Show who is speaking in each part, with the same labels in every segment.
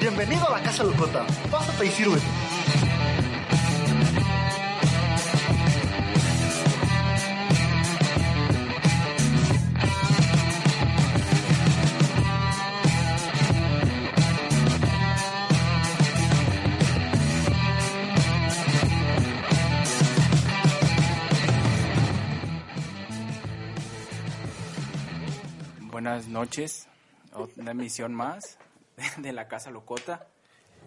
Speaker 1: Bienvenido a la Casa Locota. Pásate y sirve.
Speaker 2: Buenas noches, una emisión más de la Casa Locota.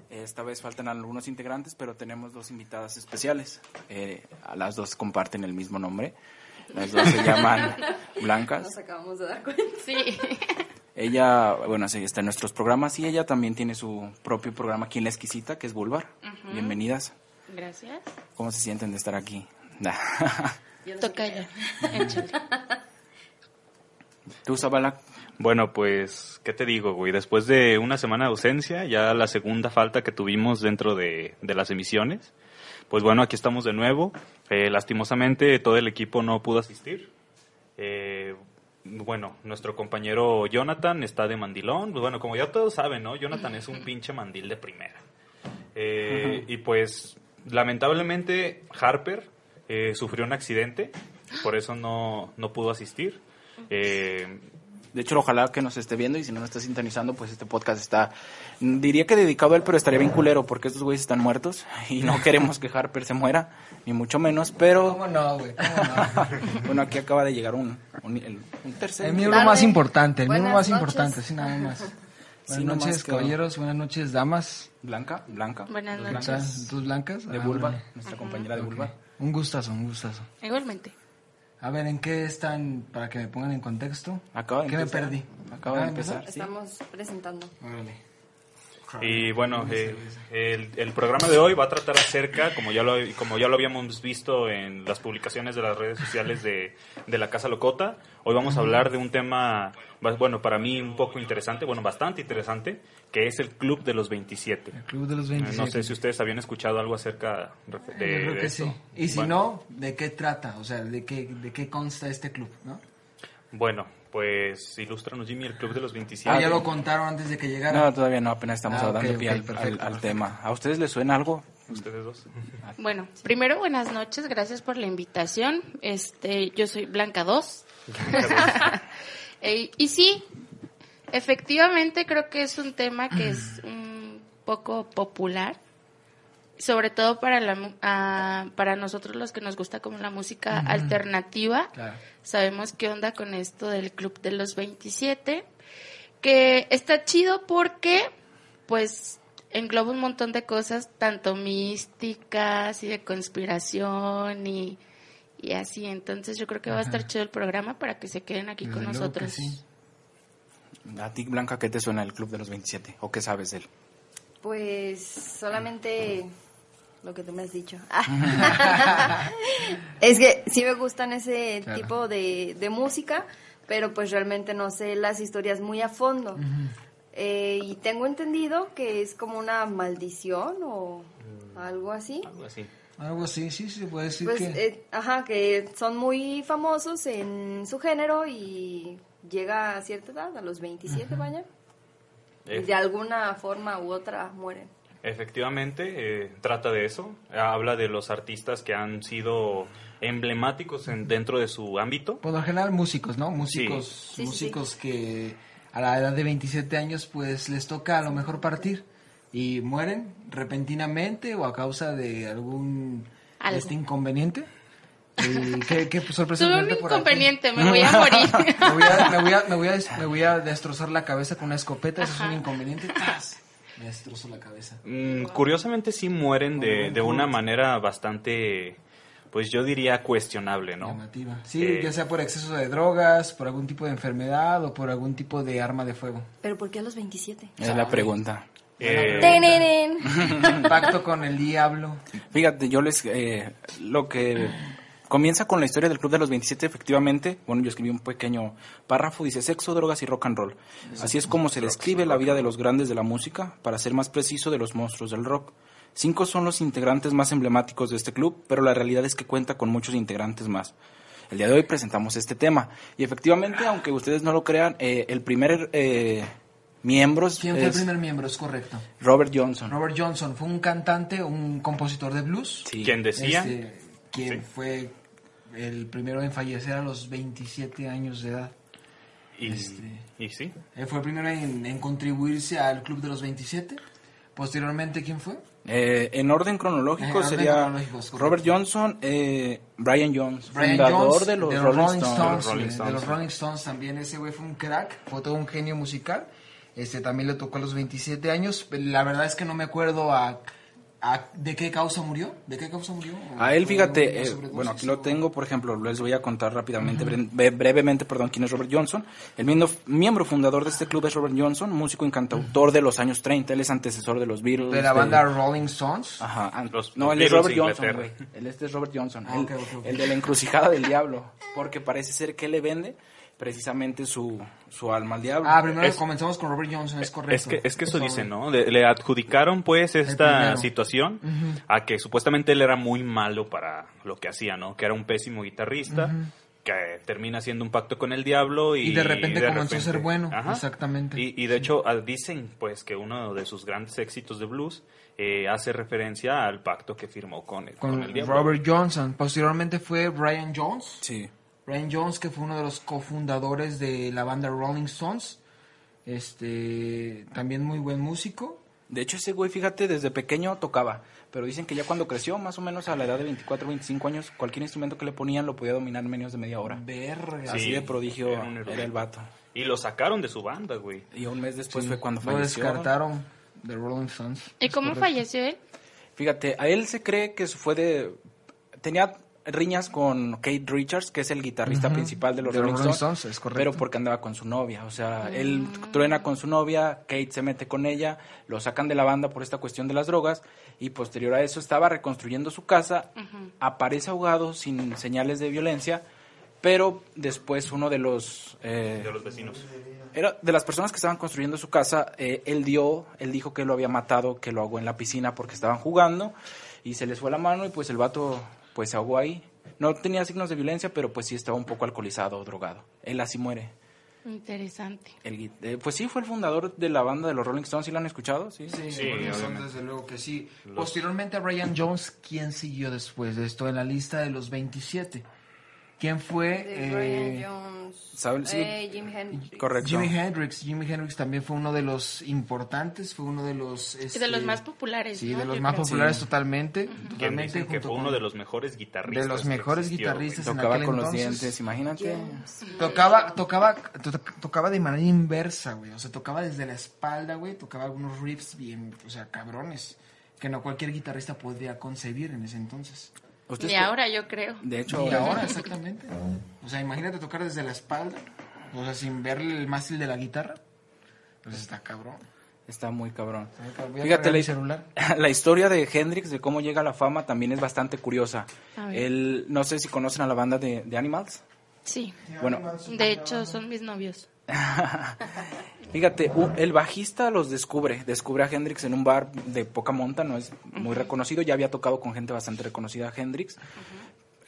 Speaker 2: Esta vez faltan algunos integrantes, pero tenemos dos invitadas especiales. Eh, a las dos comparten el mismo nombre. Las dos se llaman
Speaker 3: Nos
Speaker 2: Blancas.
Speaker 3: acabamos de dar cuenta.
Speaker 4: Sí,
Speaker 2: Ella, bueno, sí, está en nuestros programas y ella también tiene su propio programa aquí en La Exquisita, que es Bulbar. Bienvenidas.
Speaker 4: gracias.
Speaker 2: ¿Cómo se sienten de estar aquí?
Speaker 3: Yo no sé
Speaker 4: Toca
Speaker 3: qué-
Speaker 4: ya. échale.
Speaker 2: Tú, Zabala,
Speaker 5: Bueno, pues, ¿qué te digo, güey? Después de una semana de ausencia, ya la segunda falta que tuvimos dentro de, de las emisiones, pues bueno, aquí estamos de nuevo. Eh, lastimosamente, todo el equipo no pudo asistir. Eh, bueno, nuestro compañero Jonathan está de mandilón. Pues bueno, como ya todos saben, ¿no? Jonathan es un pinche mandil de primera. Eh, y pues, lamentablemente, Harper eh, sufrió un accidente, por eso no, no pudo asistir. Eh,
Speaker 2: De hecho, ojalá que nos esté viendo y si no nos está sintonizando, pues este podcast está, diría que dedicado a él, pero estaría bien culero porque estos güeyes están muertos y no queremos que Harper se muera, ni mucho menos, pero
Speaker 6: ¿Cómo no, güey? ¿Cómo no?
Speaker 2: bueno, aquí acaba de llegar un, un, el- un tercero.
Speaker 6: El miembro
Speaker 3: Tarde.
Speaker 6: más importante, el miembro
Speaker 3: Buenas
Speaker 6: más
Speaker 3: noches.
Speaker 6: importante, sí, nada más. Buenas
Speaker 2: Sí, no
Speaker 6: noches,
Speaker 2: más que-
Speaker 6: caballeros, buenas noches, damas.
Speaker 2: Blanca, Blanca.
Speaker 4: Buenas
Speaker 2: Dos
Speaker 6: ¿Qué
Speaker 4: noches.
Speaker 6: tal?
Speaker 2: blancas
Speaker 6: ¿Dos blancas?
Speaker 2: De
Speaker 6: Ah,
Speaker 2: Bulba,
Speaker 6: órale.
Speaker 2: nuestra compañera de
Speaker 6: Ok.
Speaker 2: Bulba.
Speaker 6: Un gustazo, un gustazo.
Speaker 4: Igualmente.
Speaker 6: A ver, ¿en qué están? Para que me pongan en contexto.
Speaker 2: Acaba de
Speaker 6: ¿Qué me
Speaker 2: empezar.
Speaker 6: perdí? Ah,
Speaker 2: Acaba de empezar, sí.
Speaker 3: Estamos presentando.
Speaker 6: Órale.
Speaker 5: Y bueno, eh, el, el programa de hoy va a tratar acerca, como ya lo, como ya lo habíamos visto en las publicaciones de las redes sociales de, de la Casa Locota, hoy vamos a hablar de un tema, ba- bueno, para mí un poco interesante, bueno, bastante interesante, que es el Club de los 27.
Speaker 6: El Club de los
Speaker 5: Eh,
Speaker 6: 27.
Speaker 5: No sé si ustedes habían escuchado algo acerca de,
Speaker 6: Yo creo
Speaker 5: de
Speaker 6: que
Speaker 5: esto.
Speaker 6: sí. Y si
Speaker 5: Bueno.
Speaker 6: no, ¿de qué trata? O sea, ¿de qué, de qué consta este club? ¿no?
Speaker 5: Bueno, pues ilústranos, Jimmy, el Club de los
Speaker 6: Ah,
Speaker 5: 27.
Speaker 6: ya lo contaron antes de que llegara.
Speaker 2: No, todavía no, apenas estamos
Speaker 6: Ah, ok,
Speaker 2: dando pie
Speaker 6: ok,
Speaker 2: al- al-
Speaker 6: perfecto,
Speaker 2: al,
Speaker 6: perfecto.
Speaker 2: tema. ¿A ustedes les suena algo?
Speaker 5: Ustedes dos.
Speaker 4: Bueno, primero buenas noches, gracias por la invitación. Este, yo soy Blanca 2. Eh, y sí, efectivamente creo que es un tema que es un poco popular, sobre todo para la mu- ah, para nosotros los que nos gusta como la música alternativa.
Speaker 6: Claro.
Speaker 4: Sabemos qué onda con esto del Club de los 27, que está chido porque, pues, engloba un montón de cosas, tanto místicas y de conspiración y, y así. Entonces, yo creo que va a estar chido el programa para que se queden aquí
Speaker 6: Desde
Speaker 4: con
Speaker 6: luego que
Speaker 4: nosotros.
Speaker 6: sí.
Speaker 2: A ti, Blanca, ¿qué te suena el Club de los 27? ¿O qué sabes de él?
Speaker 3: Pues solamente lo que tú me has dicho. es que sí me gustan ese
Speaker 6: Claro.
Speaker 3: tipo de, de música, pero pues realmente no sé las historias muy a fondo. Eh, y tengo entendido que es como una maldición o algo así.
Speaker 5: Algo así.
Speaker 6: Algo así, sí, se puede decir
Speaker 3: Pues,
Speaker 6: que...
Speaker 3: eh, ajá, que son muy famosos en su género y llega a cierta edad, a los 27 vaya, y
Speaker 5: Eh,
Speaker 3: de alguna forma u otra mueren.
Speaker 5: Efectivamente, eh, trata de eso. Habla de los artistas que han sido emblemáticos en- dentro de su ámbito.
Speaker 6: Por lo general músicos, ¿no? Músicos,
Speaker 3: Sí, sí,
Speaker 6: músicos que a la edad de 27 años pues les toca a lo mejor partir y mueren repentinamente o a causa de algún
Speaker 4: Algo.
Speaker 6: este inconveniente. Y qué, qué sorpresa
Speaker 4: Tuve un
Speaker 6: verte por aquí.
Speaker 4: inconveniente, me voy a morir.
Speaker 6: Me voy a, me voy a- me voy a des- me voy a destrozar la cabeza con una escopeta, eso es un inconveniente. ¡Tas! Me destrozo la cabeza.
Speaker 5: Mm, Curiosamente sí mueren de, de una manera bastante, pues yo diría cuestionable, ¿no?
Speaker 6: Llamativa. Sí,
Speaker 5: Eh.
Speaker 6: ya sea por exceso de drogas, por algún tipo de enfermedad o por algún tipo de arma de fuego.
Speaker 3: ¿Pero por qué a los 27?
Speaker 2: Es la pregunta.
Speaker 5: Eh,
Speaker 3: ¡Tenenen!
Speaker 6: Pacto con el diablo.
Speaker 2: Fíjate, yo les eh, lo que Comienza con la historia del Club de los 27, efectivamente. Bueno, yo escribí un pequeño párrafo, dice sexo, drogas y rock and roll. Así es como se describe la vida de los grandes de la música, para ser más preciso, de los monstruos del rock. Cinco son los integrantes más emblemáticos de este club, pero la realidad es que cuenta con muchos integrantes más. El día de hoy presentamos este tema. Y efectivamente, aunque ustedes no lo crean, eh, el primer eh, miembro es
Speaker 6: ¿Quién fue el primer miembro? Es correcto.
Speaker 2: Robert Johnson.
Speaker 6: Robert Johnson fue un cantante, un compositor de blues.
Speaker 2: Sí.
Speaker 5: Quien decía,
Speaker 6: Este, quien
Speaker 5: Sí.
Speaker 6: fue el primero en fallecer a los 27 años de edad.
Speaker 5: y,
Speaker 6: este-
Speaker 5: y sí,
Speaker 6: Él fue el primero en, en contribuirse al Club de los 27. Posteriormente, ¿quién fue?
Speaker 2: Eh, en orden
Speaker 6: En
Speaker 2: cronológico
Speaker 6: orden
Speaker 2: sería
Speaker 6: cronológico, es correcto.
Speaker 2: Robert Johnson, eh, Brian Jones,
Speaker 6: Brian
Speaker 2: fundador
Speaker 6: Jones,
Speaker 2: de los Rolling, Stones.
Speaker 5: De los Rolling
Speaker 6: eh, de los
Speaker 5: Stones.
Speaker 6: Rolling Stones también. Ese güey fue un crack, fue todo un genio musical. Este también le tocó a los 27 años. La verdad es que no me acuerdo a, a- de qué causa murió. ¿De qué causa murió?
Speaker 2: A él,
Speaker 6: ¿Fue
Speaker 2: fíjate,
Speaker 6: una
Speaker 2: eh,
Speaker 6: sobredosis
Speaker 2: bueno, aquí
Speaker 6: o-
Speaker 2: lo tengo, por ejemplo, les voy a contar rápidamente, bre- bre- brevemente, perdón, quién es Robert Johnson. El miembro, miembro fundador de este club es Robert Johnson, músico y cantautor de los años 30, él es antecesor de los Beatles.
Speaker 6: De la banda Rolling Stones.
Speaker 2: Este, Ajá, an-
Speaker 5: Los-
Speaker 2: no,
Speaker 5: los
Speaker 2: él es
Speaker 5: Beatles
Speaker 2: Robert
Speaker 5: de
Speaker 2: Johnson, güey.
Speaker 5: Inglaterra.
Speaker 2: Él este es Robert Johnson,
Speaker 6: Ah,
Speaker 2: el,
Speaker 6: ok, ok, ok.
Speaker 2: el de la encrucijada del diablo, porque parece ser que le vende precisamente su, su alma al diablo.
Speaker 6: Ah, primero
Speaker 5: Es-
Speaker 6: comenzamos con Robert Johnson, es correcto.
Speaker 5: Es que, es que eso
Speaker 6: Sorry.
Speaker 5: dicen, ¿no? Le, le adjudicaron pues esta
Speaker 6: primero.
Speaker 5: situación a que supuestamente él era muy malo para lo que hacía, ¿no? Que era un pésimo guitarrista, que termina haciendo un pacto con el diablo y...
Speaker 6: Y de repente comenzó a ser bueno,
Speaker 5: Ajá.
Speaker 6: exactamente.
Speaker 5: Y, y de hecho ah, dicen pues que uno de sus grandes éxitos de blues eh, hace referencia al pacto que firmó con el, con
Speaker 6: Con
Speaker 5: el diablo.
Speaker 6: Robert Johnson. Posteriormente fue Brian Jones.
Speaker 2: sí.
Speaker 6: Brian Jones, que fue uno de los cofundadores de la banda Rolling Stones. Este, también muy buen músico.
Speaker 2: De hecho, ese güey, fíjate, desde pequeño tocaba, pero dicen que ya cuando creció, más o menos a la edad de 24, 25 años, cualquier instrumento que le ponían lo podía dominar en menos de media hora.
Speaker 6: Verga.
Speaker 2: Así
Speaker 5: Sí,
Speaker 2: de prodigio
Speaker 5: era un
Speaker 2: era,
Speaker 5: erudito.
Speaker 2: el vato.
Speaker 5: Y lo sacaron de su banda, güey.
Speaker 2: Y un mes después
Speaker 6: Sí,
Speaker 2: pues fue cuando
Speaker 6: Lo
Speaker 2: falleció.
Speaker 6: descartaron de Rolling Stones.
Speaker 4: ¿Y cómo falleció él?
Speaker 2: Fíjate, a él se cree que se fue de... Tenía riñas con Kate Richards, que es el guitarrista principal de los
Speaker 6: De los
Speaker 2: Rolling,
Speaker 6: Rolling
Speaker 2: Stones,
Speaker 6: Stones, es correcto.
Speaker 2: pero porque andaba con su novia. O sea, él truena con su novia, Kate se mete con ella, lo sacan de la banda por esta cuestión de las drogas y posterior a eso estaba reconstruyendo su casa, aparece ahogado sin señales de violencia, pero después uno de los... eh,
Speaker 5: De los vecinos.
Speaker 2: era de las personas que estaban construyendo su casa, eh, él dio, él dijo que lo había matado, que lo ahogó en la piscina porque estaban jugando y se les fue la mano y pues el vato pues se ahogó ahí. No tenía signos de violencia, pero pues sí estaba un poco alcoholizado o drogado. Él así muere.
Speaker 4: Interesante.
Speaker 2: El gui- eh, pues sí, fue el fundador de la banda de los Rolling Stones, ¿sí lo han escuchado? Sí.
Speaker 6: Sí,
Speaker 5: Sí,
Speaker 6: Rolling Stones,
Speaker 5: obviamente.
Speaker 6: desde luego que sí. Posteriormente a Brian Jones, ¿quién siguió después de esto en la lista de los 27? ¿Quién fue?
Speaker 3: De
Speaker 6: eh,
Speaker 3: Brian Jones.
Speaker 2: ¿sabe- sí?
Speaker 3: eh, Jimi Hendrix.
Speaker 2: Correcto.
Speaker 6: Jimi Hendrix. Jimi Hendrix también fue uno de los importantes, fue uno de los... este,
Speaker 4: de los más populares.
Speaker 6: Sí,
Speaker 4: ¿no?
Speaker 6: de los
Speaker 4: Yo
Speaker 6: más
Speaker 4: creo.
Speaker 6: populares totalmente.
Speaker 5: Quien
Speaker 6: totalmente
Speaker 5: dicen que
Speaker 6: junto
Speaker 5: fue uno
Speaker 6: con-
Speaker 5: de los mejores guitarristas.
Speaker 6: de los
Speaker 5: que
Speaker 6: mejores
Speaker 5: existió, güey.
Speaker 6: guitarristas. en
Speaker 2: Tocaba
Speaker 6: aquel
Speaker 2: con los
Speaker 6: entonces.
Speaker 2: dientes, imagínate.
Speaker 6: Tocaba, tocaba, to- tocaba de manera inversa, güey. O sea, tocaba desde la espalda, güey. Tocaba algunos riffs bien, o sea, cabrones. Que no cualquier guitarrista podía concebir en ese entonces.
Speaker 2: ¿Ustedes
Speaker 4: De
Speaker 2: qué-
Speaker 4: ahora, yo creo.
Speaker 2: De hecho,
Speaker 6: Y
Speaker 2: ahora-
Speaker 6: ahora, exactamente. O sea, imagínate tocar desde la espalda. O sea, sin ver el mástil de la guitarra. Pues está cabrón.
Speaker 2: Está muy cabrón.
Speaker 6: Voy a
Speaker 2: Fíjate,
Speaker 6: cargar
Speaker 2: la,
Speaker 6: mi celular.
Speaker 2: la historia de Hendrix, de cómo llega a la fama, también es bastante curiosa.
Speaker 4: A ver.
Speaker 2: Él, no sé si conocen a la banda de, de Animals.
Speaker 4: Sí.
Speaker 2: Bueno,
Speaker 4: De hecho, son mis novios.
Speaker 2: fíjate, u- el bajista los descubre. Descubre a Hendrix en un bar de poca monta, no es muy reconocido. Ya había tocado con gente bastante reconocida, Hendrix.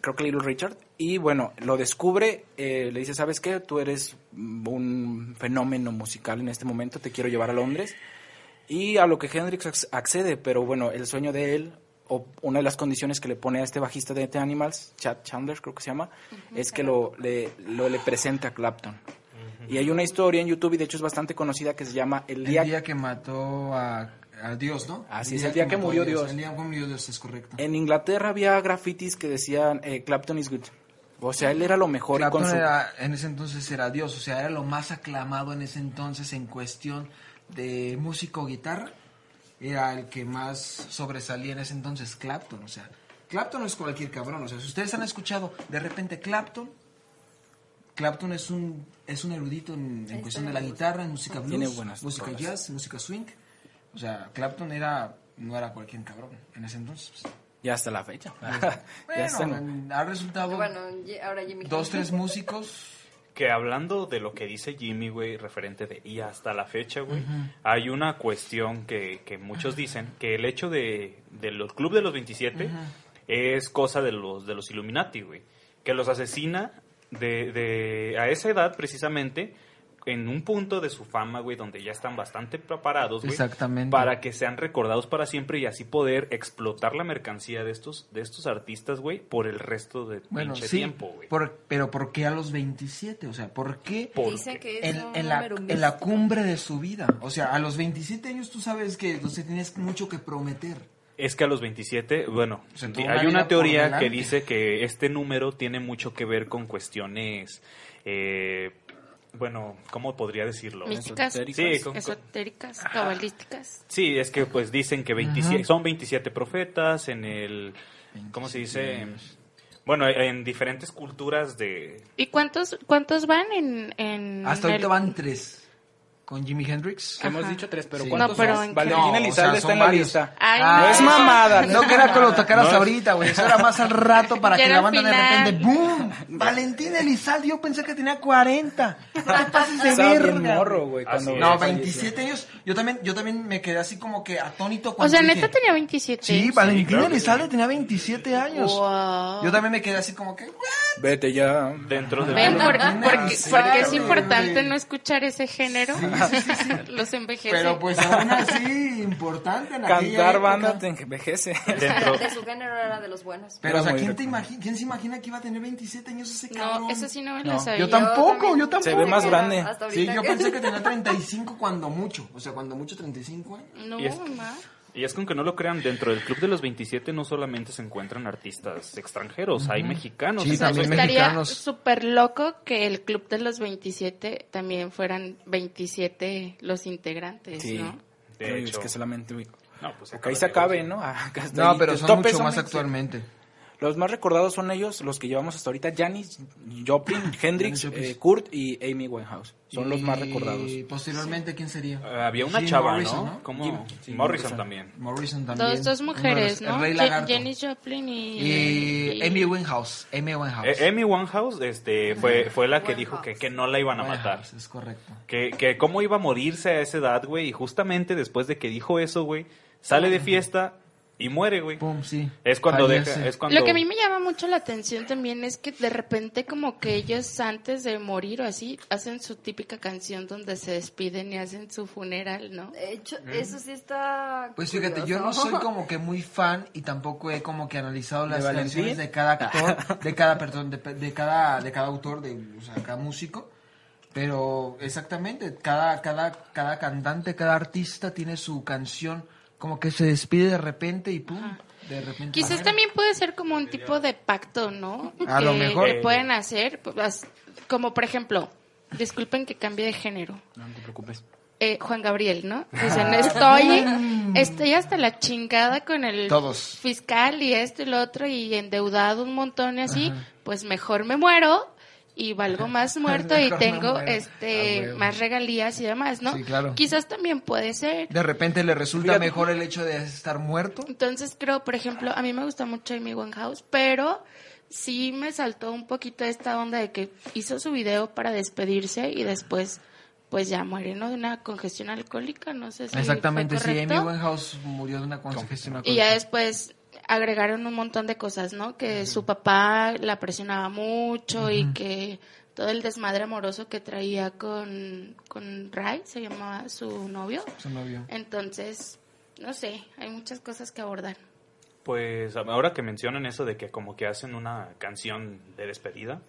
Speaker 2: Creo que Little Richard. Y bueno, lo descubre, eh, le dice, ¿sabes qué? Tú eres mm, un fenómeno musical en este momento, te quiero llevar a Londres. Y a lo que Hendrix ac- accede, pero bueno, el sueño de él, o una de las condiciones que le pone a este bajista de The Animals, Chad Chandler creo que se llama, es que lo le, lo le presente a Clapton. Y hay una historia en YouTube, y de hecho es bastante conocida, que se llama El
Speaker 6: El
Speaker 2: día...
Speaker 6: día que mató a, a Dios, ¿no?
Speaker 2: Así es, el día que
Speaker 6: mató a
Speaker 2: murió Dios.
Speaker 6: El día que murió Dios, es correcto.
Speaker 2: En Inglaterra había grafitis que decían eh, Clapton is good. O sea, él era lo mejor. y
Speaker 6: Clapton
Speaker 2: con su-
Speaker 6: era- en ese entonces era Dios, o sea, era lo más aclamado en ese entonces en cuestión de músico guitarra. Era el que más sobresalía en ese entonces, Clapton, o sea, Clapton no es cualquier cabrón, o sea, si ustedes han escuchado de repente Clapton, Clapton es un es un erudito en, en cuestión de la guitarra, en música blues,
Speaker 2: Tiene buenas
Speaker 6: música
Speaker 2: rolas.
Speaker 6: jazz, música swing. O sea, Clapton era no era cualquier cabrón en ese entonces. pues.
Speaker 2: Y
Speaker 7: Ya hasta la fecha. ya
Speaker 6: Bueno,
Speaker 7: están.
Speaker 6: ha resultado
Speaker 3: Bueno, ye- ahora Jimmy
Speaker 6: dos, tres
Speaker 3: Hendrix.
Speaker 6: músicos.
Speaker 5: Que hablando de lo que dice Jimmy, güey, referente de y hasta la fecha, güey, hay una cuestión que, que muchos dicen, que el hecho de, de los Club de los 27 es cosa de los, de los Illuminati, güey, que los asesina de, de, a esa edad precisamente en un punto de su fama, güey, donde ya están bastante preparados, güey,
Speaker 6: Exactamente.
Speaker 5: para que sean recordados para siempre y así poder explotar la mercancía de estos, de estos artistas, güey, por el resto de
Speaker 6: Bueno,
Speaker 5: pinche
Speaker 6: sí.
Speaker 5: tiempo, güey.
Speaker 6: por- pero ¿por qué a los 27? O sea, ¿por qué
Speaker 5: Por-
Speaker 3: Dicen que es
Speaker 6: en,
Speaker 3: un
Speaker 6: en la,
Speaker 3: número
Speaker 6: en la
Speaker 3: místico.
Speaker 6: cumbre de su vida? O sea, a los 27 años tú sabes que entonces tienes mucho que prometer.
Speaker 5: Es que a los 27, bueno,
Speaker 6: Se
Speaker 5: di-
Speaker 6: tuvo una
Speaker 5: hay
Speaker 6: vida
Speaker 5: una
Speaker 6: por
Speaker 5: teoría
Speaker 6: delante.
Speaker 5: que dice que este número tiene mucho que ver con cuestiones, eh, bueno, ¿cómo podría decirlo?
Speaker 4: Místicas,
Speaker 5: Sí, con-
Speaker 4: esotéricas, cabalísticas.
Speaker 5: Sí, es que pues dicen que 27, son 27 profetas en el, ¿cómo se dice? Bueno, en diferentes culturas de...
Speaker 4: ¿Y cuántos cuántos van en, en
Speaker 6: Hasta
Speaker 4: el-
Speaker 6: ahorita van tres. Con Jimi Hendrix.
Speaker 7: Que hemos
Speaker 4: Ajá.
Speaker 7: dicho tres, pero
Speaker 6: Sí.
Speaker 7: ¿cuántos
Speaker 4: No, pero
Speaker 7: más?
Speaker 2: Ah,
Speaker 4: ¿en qué?
Speaker 7: Valentín
Speaker 6: No, o
Speaker 7: Elizalde
Speaker 6: sea,
Speaker 7: está
Speaker 6: son
Speaker 7: en la
Speaker 6: varios.
Speaker 7: lista.
Speaker 4: Ay,
Speaker 6: Ah,
Speaker 7: no es mamada.
Speaker 6: No que era que lo tocaras ahorita, güey. Eso era más al rato para
Speaker 4: Ya
Speaker 6: que
Speaker 4: era
Speaker 6: la banda
Speaker 4: final.
Speaker 6: de repente ¡Boom! Valentín Elizalde, yo pensé que tenía 40. No te pases de
Speaker 7: Estaba bien
Speaker 6: verga,
Speaker 7: morro, güey,
Speaker 5: Así
Speaker 7: cuando-
Speaker 2: Pues,
Speaker 5: es.
Speaker 6: No,
Speaker 7: falleció.
Speaker 6: 27 años. Yo también, yo también me quedé así como que atónito
Speaker 4: O
Speaker 6: cuando
Speaker 4: sea,
Speaker 6: dije,
Speaker 4: neta tenía 27.
Speaker 6: Sí, Valentín
Speaker 5: claro que sí.
Speaker 6: Elizalde tenía 27 años.
Speaker 4: Wow.
Speaker 6: Yo también me quedé así como que. "What?".
Speaker 7: Vete ya.
Speaker 5: Dentro de...
Speaker 4: Ven, por-
Speaker 6: Valentín
Speaker 4: porque,
Speaker 6: Elizalde,
Speaker 4: porque es
Speaker 6: güey.
Speaker 4: importante no escuchar ese género. Los envejece.
Speaker 6: Pero pues aún así, importante en aquella
Speaker 7: Cantar
Speaker 6: época.
Speaker 7: banda te envejece.
Speaker 5: dentro-
Speaker 3: De su género era de los buenos.
Speaker 6: Pero, o sea,
Speaker 7: Era muy
Speaker 6: ¿quién, te
Speaker 7: rico.
Speaker 6: imagi- ¿quién se imagina que iba a tener 27 años ese cabrón?
Speaker 4: no, eso sí no me
Speaker 7: No,
Speaker 4: lo
Speaker 7: yo
Speaker 4: sabía.
Speaker 6: Yo tampoco,
Speaker 3: también.
Speaker 6: yo tampoco.
Speaker 7: Se ve más grande.
Speaker 3: Hasta
Speaker 6: Sí,
Speaker 3: ahorita
Speaker 6: yo
Speaker 3: que-
Speaker 6: pensé que tenía 35 cuando mucho. O sea, cuando mucho 35 años.
Speaker 4: No,
Speaker 5: Y es-
Speaker 4: mamá.
Speaker 5: Y es con que no lo crean, dentro del Club de los 27 no solamente se encuentran artistas extranjeros, hay mexicanos. pues,
Speaker 6: Sí,
Speaker 5: incluso
Speaker 4: O sea,
Speaker 6: también
Speaker 4: estaría
Speaker 6: mexicanos.
Speaker 4: súper loco que el club de los 27 también fueran 27 los integrantes,
Speaker 7: Sí.
Speaker 4: ¿no?
Speaker 5: De
Speaker 7: Pero
Speaker 5: hecho.
Speaker 7: Es que solamente. güey,
Speaker 5: No, pues,
Speaker 7: que ahí se
Speaker 5: acaba de-
Speaker 7: acabe, ¿no? Ah, Acá hasta
Speaker 6: No,
Speaker 7: ahí.
Speaker 6: pero
Speaker 7: Te
Speaker 6: son
Speaker 7: topes
Speaker 6: mucho más
Speaker 7: solamente.
Speaker 6: actualmente.
Speaker 7: Los más recordados son ellos, los que llevamos hasta ahorita: Janis, Joplin, Hendrix,
Speaker 6: Janis Joplin.
Speaker 7: eh, Kurt y Amy Winehouse. Son los más
Speaker 6: Y
Speaker 7: recordados.
Speaker 6: posteriormente, ¿quién sería?
Speaker 5: Ah, había una
Speaker 6: Jim
Speaker 5: chava,
Speaker 6: Morrison,
Speaker 5: ¿no? ¿Cómo?
Speaker 7: Jim-
Speaker 5: Morrison,
Speaker 7: Morrison.
Speaker 5: también.
Speaker 6: Morrison también.
Speaker 4: Dos, dos
Speaker 6: Uno de
Speaker 4: mujeres,
Speaker 6: los-
Speaker 4: ¿no?
Speaker 6: El Rey
Speaker 4: Je-
Speaker 6: Lagarto.
Speaker 4: Jenny Joplin y...
Speaker 6: Y
Speaker 4: y-
Speaker 6: Amy Winehouse. Amy Winehouse.
Speaker 5: Eh, Amy Winehouse este, fue, fue la que dijo que,
Speaker 3: Winehouse.
Speaker 5: que no la iban a matar.
Speaker 6: Winehouse, Es correcto.
Speaker 5: Que, que cómo iba a morirse a esa edad, güey. Y justamente después de que dijo eso, güey, sale de fiesta y muere, güey.
Speaker 6: Pum, sí.
Speaker 5: Es cuando
Speaker 6: Fallece.
Speaker 5: deja, es cuando...
Speaker 4: Lo que a mí me llama mucho la atención también es que de repente como que ellos antes de morir o así hacen su típica canción donde se despiden y hacen su funeral, ¿no?
Speaker 3: De hecho, eso sí está.
Speaker 6: Pues fíjate, yo no soy como que muy fan y tampoco he como que analizado las
Speaker 7: Valentín?
Speaker 6: canciones de cada actor, de cada perdón, de, de cada de cada autor, de o sea, cada músico, pero exactamente, cada cada cada cantante, cada artista tiene su canción como que se despide de repente y pum, de repente.
Speaker 4: Quizás también puede ser como un tipo de pacto, ¿no?
Speaker 6: A lo
Speaker 4: Que-
Speaker 6: mejor.
Speaker 4: Que pueden hacer, pues, as- como por ejemplo, disculpen que cambie de género.
Speaker 7: No, no te preocupes.
Speaker 4: eh, Juan Gabriel, ¿no? Dicen,
Speaker 6: Ah.
Speaker 4: estoy, estoy hasta la chingada con el
Speaker 6: Todos.
Speaker 4: fiscal y esto y lo otro y endeudado un montón y así, pues mejor me muero y valgo más muerto y
Speaker 6: Mejor me
Speaker 4: tengo
Speaker 6: muero.
Speaker 4: este
Speaker 6: Ah, huevo.
Speaker 4: más regalías y demás, ¿no?
Speaker 6: Sí, claro.
Speaker 4: Quizás también puede ser.
Speaker 6: de repente le resulta
Speaker 7: Fíjate.
Speaker 6: mejor el hecho de estar muerto.
Speaker 4: Entonces creo, por ejemplo, a mí me gusta mucho Amy Winehouse, pero sí me saltó un poquito esta onda de que hizo su video para despedirse y después pues ya muere, ¿no? De una congestión alcohólica, no sé si fue
Speaker 6: Exactamente, sí, Amy
Speaker 4: correcto.
Speaker 6: Winehouse murió de una congestión
Speaker 4: Y ya después agregaron un montón de cosas, ¿no? Que su papá la presionaba mucho y que todo el desmadre amoroso que traía con, con Ray, se llamaba su novio.
Speaker 6: Su novio.
Speaker 4: Entonces, no sé, hay muchas cosas que abordar.
Speaker 5: Pues ahora que mencionan eso de que como que hacen una canción de despedida,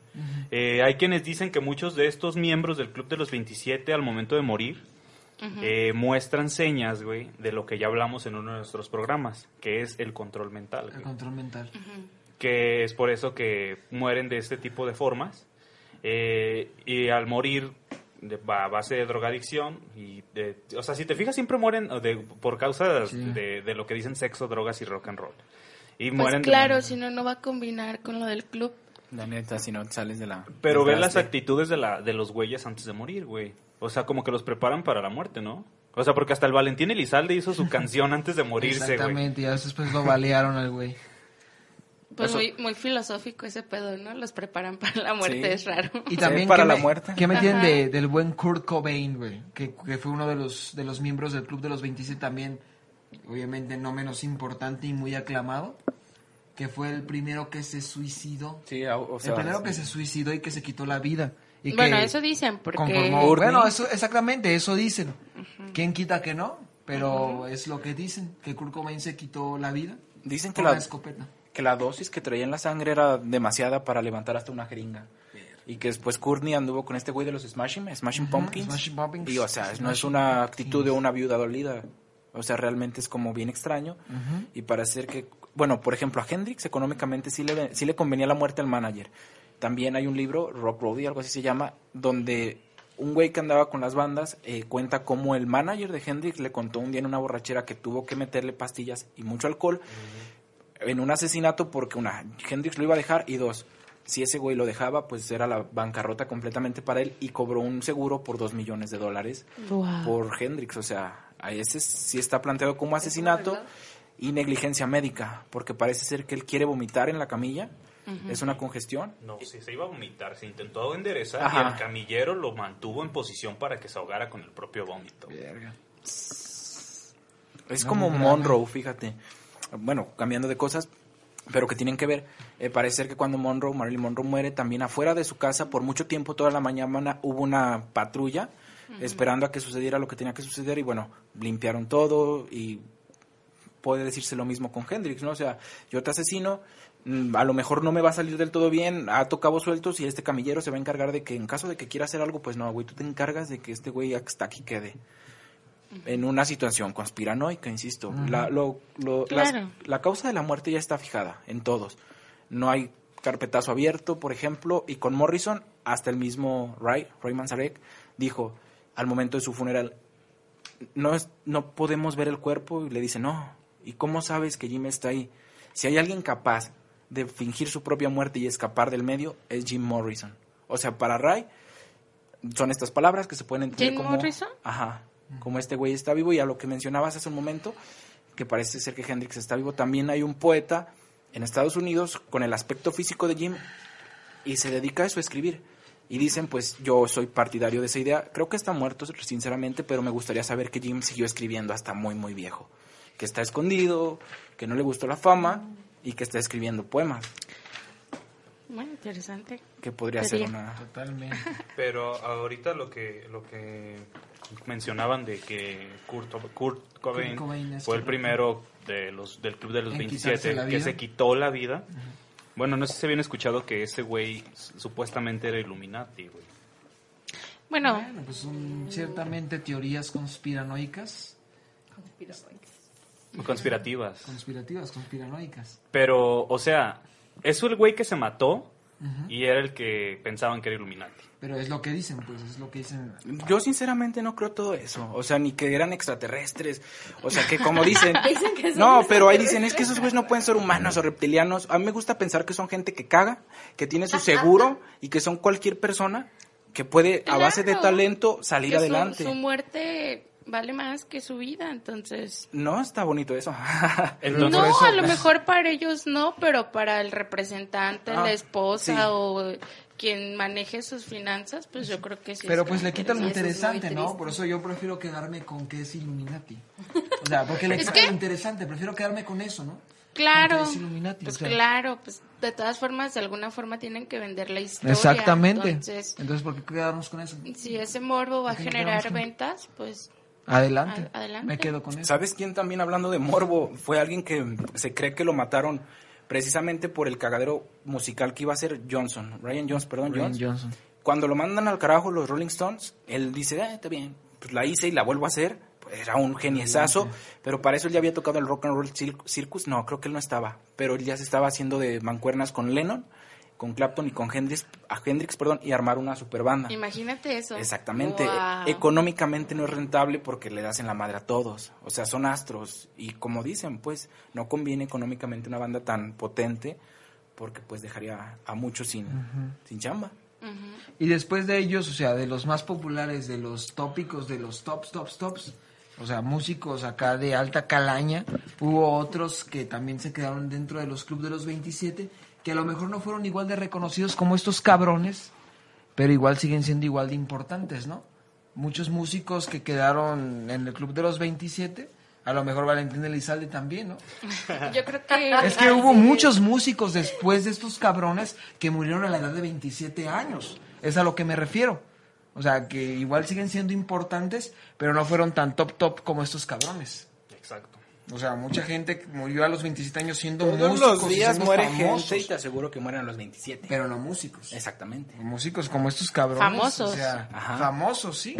Speaker 5: eh, hay quienes dicen que muchos de estos miembros del Club de los 27 al momento de morir eh, muestran señas, güey, de lo que ya hablamos en uno de nuestros programas, que es el control mental.
Speaker 6: El
Speaker 5: güey.
Speaker 6: control mental.
Speaker 5: Que es por eso que mueren de este tipo de formas. eh, y al morir de- a base de drogadicción, y de- o sea, si te fijas, siempre mueren de- por causa
Speaker 6: Sí.
Speaker 5: de, de lo que dicen sexo, drogas y rock and roll. Y
Speaker 4: Pues
Speaker 5: mueren de-
Speaker 4: claro, si no, no va a combinar con lo del club.
Speaker 7: La neta, si no te sales de la.
Speaker 5: Pero
Speaker 7: del
Speaker 5: ve las
Speaker 7: traste.
Speaker 5: actitudes de, la, de los güeyes antes de morir, güey. O sea, como que los preparan para la muerte, ¿no? O sea, porque hasta el Valentín Elizalde hizo su canción antes de morirse, güey.
Speaker 6: Exactamente, y ya después lo pues, balearon al güey.
Speaker 4: Pues
Speaker 5: Eso-
Speaker 4: muy, muy filosófico ese pedo, ¿no? Los preparan para la muerte,
Speaker 2: Sí.
Speaker 4: es raro.
Speaker 2: Sí,
Speaker 6: Y también
Speaker 2: para
Speaker 6: ¿qué
Speaker 2: la
Speaker 6: me-
Speaker 2: muerte.
Speaker 6: ¿Qué me tienen
Speaker 4: Ajá.
Speaker 6: de- del buen Kurt Cobain, güey? Que, que fue uno de los, de los miembros del Club de los 27 también, obviamente no menos importante y muy aclamado, que fue el primero que se suicidó.
Speaker 2: Sí, o, o sea,
Speaker 6: el primero que se suicidó y que se quitó la vida. Y
Speaker 4: bueno,
Speaker 6: que
Speaker 4: eso dicen, porque...
Speaker 6: conformó-
Speaker 2: Courtney.
Speaker 6: Bueno, eso, exactamente, eso dicen. ¿Quién quita que no? Pero es lo que dicen, que Kurt Cobain se quitó la vida
Speaker 2: dicen que
Speaker 6: con una
Speaker 2: la,
Speaker 6: escopeta.
Speaker 2: que la dosis que traía en la sangre era demasiada para levantar hasta una jeringa. Y que después Courtney anduvo con este güey de los Smashing, Smashing Pumpkins.
Speaker 6: Smashing Pumpkins.
Speaker 2: Y o sea, no es
Speaker 6: Smashing
Speaker 2: una actitud de una viuda dolida. O sea, realmente es como bien extraño. Y parece que, bueno, por ejemplo, a Hendrix económicamente sí le, sí le convenía la muerte al manager. También hay un libro, Rock Roadie, algo así se llama, donde un güey que andaba con las bandas eh, cuenta cómo el manager de Hendrix le contó un día en una borrachera que tuvo que meterle pastillas y mucho alcohol en un asesinato porque una, Hendrix lo iba a dejar y dos, si ese güey lo dejaba, pues era la bancarrota completamente para él y cobró un seguro por dos millones de dólares
Speaker 4: Wow.
Speaker 2: por Hendrix. O sea, a ese sí está planteado como asesinato
Speaker 3: verdad.
Speaker 2: y negligencia médica, porque parece ser que él quiere vomitar en la camilla, es una congestión.
Speaker 5: No, sí, se iba a vomitar, se intentó enderezar y
Speaker 2: Ajá.
Speaker 5: el camillero lo mantuvo en posición para que se ahogara con el propio vómito.
Speaker 2: Es
Speaker 6: No,
Speaker 2: como
Speaker 6: muy grave.
Speaker 2: Monroe, fíjate. Bueno, cambiando de cosas, pero que tienen que ver. Eh, parece ser que cuando Monroe, Marilyn Monroe muere, también afuera de su casa, por mucho tiempo, toda la mañana hubo una patrulla esperando a que sucediera lo que tenía que suceder y bueno, limpiaron todo y puede decirse lo mismo con Hendrix, ¿no? O sea, yo te asesino, mm, a lo mejor no me va a salir del todo bien, ato cabos sueltos y este camillero se va a encargar de que en caso de que quiera hacer algo, pues no, güey, tú te encargas de que este güey hasta aquí quede. En una situación conspiranoica, insisto. la, lo- lo- las-
Speaker 4: Claro.
Speaker 2: la causa de la muerte ya está fijada en todos. No hay carpetazo abierto, por ejemplo, y con Morrison, hasta el mismo Ray, Ray Manzarek, dijo al momento de su funeral, no, es- no podemos ver el cuerpo y le dice, no, ¿y cómo sabes que Jim está ahí? Si hay alguien capaz de fingir su propia muerte y escapar del medio, es Jim Morrison. O sea, para Ray son estas palabras que se pueden entender
Speaker 4: ¿Jim
Speaker 2: como...
Speaker 4: Morrison?
Speaker 2: Ajá, como este güey está vivo y a lo que mencionabas hace un momento, que parece ser que Hendrix está vivo, también hay un poeta en Estados Unidos con el aspecto físico de Jim y se dedica a eso, a escribir. Y dicen, pues yo soy partidario de esa idea. Creo que está muerto, sinceramente, pero me gustaría saber que Jim siguió escribiendo hasta muy, muy viejo. Que está escondido, que no le gustó la fama y que está escribiendo poemas.
Speaker 4: Muy interesante.
Speaker 2: Que podría
Speaker 4: Podría.
Speaker 2: ser una...
Speaker 6: Totalmente.
Speaker 5: Pero ahorita lo que lo que mencionaban de que Kurt, Kurt Cobain,
Speaker 6: Kurt Cobain es
Speaker 5: fue el
Speaker 6: correcto.
Speaker 5: primero de los del club de los
Speaker 6: En quitarse
Speaker 5: 27
Speaker 6: la
Speaker 5: que
Speaker 6: vida.
Speaker 5: se quitó la vida. Bueno, no sé si habían escuchado que ese güey s- supuestamente era Illuminati, güey.
Speaker 4: Bueno,
Speaker 6: Bueno, pues son ciertamente teorías conspiranoicas.
Speaker 5: Conspirativas.
Speaker 6: Conspirativas, conspiranoicas.
Speaker 5: Pero, o sea, es el güey que se mató y era el que pensaban que era Illuminati.
Speaker 6: Pero es lo que dicen, pues, es lo que dicen.
Speaker 2: Yo sinceramente no creo todo eso, o sea, ni que eran extraterrestres, o sea, que como dicen,
Speaker 3: Dicen que son
Speaker 2: no, pero ahí dicen, es que esos güeyes no pueden ser humanos o reptilianos, a mí me gusta pensar que son gente que caga, que tiene su seguro y que son cualquier persona que puede, a base de
Speaker 4: Claro.
Speaker 2: talento, salir
Speaker 4: que su-
Speaker 2: adelante.
Speaker 4: Su, muerte vale más que su vida, entonces...
Speaker 2: No, está bonito eso.
Speaker 5: Entonces,
Speaker 4: no, a lo mejor para ellos no, pero para el representante,
Speaker 2: Ah,
Speaker 4: la esposa
Speaker 2: sí.
Speaker 4: o quien maneje sus finanzas, pues yo creo que sí.
Speaker 6: Pero
Speaker 4: está
Speaker 6: pues le quitan lo
Speaker 4: interesante.
Speaker 6: interesante,
Speaker 3: muy
Speaker 6: ¿no?
Speaker 3: triste.
Speaker 6: Por eso yo prefiero quedarme con que es Illuminati. O sea, porque le
Speaker 4: Es
Speaker 6: quitan
Speaker 4: que-
Speaker 6: lo interesante, prefiero quedarme con eso, ¿no?
Speaker 4: Claro,
Speaker 6: Porque es Illuminati,
Speaker 4: pues
Speaker 6: o sea.
Speaker 4: claro, pues de todas formas, de alguna forma tienen que vender la historia. Entonces,
Speaker 6: ¿por qué quedarnos con eso?
Speaker 4: si ese morbo va a
Speaker 6: ¿Por qué no
Speaker 4: generar
Speaker 6: quedamos con-
Speaker 4: ventas, pues
Speaker 6: Adelante.
Speaker 4: A- adelante.
Speaker 6: Me quedo con eso.
Speaker 2: ¿Sabes quién también hablando de Morbo? Fue alguien que se cree que lo mataron precisamente por el cagadero musical que iba a ser Johnson, Ryan Jones, perdón,
Speaker 6: Ryan
Speaker 2: Jones.
Speaker 6: Johnson.
Speaker 2: Cuando lo mandan al carajo los Rolling Stones, él dice, "Ah, está bien, pues la hice y la vuelvo a hacer. Pues era un geniezazo, pero para eso él ya había tocado el Rock and Roll Cir- Circus. No, creo que él no estaba, pero él ya se estaba haciendo de mancuernas con Lennon, con Clapton y con Hendrix, a Hendrix perdón, y armar una super banda.
Speaker 4: imagínate eso.
Speaker 2: Exactamente.
Speaker 4: Wow.
Speaker 2: Económicamente no es rentable porque le das en la madre a todos. O sea, son astros. Y como dicen, pues no conviene económicamente una banda tan potente porque pues dejaría a muchos sin, sin chamba.
Speaker 4: Ujú.
Speaker 6: Y después de ellos, o sea, de los más populares, de los tópicos, de los tops, tops, tops, o sea, músicos acá de alta calaña, Hubo otros que también se quedaron dentro de los clubes de los 27, que a lo mejor no fueron igual de reconocidos como estos cabrones, pero igual siguen siendo igual de importantes, ¿no? Muchos músicos que quedaron en el club de los 27, a lo mejor Valentín Elizalde también, ¿no?
Speaker 4: Yo creo que...
Speaker 6: Es que hubo muchos músicos después de estos cabrones que murieron a la edad de 27 años. Es a lo que me refiero. O sea, que igual siguen siendo importantes, pero no fueron tan top top como estos cabrones.
Speaker 5: Exacto.
Speaker 6: O sea, mucha gente murió a los 27 años siendo
Speaker 7: Todos
Speaker 6: músicos.
Speaker 7: los
Speaker 6: y
Speaker 7: días
Speaker 6: siendo
Speaker 7: muere
Speaker 6: famosos,
Speaker 7: gente y te aseguro que mueren a los 27.
Speaker 6: Pero no músicos.
Speaker 7: Exactamente.
Speaker 6: Músicos como estos cabrones.
Speaker 4: Famosos.
Speaker 6: O sea,
Speaker 7: Ajá.
Speaker 6: famosos, sí.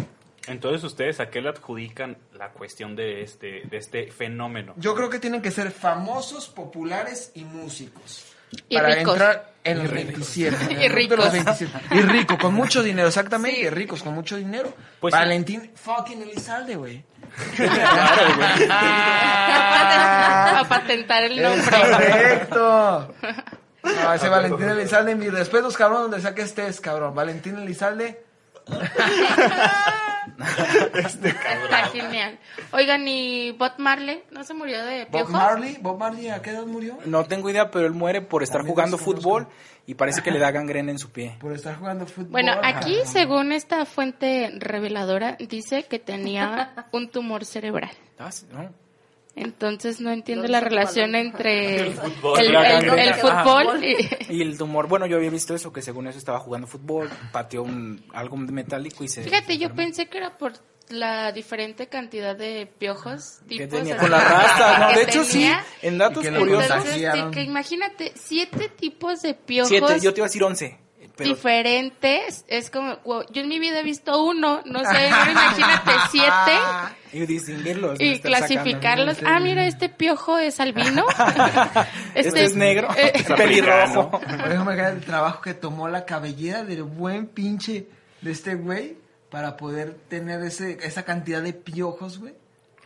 Speaker 5: Entonces, ¿ustedes a qué le adjudican la cuestión de este, de este fenómeno?
Speaker 6: Yo creo que tienen que ser famosos, populares y músicos.
Speaker 4: Y
Speaker 6: para
Speaker 4: ricos.
Speaker 6: entrar en los 27. en el
Speaker 4: Y
Speaker 6: club de los
Speaker 4: ricos.
Speaker 6: 27. Y rico, con mucho dinero, exactamente. Ricos, con mucho dinero.
Speaker 5: Pues sí.
Speaker 6: Valentín fucking Elizalde, güey.
Speaker 4: A patentar el
Speaker 6: Es
Speaker 4: nombre.
Speaker 6: correcto. No, ese Valentín Elizalde, mis respetos, cabrón, donde sea que estés, cabrón. Valentín Elizalde,
Speaker 4: Está genial. Oigan, ¿y Bob Marley no se murió de
Speaker 6: Bob
Speaker 4: piojos?
Speaker 6: Marley, Bob Marley, ¿a qué edad murió?
Speaker 7: No tengo idea, pero él muere por estar
Speaker 6: También
Speaker 7: jugando
Speaker 6: desconozco.
Speaker 7: fútbol y parece que le da gangrena en su pie.
Speaker 6: Por estar jugando fútbol.
Speaker 4: Bueno, aquí,
Speaker 6: cabrón.
Speaker 4: según esta fuente reveladora, dice que tenía un tumor cerebral.
Speaker 7: Ah, sí, ¿no?
Speaker 4: Entonces no entiendo
Speaker 3: ¿Dónde
Speaker 4: la
Speaker 3: está tu
Speaker 4: relación
Speaker 3: balón?
Speaker 4: entre el,
Speaker 5: fútbol.
Speaker 4: el-
Speaker 7: La
Speaker 4: el-
Speaker 7: gangrena.
Speaker 4: el fútbol y...
Speaker 7: Y el tumor, Ah, bueno, yo había visto eso, que según eso estaba jugando fútbol, pateó un, algo metálico y se...
Speaker 4: Fíjate, yo
Speaker 7: se
Speaker 4: pensé que era por la diferente cantidad de piojos.
Speaker 7: enfermó. que
Speaker 4: Tipos,
Speaker 7: tenía
Speaker 4: así,
Speaker 7: con la raza, ¿no?
Speaker 4: que
Speaker 7: De hecho, sí,
Speaker 4: tenía.
Speaker 7: en datos
Speaker 6: Y que lo
Speaker 7: curiosos,
Speaker 6: contagió.
Speaker 4: Entonces,
Speaker 6: contagiaron.
Speaker 4: te- que imagínate, siete tipos de piojos
Speaker 7: siete, yo te iba a decir once, pero
Speaker 4: diferentes. Es como, wow, yo en mi vida he visto uno, no sé, ahora imagínate siete
Speaker 7: y distinguirlos.
Speaker 4: y
Speaker 7: estar sacando.
Speaker 4: clasificarlos. Ah, mira, este piojo es albino.
Speaker 7: Este, es negro,
Speaker 4: eh,
Speaker 7: pelirrojo.
Speaker 6: Por ejemplo, acá el trabajo que tomó la cabellera del buen pinche de este güey para poder tener ese, esa cantidad de piojos, güey.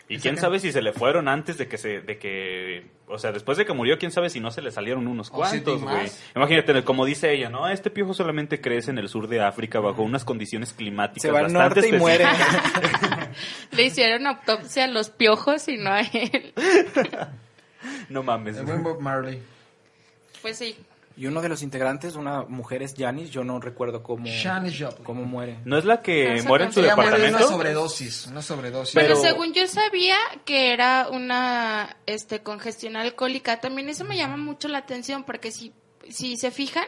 Speaker 5: Y quién sabe si se le fueron antes de que se, de que, o sea, después de que murió, quién sabe si no se le salieron unos
Speaker 6: O si
Speaker 5: cuantos,
Speaker 6: ni
Speaker 5: güey.
Speaker 6: más.
Speaker 5: Imagínate, como dice ella, ¿no? Este piojo solamente crece en el sur de África bajo unas condiciones climáticas
Speaker 7: Se va al
Speaker 5: bastante
Speaker 7: norte y muere.
Speaker 5: específicas.
Speaker 4: Le hicieron autopsia a los piojos y no a él.
Speaker 5: No mames.
Speaker 6: El
Speaker 5: güey.
Speaker 6: buen Bob Marley.
Speaker 4: Pues sí.
Speaker 7: Y uno de los integrantes, una mujer es Janis, yo no recuerdo cómo,
Speaker 6: Janis Joplin.
Speaker 7: cómo muere.
Speaker 5: ¿No es la que
Speaker 4: Esa
Speaker 5: muere en su
Speaker 4: canción.
Speaker 6: Ella muere de
Speaker 5: departamento?
Speaker 6: una sobredosis, una sobredosis.
Speaker 5: Pero-
Speaker 4: Bueno, según yo sabía que era una este, congestión alcohólica, también eso me llama mucho la atención porque si, si se fijan,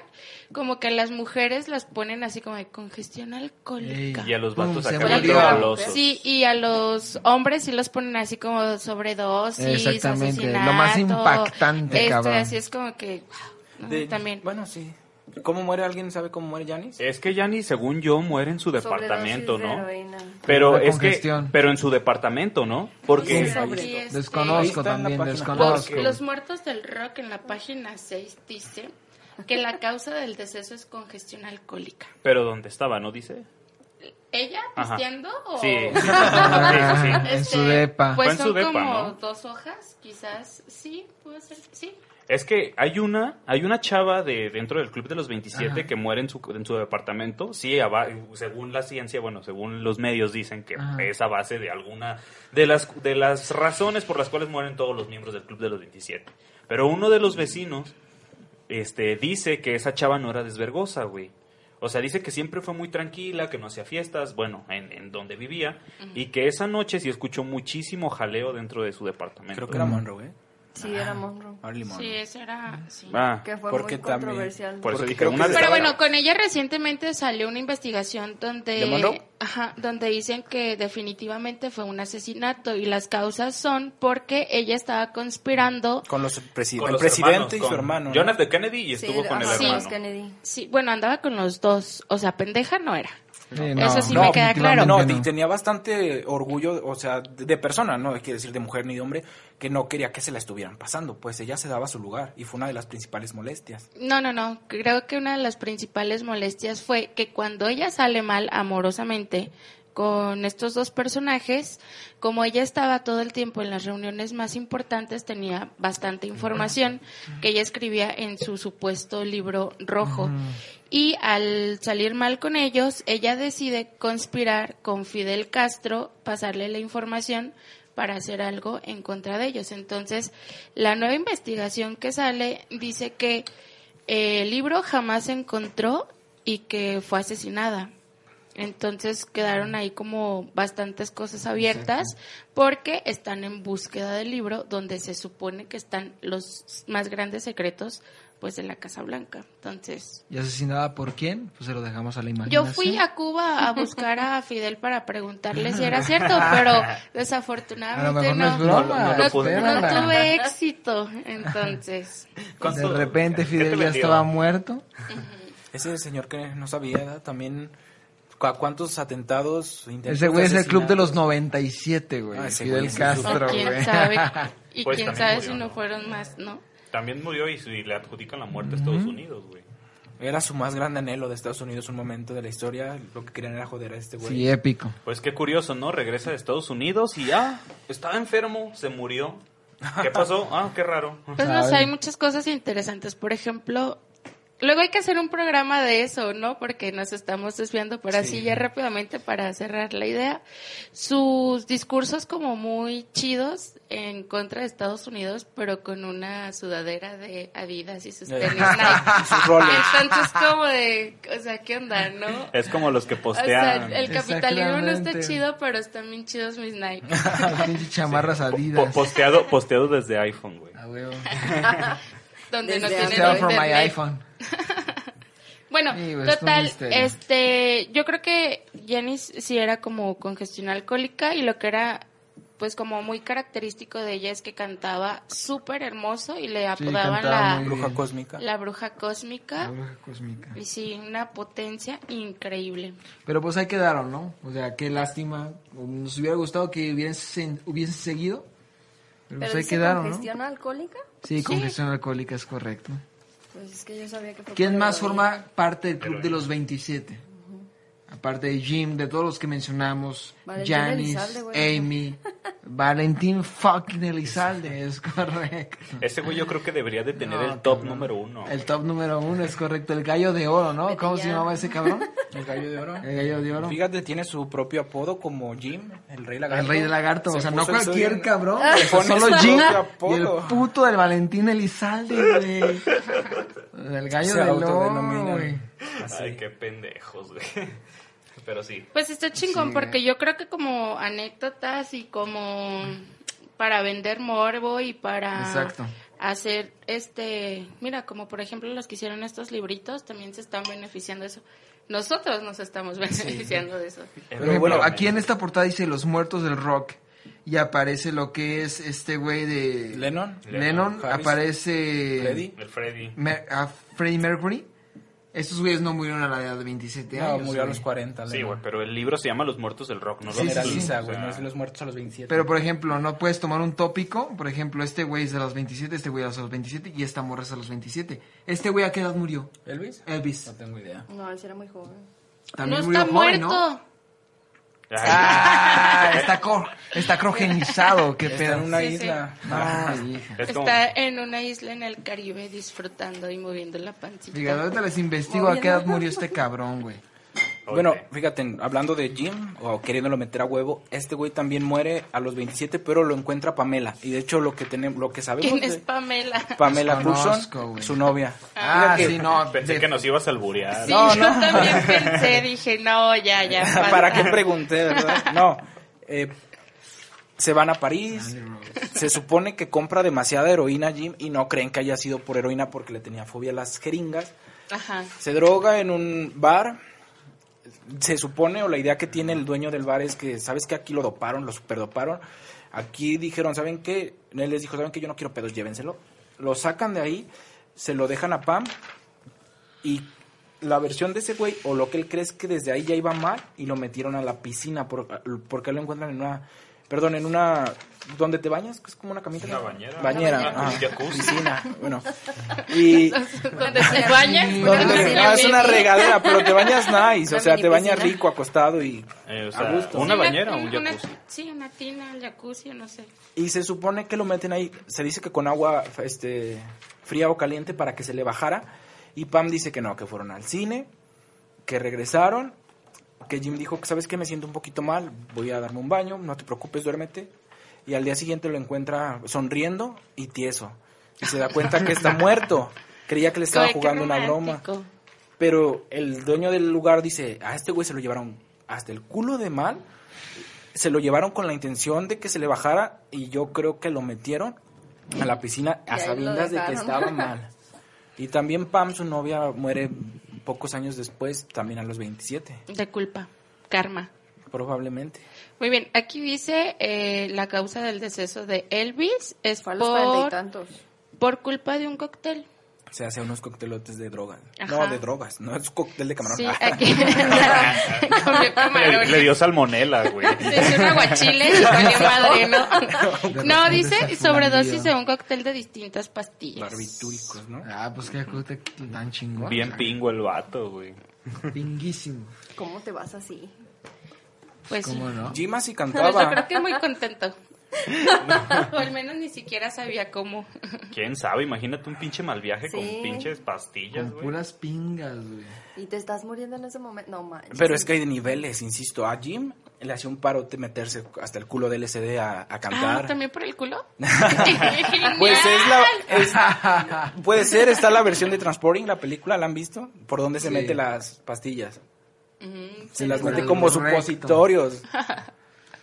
Speaker 4: como que a las mujeres las ponen así como de congestión alcohólica.
Speaker 5: Y a los
Speaker 6: Pum,
Speaker 5: vatos
Speaker 6: se
Speaker 5: acá
Speaker 4: murió.
Speaker 5: bien golosos.
Speaker 4: Sí, y a los hombres sí los ponen así como sobredosis,
Speaker 6: Exactamente,
Speaker 4: asesinato,
Speaker 6: lo más impactante,
Speaker 4: este,
Speaker 6: cabrón.
Speaker 4: Así es como que, wow,
Speaker 7: De-
Speaker 4: no, también.
Speaker 7: Bueno, sí. ¿Cómo muere alguien? ¿Sabe cómo muere Janis?
Speaker 5: Es que Yanni, según yo, muere en su
Speaker 3: Sobredosis
Speaker 5: departamento,
Speaker 3: de
Speaker 5: ¿no?
Speaker 3: heroína.
Speaker 5: Pero
Speaker 6: Por
Speaker 5: es que,
Speaker 6: congestión.
Speaker 5: pero en su departamento, ¿no? Porque
Speaker 4: Sí,
Speaker 3: sobre-
Speaker 4: sí, este,
Speaker 7: Ahí
Speaker 6: Desconozco
Speaker 7: está en la
Speaker 6: también,
Speaker 7: página.
Speaker 4: Los,
Speaker 6: desconozco.
Speaker 4: los muertos del rock en la página 6 dice que la causa del deceso es congestión alcohólica.
Speaker 5: Pero donde estaba, ¿no dice?
Speaker 4: ¿Ella
Speaker 5: Ajá.
Speaker 4: pisteando o...?
Speaker 5: Sí.
Speaker 6: Oh.
Speaker 5: sí, sí, sí.
Speaker 6: Ah, en su depa.
Speaker 4: Pues
Speaker 5: Fue en
Speaker 4: son
Speaker 5: su depa,
Speaker 4: como
Speaker 5: ¿no?
Speaker 4: dos hojas, quizás. Sí, puede ser. Sí.
Speaker 5: Es que hay una, hay una chava de dentro del club de los 27
Speaker 6: Ajá.
Speaker 5: que muere en su, en su departamento. Sí, a ba- según la ciencia, bueno, según los medios dicen que
Speaker 6: Ajá.
Speaker 5: es a base de alguna de las de las razones por las cuales mueren todos los miembros del club de los 27. Pero uno de los vecinos este dice que esa chava no era desvergosa, güey. O sea, dice que siempre fue muy tranquila, que no hacía fiestas, bueno, en, en donde vivía, y que esa noche sí escuchó muchísimo jaleo dentro de su departamento.
Speaker 7: Creo que era Monroe, ¿eh?
Speaker 3: Sí,
Speaker 6: Ah.
Speaker 3: era Monroe.
Speaker 7: Marilyn
Speaker 4: Sí,
Speaker 7: Monroe.
Speaker 4: esa era... sí.
Speaker 5: Ah.
Speaker 3: Que fue
Speaker 7: Porque
Speaker 3: muy
Speaker 7: también-
Speaker 3: controversial.
Speaker 5: Por eso
Speaker 7: Porque
Speaker 5: dije,
Speaker 7: creo que
Speaker 5: una
Speaker 7: se
Speaker 5: de
Speaker 4: Pero
Speaker 7: estaba-
Speaker 4: bueno, con ella recientemente salió una investigación donde
Speaker 7: ¿De Monroe?
Speaker 4: ajá, donde dicen que definitivamente fue un asesinato y las causas son porque ella estaba conspirando
Speaker 7: Con los presi-
Speaker 5: con
Speaker 7: el
Speaker 5: los hermanos,
Speaker 7: presidente y
Speaker 5: con
Speaker 7: su hermano. ¿no?
Speaker 5: John F. Kennedy y
Speaker 3: Sí,
Speaker 5: estuvo con el
Speaker 3: ajá,
Speaker 5: hermano.
Speaker 3: los Kennedy.
Speaker 4: Sí, bueno, andaba con los dos. O sea, pendeja no era.
Speaker 6: Sí,
Speaker 4: eso sí me queda claro.
Speaker 6: definitivamente
Speaker 7: No,
Speaker 6: no.
Speaker 7: y tenía bastante orgullo, o sea, de, de persona, no quiere decir de mujer ni de hombre, que no quería que se la estuvieran pasando, pues ella se daba su lugar y fue una de las principales molestias.
Speaker 4: No, no, no. Creo que una de las principales molestias fue que cuando ella sale mal amorosamente con estos dos personajes, como ella estaba todo el tiempo en las reuniones más importantes, tenía bastante información que ella escribía en su supuesto libro rojo. Y al salir mal con ellos, ella decide conspirar con Fidel Castro, pasarle la información para hacer algo en contra de ellos. Entonces, la nueva investigación que sale dice que eh, el libro jamás se encontró y que fue asesinada. Entonces quedaron ahí como bastantes cosas abiertas porque están en búsqueda del libro donde se supone que están los más grandes secretos pues de la Casa Blanca. Entonces,
Speaker 6: ¿Y asesinada por quién? Pues se lo dejamos a la imaginación.
Speaker 4: yo fui a Cuba a buscar a Fidel para preguntarle si era cierto, pero
Speaker 6: A lo
Speaker 4: desafortunadamente
Speaker 6: mejor no es
Speaker 4: no,
Speaker 6: broma.
Speaker 5: No, no lo
Speaker 4: no-
Speaker 5: pude.
Speaker 4: no tuve éxito. Entonces,
Speaker 6: De repente Fidel ya estaba muerto.
Speaker 2: Ese señor que no sabía, ¿verdad? También, ¿cu- ¿a cuántos atentados intentos
Speaker 6: Ese güey es el
Speaker 2: asesinatos?
Speaker 6: club de los 97, güey.
Speaker 2: Ah, ese güey
Speaker 6: Fidel
Speaker 2: es el
Speaker 6: Castro,
Speaker 4: o
Speaker 6: güey.
Speaker 4: Pues, quién sabe, y
Speaker 5: Pues
Speaker 4: quién
Speaker 5: también
Speaker 4: sabe
Speaker 5: murió,
Speaker 4: si no
Speaker 5: ¿no?
Speaker 4: fueron más, ¿no?
Speaker 5: También murió y, y le adjudican la muerte a Estados Unidos, güey.
Speaker 2: Era su más grande anhelo de Estados Unidos un momento de la historia. Lo que querían era joder a este güey.
Speaker 6: Sí, épico.
Speaker 5: Pues qué curioso, ¿no? Regresa de Estados Unidos y ya, estaba enfermo, se murió. ¿Qué pasó? Ah, qué raro.
Speaker 4: Pues no sé,
Speaker 6: ¿Saben?
Speaker 4: hay muchas cosas interesantes. Por ejemplo, luego hay que hacer un programa de eso, ¿no? Porque nos estamos desviando, pero así ya rápidamente para cerrar la idea. Sus discursos como muy chidos en contra de Estados Unidos, pero con una sudadera de Adidas y sus tenis Nike.
Speaker 2: Eh, Sus roles.
Speaker 4: Entonces como de, o sea, ¿qué onda, no?
Speaker 5: Es como los que
Speaker 4: O sea,
Speaker 5: postean.
Speaker 4: el capitalismo no está
Speaker 6: Exactamente.
Speaker 4: chido, pero están bien chidos mis Nike.
Speaker 6: Pinche chamarras
Speaker 5: po-
Speaker 6: adidas.
Speaker 5: posteado, posteado desde iPhone, güey.
Speaker 6: A huevo. Este
Speaker 4: Donde no
Speaker 3: Desde
Speaker 4: tienen
Speaker 6: Sell from my
Speaker 4: internet.
Speaker 6: iPhone.
Speaker 4: Bueno,
Speaker 6: Sí, pues, es un
Speaker 4: total,
Speaker 6: misterio.
Speaker 4: este, yo creo que Jenny sí era como congestión alcohólica y lo que era pues como muy característico de ella es que cantaba súper hermoso y le apodaban
Speaker 6: cantaba muy
Speaker 4: la,
Speaker 2: Bruja cósmica.
Speaker 4: la bruja cósmica
Speaker 6: La bruja cósmica.
Speaker 4: y sí, una potencia increíble.
Speaker 6: Pero pues ahí quedaron, ¿no? O sea, qué lástima. Nos hubiera gustado que hubiesen, hubiesen seguido. Pero, pues
Speaker 3: Pero
Speaker 6: ahí
Speaker 3: dice
Speaker 6: quedaron, ¿no?
Speaker 3: congestión alcohólica.
Speaker 6: Sí, congestión alcohólica es correcto.
Speaker 3: Pues es que yo sabía que fue
Speaker 6: ¿Quién
Speaker 3: por
Speaker 6: más
Speaker 3: heroína.
Speaker 6: forma parte del club de los 27? Aparte de Jim, de todos los que mencionamos,
Speaker 3: Valentín
Speaker 6: Janice,
Speaker 3: Elizalde, güey.
Speaker 6: Amy, Valentín fucking Elizalde, es correcto.
Speaker 5: Ese güey yo creo que debería de tener
Speaker 6: No,
Speaker 5: el top
Speaker 6: cabrón.
Speaker 5: número uno.
Speaker 6: El top número uno, es correcto. El gallo de oro, ¿no? ¿Cómo se
Speaker 3: ya.
Speaker 6: llamaba ese cabrón?
Speaker 2: El gallo de oro.
Speaker 6: El gallo de oro.
Speaker 2: Fíjate, tiene su propio apodo como Jim, el rey lagarto.
Speaker 6: El rey del lagarto,
Speaker 2: Se
Speaker 6: o sea, no
Speaker 2: puso el
Speaker 6: cualquier
Speaker 2: suyo.
Speaker 6: cabrón,
Speaker 2: Le
Speaker 6: o sea,
Speaker 2: pone
Speaker 6: solo
Speaker 2: su
Speaker 6: Jim
Speaker 2: propio
Speaker 6: y el
Speaker 2: apodo.
Speaker 6: puto del Valentín Elizalde, güey. El gallo
Speaker 2: Se
Speaker 6: del oro,
Speaker 2: autodenomina.
Speaker 6: güey.
Speaker 5: Ay, qué pendejos, güey. Pero sí.
Speaker 4: Pues está chingón porque yo creo que como anécdotas y como para vender morbo y para
Speaker 6: Exacto.
Speaker 4: hacer este, mira, como por ejemplo los que hicieron estos libritos también se están beneficiando de eso. Nosotros nos estamos beneficiando de eso.
Speaker 6: Por ejemplo, aquí en esta portada dice Los Muertos del Rock. Y aparece lo que es este güey de...
Speaker 2: Lennon.
Speaker 6: Lennon.
Speaker 2: Harris.
Speaker 6: aparece...
Speaker 2: Freddy.
Speaker 5: El Freddy.
Speaker 6: Mer- a Freddie Mercury. Estos güeyes no murieron a la edad de 27
Speaker 2: No,
Speaker 6: años.
Speaker 2: murió a
Speaker 6: güey.
Speaker 2: los 40.
Speaker 5: Sí,
Speaker 2: Lennon.
Speaker 5: güey, pero el libro se llama Los Muertos del Rock, no
Speaker 2: Sí,
Speaker 5: Los
Speaker 2: era
Speaker 5: Muertos del
Speaker 2: lisa,
Speaker 5: Rock, o
Speaker 2: güey.
Speaker 5: sea,
Speaker 2: No es de los muertos a los 27.
Speaker 6: Pero, por ejemplo, no puedes tomar un tópico. Por ejemplo, este güey es de los 27, este güey es de los 27 y esta morra es de los 27. ¿Este güey a qué edad murió?
Speaker 2: ¿Elvis?
Speaker 6: Elvis.
Speaker 2: No tengo idea.
Speaker 3: No, él sí era muy joven.
Speaker 6: También
Speaker 4: no
Speaker 6: murió
Speaker 4: está
Speaker 6: joven, ¿no?
Speaker 4: muerto.
Speaker 5: Ay,
Speaker 6: Ah, está, co- está crogenizado, qué
Speaker 2: Está en
Speaker 6: pedo.
Speaker 2: una
Speaker 4: Sí, sí.
Speaker 2: isla.
Speaker 6: Ay, hija.
Speaker 5: es como-
Speaker 4: Está en una isla en el Caribe disfrutando y moviendo la pancita.
Speaker 6: Fíjate, ahorita les investigo a qué edad murió este cabrón, güey.
Speaker 2: Bueno,
Speaker 5: Oye.
Speaker 2: fíjate, hablando de Jim, o queriéndolo meter a huevo, este güey también muere a los 27, pero lo encuentra Pamela. Y de hecho, lo que tenemos, lo que sabemos
Speaker 4: ¿Quién es
Speaker 2: de
Speaker 4: Pamela?
Speaker 2: Pamela
Speaker 6: Desconozco,
Speaker 2: Curson,
Speaker 6: güey.
Speaker 2: su novia.
Speaker 6: Ah,
Speaker 2: Fíjate,
Speaker 6: sí, no.
Speaker 5: Pensé
Speaker 6: de-
Speaker 5: que nos ibas a alburear.
Speaker 4: Sí,
Speaker 2: No,
Speaker 4: yo
Speaker 2: no.
Speaker 4: también pensé, dije, no, ya, ya.
Speaker 2: ¿Para qué
Speaker 4: basta.
Speaker 2: pregunté, verdad? No. eh, se van a París. Se supone que compra demasiada heroína Jim y no creen que haya sido por heroína porque le tenía fobia a las jeringas.
Speaker 4: Ajá.
Speaker 2: Se droga en un bar. Se supone, o la idea que tiene el dueño del bar es que, ¿sabes que Aquí lo doparon, lo superdoparon. Aquí dijeron, ¿saben qué? Él les dijo, ¿saben qué? Yo no quiero pedos, llévenselo. Lo sacan de ahí, se lo dejan a Pam. Y la versión de ese güey, o lo que él cree es que desde ahí ya iba mal y lo metieron a la piscina. por- porque lo encuentran en una. Perdón, en una. ¿Dónde te bañas? Que es como una camita.
Speaker 5: Una bañera.
Speaker 2: Bañera.
Speaker 5: Una bañera.
Speaker 2: ah,
Speaker 5: Un jacuzzi.
Speaker 2: piscina. Bueno. Y.
Speaker 4: Donde se bañan.
Speaker 2: No,
Speaker 4: Una
Speaker 2: no, es una
Speaker 4: mini-
Speaker 2: regadera, pero te bañas nice, o
Speaker 3: Una
Speaker 2: sea,
Speaker 3: mini
Speaker 2: te bañas
Speaker 3: piscina.
Speaker 2: rico, acostado y
Speaker 5: Eh, o
Speaker 2: a
Speaker 5: sea,
Speaker 2: gusto.
Speaker 5: una
Speaker 4: Sí,
Speaker 5: bañera o un
Speaker 4: una-
Speaker 5: jacuzzi.
Speaker 4: Sí, una tina, el jacuzzi, no sé.
Speaker 2: Y se supone que lo meten ahí, se dice que con agua este, fría o caliente para que se le bajara. Y Pam dice que no, que fueron al cine, que regresaron, que Jim dijo que sabes que me siento un poquito mal, voy a darme un baño, no te preocupes, duérmete. y al día siguiente lo encuentra sonriendo y tieso. Y se da cuenta que está muerto. Creía que le estaba
Speaker 4: Ay, qué
Speaker 2: jugando una broma.
Speaker 4: romántico.
Speaker 2: Pero el dueño del lugar dice, a este güey se lo llevaron hasta el culo de mal, se lo llevaron con la intención de que se le bajara y yo creo que lo metieron a la piscina
Speaker 3: Y
Speaker 2: a
Speaker 3: ahí lo
Speaker 2: sabiendas de que
Speaker 3: dejaron.
Speaker 2: estaba mal. Y también Pam, su novia, muere pocos años después, también a los 27,
Speaker 4: De culpa, karma.
Speaker 2: probablemente.
Speaker 4: Muy bien, aquí dice eh, la causa del deceso de Elvis es
Speaker 3: Fue a los cuarenta y
Speaker 4: por,
Speaker 3: tantos.
Speaker 4: por culpa de un cóctel.
Speaker 2: Se hace unos coctelotes de drogas.
Speaker 4: Ajá.
Speaker 2: No, de drogas, no es cóctel de camarón.
Speaker 4: Sí,
Speaker 2: Ah.
Speaker 4: aquí comió
Speaker 5: Le,
Speaker 4: camarones.
Speaker 5: le dio salmonela, güey.
Speaker 4: Se hizo un aguachile y valió madre, ¿no?
Speaker 6: De
Speaker 4: No,
Speaker 6: repente está
Speaker 4: dice
Speaker 6: fundido.
Speaker 4: sobredosis de un cóctel de distintas pastillas.
Speaker 2: Barbitúricos, ¿no?
Speaker 6: Ah, pues qué cosa tan chingón.
Speaker 5: Bien pingo el vato, güey.
Speaker 6: Pinguísimo.
Speaker 3: ¿Cómo te vas así?
Speaker 4: Pues sí.
Speaker 6: ¿Cómo no?
Speaker 2: Jima sí
Speaker 4: Pero yo creo
Speaker 2: cantaba.
Speaker 4: que muy contento. o al menos ni siquiera sabía cómo.
Speaker 5: ¿Quién sabe? Imagínate un pinche mal viaje con
Speaker 3: Sí.
Speaker 5: pinches pastillas,
Speaker 6: Con
Speaker 5: güey.
Speaker 6: puras pingas, güey.
Speaker 3: Y te estás muriendo en ese momento. No
Speaker 5: Pues
Speaker 3: manches.
Speaker 2: Pero es que hay de niveles, insisto. A Jim le hacía un paro de meterse hasta el culo del LSD a, a
Speaker 4: Ah,
Speaker 2: cantar.
Speaker 4: ¿también por el culo?
Speaker 2: pues es la. es- puede ser, está la versión de Transporting, la película, ¿la han visto? Por donde se
Speaker 6: Sí.
Speaker 2: mete las pastillas.
Speaker 4: Mm,
Speaker 2: Se las
Speaker 6: Por
Speaker 2: mete
Speaker 6: el
Speaker 2: como
Speaker 6: recto.
Speaker 2: supositorios.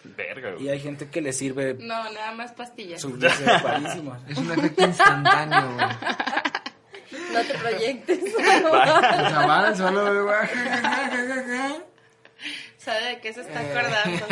Speaker 5: Verga,
Speaker 2: Y
Speaker 5: güey.
Speaker 2: hay gente que le sirve
Speaker 4: No, nada más pastillas.
Speaker 2: subirse parísimos.
Speaker 6: Es un efecto instantáneo, güey.
Speaker 3: No te proyectes.
Speaker 6: O sea, van, solo, güey.
Speaker 4: ¿Sabe de qué se
Speaker 6: Eh.
Speaker 4: está acordando?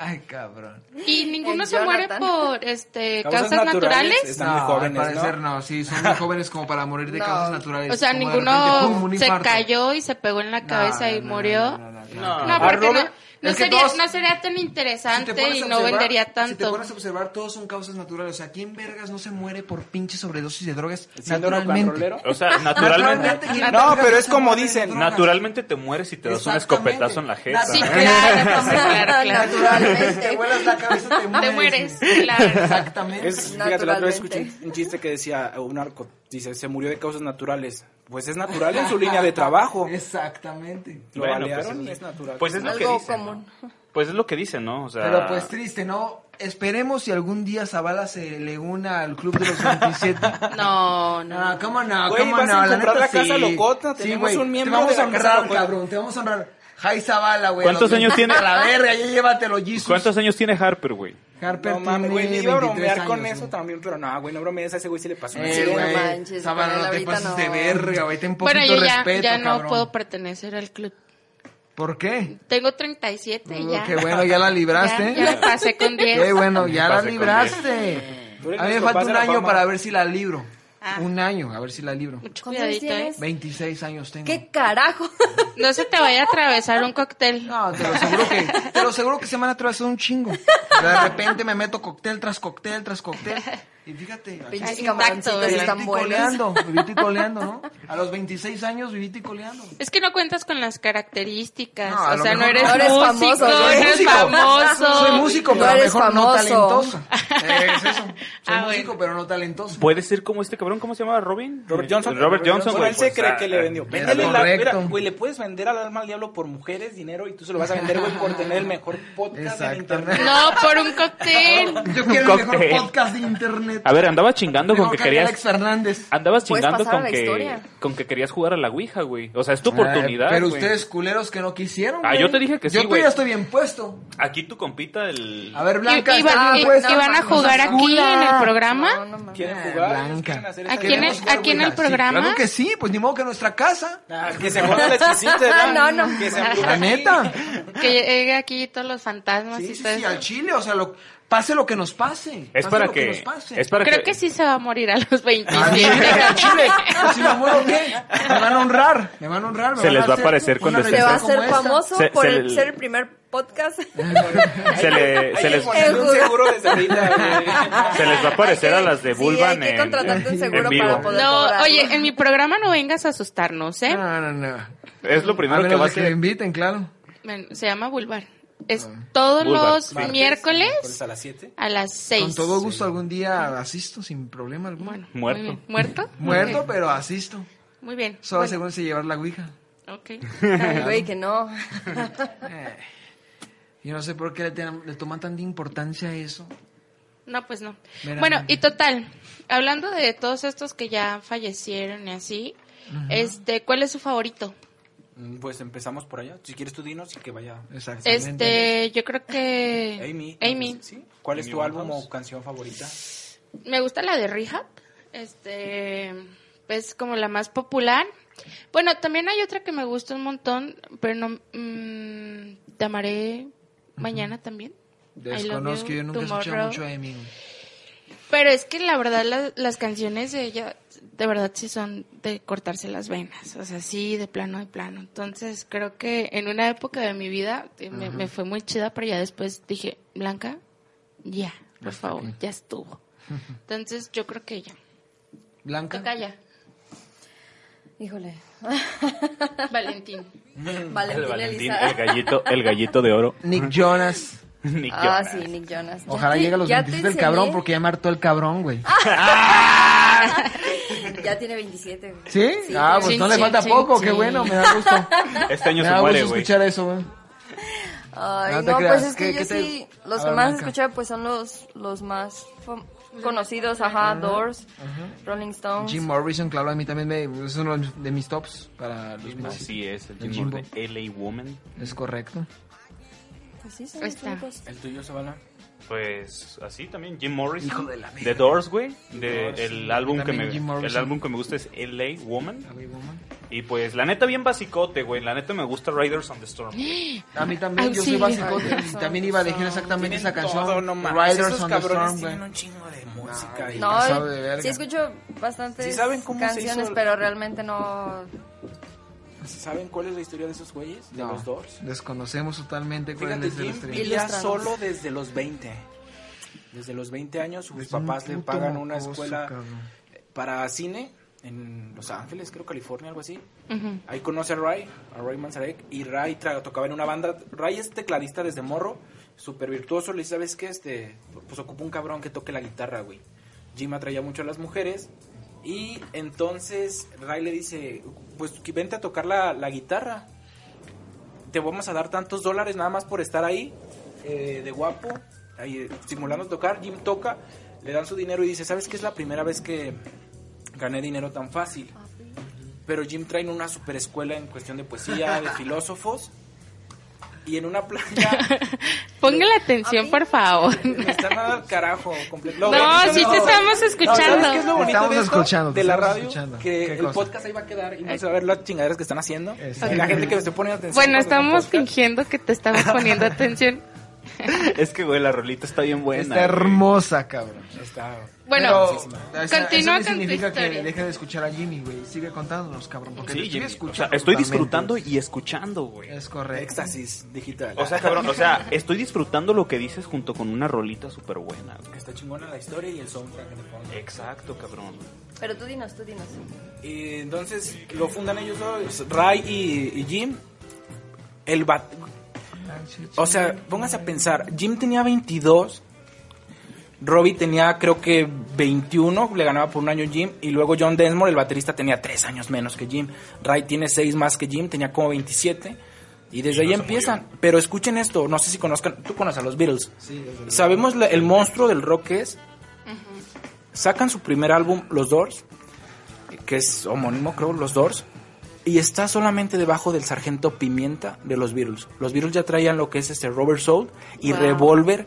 Speaker 6: Ay, cabrón.
Speaker 4: Y ninguno
Speaker 3: El
Speaker 4: se muere
Speaker 3: Jonathan.
Speaker 4: por este
Speaker 2: Causas
Speaker 4: causas
Speaker 2: naturales,
Speaker 4: naturales.
Speaker 2: Están muy jóvenes,
Speaker 6: al parecer
Speaker 2: ¿no?
Speaker 6: no. Sí, son muy jóvenes como para morir de
Speaker 3: No.
Speaker 6: causas naturales.
Speaker 4: O sea,
Speaker 6: Como de
Speaker 4: ninguno
Speaker 6: repente, ¡pum! un
Speaker 4: se
Speaker 6: infarto.
Speaker 4: cayó y se pegó en la
Speaker 6: No,
Speaker 4: cabeza y
Speaker 6: no, no,
Speaker 4: murió.
Speaker 6: No, no, no, claro.
Speaker 4: No,
Speaker 2: Ah,
Speaker 4: porque no,
Speaker 2: Robert,
Speaker 4: no
Speaker 6: es que
Speaker 4: sería,
Speaker 6: todos-
Speaker 4: no sería tan
Speaker 6: Si te
Speaker 4: interesante
Speaker 6: pones
Speaker 4: y
Speaker 6: a
Speaker 4: no
Speaker 6: observar-
Speaker 4: vendería
Speaker 6: Si te
Speaker 4: tanto.
Speaker 6: pones a observar, todos son causas naturales. O sea, ¿quién vergas no se muere por pinche sobredosis de drogas
Speaker 2: Siendo
Speaker 6: naturalmente?
Speaker 2: rocanrolero.
Speaker 5: O sea, naturalmente.
Speaker 6: ¿quién
Speaker 2: No,
Speaker 6: vergas
Speaker 2: pero
Speaker 6: no
Speaker 2: es
Speaker 6: se
Speaker 2: como
Speaker 6: muere de
Speaker 2: dicen,
Speaker 6: drogas?
Speaker 5: Naturalmente te mueres y te das un
Speaker 6: Exactamente.
Speaker 5: escopetazo en la jeta.
Speaker 4: Sí, claro, claro, claro.
Speaker 6: Naturalmente, te vuelas la cabeza, te mueres.
Speaker 4: Te mueres,
Speaker 6: güey.
Speaker 4: claro.
Speaker 6: Exactamente.
Speaker 2: Es, fíjate, la otra vez
Speaker 3: Naturalmente.
Speaker 2: escuché un- un chiste que decía un narco, dice, se murió de causas naturales. Pues es natural en su línea de trabajo.
Speaker 6: Exactamente.
Speaker 2: Lo
Speaker 5: Bueno,
Speaker 2: balearon
Speaker 5: pues
Speaker 2: y
Speaker 5: es-
Speaker 2: es natural.
Speaker 5: Pues es lo que
Speaker 3: Algo
Speaker 5: dicen. ¿no?
Speaker 3: común.
Speaker 5: Pues es lo que dicen, ¿no? O sea,
Speaker 6: Pero pues triste, ¿no? Esperemos si algún día Zavala se le una al club de los 27.
Speaker 4: No, no.
Speaker 6: No, cómo no,
Speaker 2: Güey,
Speaker 6: cómo
Speaker 2: vas a
Speaker 6: no, la
Speaker 2: comprar
Speaker 6: neta
Speaker 2: la casa
Speaker 6: sí.
Speaker 2: locota,
Speaker 6: Sí,
Speaker 2: tenemos
Speaker 6: güey,
Speaker 2: un miembro
Speaker 6: Te vamos
Speaker 2: de
Speaker 6: a
Speaker 2: la casa
Speaker 6: honrar,
Speaker 2: locota.
Speaker 6: cabrón, te vamos a honrar. Jai Zavala, güey.
Speaker 5: ¿Cuántos
Speaker 6: los
Speaker 5: años tiene?
Speaker 6: 27 A la verga, ya llévatelo, Jesus.
Speaker 5: ¿cuántos años tiene Harper, güey?
Speaker 6: Harper
Speaker 2: No mames,
Speaker 6: tiene
Speaker 2: güey, le iba a
Speaker 6: 23
Speaker 2: bromear con
Speaker 6: años,
Speaker 2: eso
Speaker 6: güey.
Speaker 2: también, pero no, güey, no bromees, a ese güey sí le pasó un
Speaker 6: Eh,
Speaker 3: Sí, no
Speaker 2: accidente.
Speaker 6: güey,
Speaker 3: manches,
Speaker 6: Zavala,
Speaker 3: con él
Speaker 6: no te
Speaker 3: ahorita
Speaker 6: pases
Speaker 3: no.
Speaker 6: de verga, güey, ten poquito
Speaker 4: Bueno, yo ya,
Speaker 6: respeto,
Speaker 4: ya no
Speaker 6: cabrón.
Speaker 4: puedo pertenecer al club.
Speaker 6: ¿Por qué?
Speaker 4: Tengo 37 y
Speaker 6: Uh,
Speaker 4: ya.
Speaker 6: Qué bueno, ya la
Speaker 4: Ya,
Speaker 6: libraste.
Speaker 4: ya me pasé con 10.
Speaker 6: Qué bueno, ya la
Speaker 5: Pasé con
Speaker 6: libraste.
Speaker 2: Tú eres
Speaker 6: A mí me
Speaker 2: nuestro
Speaker 6: falta
Speaker 2: pase
Speaker 6: un
Speaker 2: a la
Speaker 6: año
Speaker 2: fama.
Speaker 6: para ver si la libro.
Speaker 4: Ah.
Speaker 6: Un año, a ver si la libro.
Speaker 4: Mucho
Speaker 3: ¿Cuántos años
Speaker 4: cuidadito, ¿eh?
Speaker 3: tienes?
Speaker 6: 26 años tengo.
Speaker 3: ¿Qué carajo?
Speaker 4: No se te vaya a atravesar un cóctel.
Speaker 6: No, te lo aseguro que, te lo aseguro que se me han atravesado un chingo. De repente me meto cóctel tras cóctel tras cóctel. Y fíjate, aquí
Speaker 3: Pinches
Speaker 4: intacto,
Speaker 3: camaroncitos
Speaker 4: ¿verdad?
Speaker 3: están
Speaker 6: vivito y
Speaker 3: buenos.
Speaker 6: coleando, vivito y coleando, ¿no? A los 26 años vivito y coleando.
Speaker 4: Es que no cuentas con las características.
Speaker 6: No, a
Speaker 4: o
Speaker 6: lo
Speaker 4: sea, no
Speaker 6: mejor
Speaker 4: eres
Speaker 3: no. No eres
Speaker 4: músico,
Speaker 3: famoso,
Speaker 4: no
Speaker 3: güey.
Speaker 4: eres
Speaker 6: Músico.
Speaker 4: famoso.
Speaker 6: Soy
Speaker 3: No
Speaker 6: músico, pero a lo
Speaker 3: eres
Speaker 6: mejor no
Speaker 3: famoso.
Speaker 6: talentoso. Eh, Es eso. Soy
Speaker 4: Ah,
Speaker 6: músico,
Speaker 4: bueno.
Speaker 6: pero no talentoso.
Speaker 5: Puede ser como este cabrón, ¿cómo se llamaba? Robin?
Speaker 2: Robert
Speaker 5: Eh,
Speaker 2: Johnson.
Speaker 5: Robert Johnson,
Speaker 2: Bueno,
Speaker 5: güey.
Speaker 2: él se
Speaker 5: pues,
Speaker 2: cree
Speaker 5: ah,
Speaker 2: que le vendió.
Speaker 6: es
Speaker 2: Véndele la, mira,
Speaker 6: correcto.
Speaker 2: güey, le puedes vender al alma al diablo por mujeres, dinero, y tú se lo vas a vender, güey, por tener el mejor podcast del
Speaker 6: Exactamente.
Speaker 2: internet.
Speaker 4: No, por un cóctel.
Speaker 6: Yo
Speaker 5: Un
Speaker 6: quiero el mejor
Speaker 5: cóctel.
Speaker 6: podcast de internet.
Speaker 5: A ver, andaba chingando con
Speaker 6: Mejor
Speaker 5: que
Speaker 6: que
Speaker 5: querías
Speaker 6: Alex Fernández.
Speaker 5: Andabas
Speaker 3: Puedes
Speaker 5: chingando
Speaker 3: pasar a
Speaker 5: con
Speaker 3: la
Speaker 5: que,
Speaker 3: historia.
Speaker 5: con que querías jugar a la Ouija, güey. O sea, es tu oportunidad.
Speaker 6: Ay, Ah, pero
Speaker 5: güey.
Speaker 6: ustedes culeros que no quisieron.
Speaker 5: Ah,
Speaker 6: güey.
Speaker 5: yo te dije que sí,
Speaker 6: Yo
Speaker 5: güey.
Speaker 6: todavía estoy bien puesto.
Speaker 5: Aquí tu compita, el.
Speaker 6: A ver, Blanca.
Speaker 4: Y- y,
Speaker 3: Ah,
Speaker 4: van, y-
Speaker 3: pues,
Speaker 4: y van a jugar aquí en el programa.
Speaker 3: No, no mames.
Speaker 2: ¿Quieren
Speaker 6: Eh,
Speaker 2: jugar?
Speaker 6: Blanca.
Speaker 2: ¿Quieren hacer
Speaker 4: Aquí
Speaker 2: esta
Speaker 4: en el-
Speaker 2: idea?
Speaker 4: aquí en el programa.
Speaker 6: claro que sí, pues ni modo que en nuestra casa.
Speaker 2: Ah, que se joda la exquisita, ¿verdad?
Speaker 3: Ah, No, no.
Speaker 2: Que se
Speaker 6: La neta.
Speaker 4: Que llegue aquí todos los fantasmas
Speaker 6: Sí,
Speaker 4: y
Speaker 6: sí,
Speaker 4: todo
Speaker 6: sí,
Speaker 4: eso.
Speaker 6: al Chile, o sea, lo- pase lo que nos pase.
Speaker 5: Es
Speaker 6: pase
Speaker 5: para
Speaker 6: lo
Speaker 5: que.
Speaker 6: nos pase. Ah,
Speaker 5: es para
Speaker 4: Creo que sí se va a morir a los 27.
Speaker 6: Al Chile, si me muero, ¿qué? Me van a honrar, me van a honrar. me
Speaker 5: Se
Speaker 6: van
Speaker 5: les va a
Speaker 6: hacer
Speaker 5: parecer
Speaker 6: una
Speaker 5: cuando
Speaker 6: receta
Speaker 3: Se va a
Speaker 6: como
Speaker 3: hacer
Speaker 6: esta.
Speaker 3: famoso
Speaker 5: Se-
Speaker 3: por
Speaker 5: se
Speaker 3: el-
Speaker 5: le-
Speaker 3: ser el primer podcast.
Speaker 5: Se, le, se,
Speaker 2: Hay que
Speaker 5: les,
Speaker 2: ponerle un seguro desde ahorita,
Speaker 5: se les va a parecer
Speaker 3: Hay
Speaker 5: a
Speaker 3: que-
Speaker 5: las de
Speaker 3: sí, hay
Speaker 5: Bulban
Speaker 3: que
Speaker 5: en,
Speaker 3: contratarte un
Speaker 5: en
Speaker 3: seguro
Speaker 5: vivo.
Speaker 3: para poder-
Speaker 4: No,
Speaker 3: Podemos
Speaker 4: oye,
Speaker 3: lograrlo.
Speaker 4: en mi programa no vengas a asustarnos, ¿eh?
Speaker 6: No, no, no.
Speaker 5: Es lo
Speaker 6: a
Speaker 5: primero que
Speaker 6: menos
Speaker 5: va a
Speaker 6: de que me
Speaker 5: hacer.
Speaker 6: inviten, claro.
Speaker 4: Bueno, se llama Bulbar. Es
Speaker 6: Ah.
Speaker 4: todos
Speaker 5: Bulbar.
Speaker 4: los
Speaker 2: güey.
Speaker 4: miércoles
Speaker 2: a las 7.
Speaker 4: a las 6.
Speaker 6: Con todo gusto algún día asisto sin problema alguno.
Speaker 4: Bueno, muy
Speaker 5: Muerto.
Speaker 4: bien. ¿Muerto?
Speaker 6: Muerto, pero asisto.
Speaker 4: Muy bien.
Speaker 6: Solo
Speaker 4: Bueno,
Speaker 6: según se llevar la ouija.
Speaker 4: ok.
Speaker 3: Ay, güey, que no.
Speaker 6: Eh. Yo no sé por qué le, ten- le toman tanta importancia a eso.
Speaker 4: No, pues no.
Speaker 6: Verán.
Speaker 4: Bueno, y total, hablando de todos estos que ya fallecieron y así, este, ¿cuál es su favorito?
Speaker 2: Mm, Pues empezamos por allá. Si quieres tú dinos y que vaya.
Speaker 6: Exactamente.
Speaker 4: Este, yo creo que
Speaker 2: Amy.
Speaker 4: Amy.
Speaker 2: ¿sí? ¿Cuál es
Speaker 5: Amy
Speaker 2: tu álbum
Speaker 5: Winehouse.
Speaker 2: o canción favorita?
Speaker 4: Me gusta la de Rehab. Este, es como la más popular. Bueno, también hay otra que me gusta un montón, pero no mm, te amaré mañana también. I love
Speaker 6: Desconozco,
Speaker 4: you
Speaker 6: yo nunca he
Speaker 4: tomorrow.
Speaker 6: escuchado mucho a Amy. güey.
Speaker 4: Pero es que la verdad la- las canciones de ella, de verdad sí son de cortarse las venas, o sea, sí, de plano, de plano. Entonces creo que en una época de mi vida eh, me, me fue muy chida, pero ya después dije, Blanca, ya, por favor, ya estuvo. Entonces yo creo que ella.
Speaker 6: Blanca.
Speaker 4: Toca ya.
Speaker 3: Híjole.
Speaker 4: Valentín.
Speaker 5: El
Speaker 3: Valentín
Speaker 5: Valentín, eh.
Speaker 3: Elizalde.
Speaker 5: el gallito, el gallito de oro.
Speaker 6: Nick Jonas.
Speaker 5: Nick
Speaker 3: Ah,
Speaker 5: Jonas.
Speaker 3: sí, Nick Jonas. Ya
Speaker 6: Ojalá
Speaker 3: te-
Speaker 6: llegue a los
Speaker 3: ya te
Speaker 6: 27 el
Speaker 3: enseñé.
Speaker 6: cabrón porque ya me hartó el cabrón, güey.
Speaker 3: Ya tiene 27. güey.
Speaker 6: ¿Sí? Ah, pues
Speaker 4: Chin,
Speaker 6: no le
Speaker 4: chin,
Speaker 6: falta
Speaker 4: chin,
Speaker 6: poco, qué
Speaker 4: chin.
Speaker 6: bueno, me da gusto.
Speaker 5: Este
Speaker 6: Me
Speaker 5: año se
Speaker 6: da gusto
Speaker 5: muere, güey.
Speaker 6: escuchar eso, güey.
Speaker 3: Ay,
Speaker 6: No
Speaker 3: no,
Speaker 6: te creas.
Speaker 3: pues es que
Speaker 6: ¿Qué-
Speaker 3: yo
Speaker 6: qué te-
Speaker 3: sí,
Speaker 6: A
Speaker 3: los
Speaker 6: ver,
Speaker 3: que más
Speaker 6: Blanca.
Speaker 3: escuchaba pues son los, los más fam- conocidos, ajá, Doors, Rolling Stones.
Speaker 6: Jim Morrison, claro, a mí también me, es uno de mis tops para los más.
Speaker 5: Así es, el
Speaker 6: El
Speaker 5: Jimbo de
Speaker 6: Jimbo.
Speaker 5: LA Woman.
Speaker 6: Es correcto.
Speaker 3: Pues sí, son los
Speaker 4: Está.
Speaker 3: únicos.
Speaker 2: El tuyo, Zavala.
Speaker 5: Pues así también, Jim Morrison.
Speaker 6: Hijo de la
Speaker 5: The Doors, güey. De-
Speaker 6: Doors.
Speaker 5: el, álbum que
Speaker 6: También
Speaker 5: me,
Speaker 6: Jim
Speaker 5: el
Speaker 6: Morrison.
Speaker 5: álbum que me gusta es LA Woman.
Speaker 6: A mí, mamá.
Speaker 5: Y pues la neta bien basicote, güey. La neta me gusta Riders on the Storm.
Speaker 6: A mí también, yo soy
Speaker 4: Auxilio.
Speaker 6: básico y también iba a elegir exactamente esa canción.
Speaker 2: Todo, no mames.
Speaker 6: Riders
Speaker 2: Esos
Speaker 6: on the
Speaker 2: cabrones
Speaker 6: Storm, güey.
Speaker 2: tienen un chingo de música. y-
Speaker 3: No,
Speaker 6: pasado de verga.
Speaker 3: sí escucho bastantes
Speaker 2: ¿Sí saben cómo se
Speaker 3: canciones,
Speaker 2: hizo-
Speaker 3: pero realmente no...
Speaker 2: ¿Saben cuál es la historia de esos güeyes? De
Speaker 6: No,
Speaker 2: los Doors.
Speaker 6: Desconocemos totalmente cuál
Speaker 2: Fíjate,
Speaker 6: es el
Speaker 2: Jim
Speaker 6: estreno.
Speaker 2: vivía
Speaker 3: Ilústranos.
Speaker 2: solo desde los 20. Desde los 20 años sus
Speaker 6: Es un
Speaker 2: papás le
Speaker 6: puto
Speaker 2: pagan una
Speaker 6: mocoso,
Speaker 2: escuela
Speaker 6: cabrón.
Speaker 2: para cine en Los Ángeles, creo California, algo así.
Speaker 4: Ujú.
Speaker 2: Ahí conoce a Ray, a Ray Manzarek, y Ray tra- tocaba en una banda. Ray es tecladista desde morro, súper virtuoso. Le dice, ¿sabes qué? Este, pues ocupa un cabrón que toque la guitarra, güey. Jim atraía mucho a las mujeres. Y entonces Ray le dice, pues que vente a tocar la, la guitarra. Te vamos a dar tantos dólares nada más por estar ahí, eh, de guapo, ahí, eh, simulando tocar. Jim toca, le dan su dinero y dice, ¿sabes qué? Es la primera vez que gané dinero tan fácil. Pero Jim trae una super escuela en cuestión de poesía, de filósofos. Y en una playa
Speaker 4: Póngale atención, por favor.
Speaker 2: me están dando al carajo. comple- Lo
Speaker 4: No,
Speaker 2: bonito
Speaker 4: sí
Speaker 2: de
Speaker 4: te
Speaker 2: esto-
Speaker 4: estamos
Speaker 2: No,
Speaker 4: escuchando.
Speaker 2: ¿sabes qué es lo bonito
Speaker 6: Estamos
Speaker 2: de esto?
Speaker 6: escuchando, te
Speaker 2: de la
Speaker 6: estamos
Speaker 2: radio?
Speaker 6: escuchando.
Speaker 2: Que
Speaker 6: ¿Qué
Speaker 2: el
Speaker 6: cosa?
Speaker 2: podcast ahí va a quedar y no se va a ver las chingaderas que están haciendo.
Speaker 6: Exacto.
Speaker 2: Y la gente que me esté poniendo atención.
Speaker 4: Bueno,
Speaker 2: cuando me
Speaker 4: estamos
Speaker 2: podcast.
Speaker 4: fingiendo que te estamos poniendo atención.
Speaker 5: es que, güey, la rolita está bien buena.
Speaker 6: Está
Speaker 5: güey.
Speaker 6: hermosa, cabrón.
Speaker 2: Está-
Speaker 4: Bueno,
Speaker 6: Pero, o
Speaker 4: continúa
Speaker 6: sea, eso no
Speaker 4: con tu
Speaker 6: significa que
Speaker 4: historia.
Speaker 6: deje de escuchar a Jimmy, güey. Sigue contándonos, cabrón. Porque lo
Speaker 5: Sí,
Speaker 6: estoy
Speaker 5: Jimmy. O sea,
Speaker 6: escuchando
Speaker 5: estoy
Speaker 6: totalmente.
Speaker 5: disfrutando y escuchando, güey.
Speaker 6: Es correcto.
Speaker 2: Éxtasis digital.
Speaker 5: O sea, cabrón, o sea, estoy disfrutando lo que dices junto con una rolita súper buena, güey.
Speaker 2: Está chingona la historia y el soundtrack que le ponen.
Speaker 5: Exacto, cabrón.
Speaker 3: Pero tú dinos, tú dinos.
Speaker 2: Y entonces lo fundan ellos dos, Ray y, y Jim. El bat O sea, póngase a pensar, Jim tenía 22, Robbie tenía creo que 21, le ganaba por un año Jim, y luego John Densmore, el baterista, tenía 3 años menos que Jim. Ray tiene 6 más que Jim, tenía como 27, y desde
Speaker 5: Y no
Speaker 2: ahí
Speaker 5: se
Speaker 2: empiezan. Pero escuchen esto, no sé si conozcan, tú conoces a los Beatles.
Speaker 6: Sí, desde luego.
Speaker 2: Sabemos la- el monstruo del rock que es. Sacan su primer álbum, Los Doors, que es homónimo, creo, Los Doors. Y está solamente debajo del sargento Pimienta de los Beatles. Los Beatles ya traían lo que es este Robert Soul y
Speaker 4: Wow.
Speaker 2: Revolver,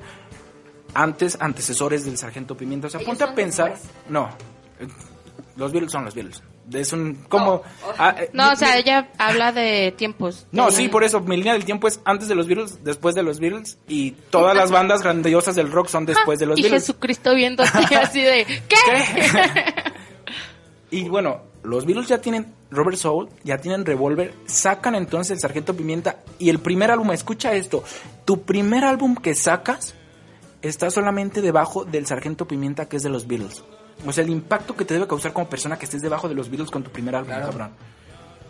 Speaker 2: antes antecesores del sargento Pimienta. O sea,
Speaker 3: ¿Ellos
Speaker 2: ponte a
Speaker 3: son
Speaker 2: pensar.
Speaker 3: después?
Speaker 2: No, eh, los Beatles son los Beatles. Es un. como.
Speaker 3: Oh.
Speaker 2: ah, eh,
Speaker 4: no, o
Speaker 2: mi-
Speaker 4: sea,
Speaker 2: mi-
Speaker 4: ella habla de tiempos.
Speaker 2: no, sí, por eso. Mi línea del tiempo es antes de los Beatles, después de los Beatles. Y todas las bandas grandiosas del rock son después de los
Speaker 4: y
Speaker 2: Beatles.
Speaker 4: Jesucristo viéndote así de ¿qué?
Speaker 2: Y bueno, los Beatles ya tienen Robert Soul, ya tienen Revolver, sacan entonces el Sargento Pimienta y el primer álbum, escucha esto, tu primer álbum que sacas está solamente debajo del Sargento Pimienta que es de los Beatles. O sea, el impacto que te debe causar como persona que estés debajo de los Beatles con tu primer álbum, cabrón.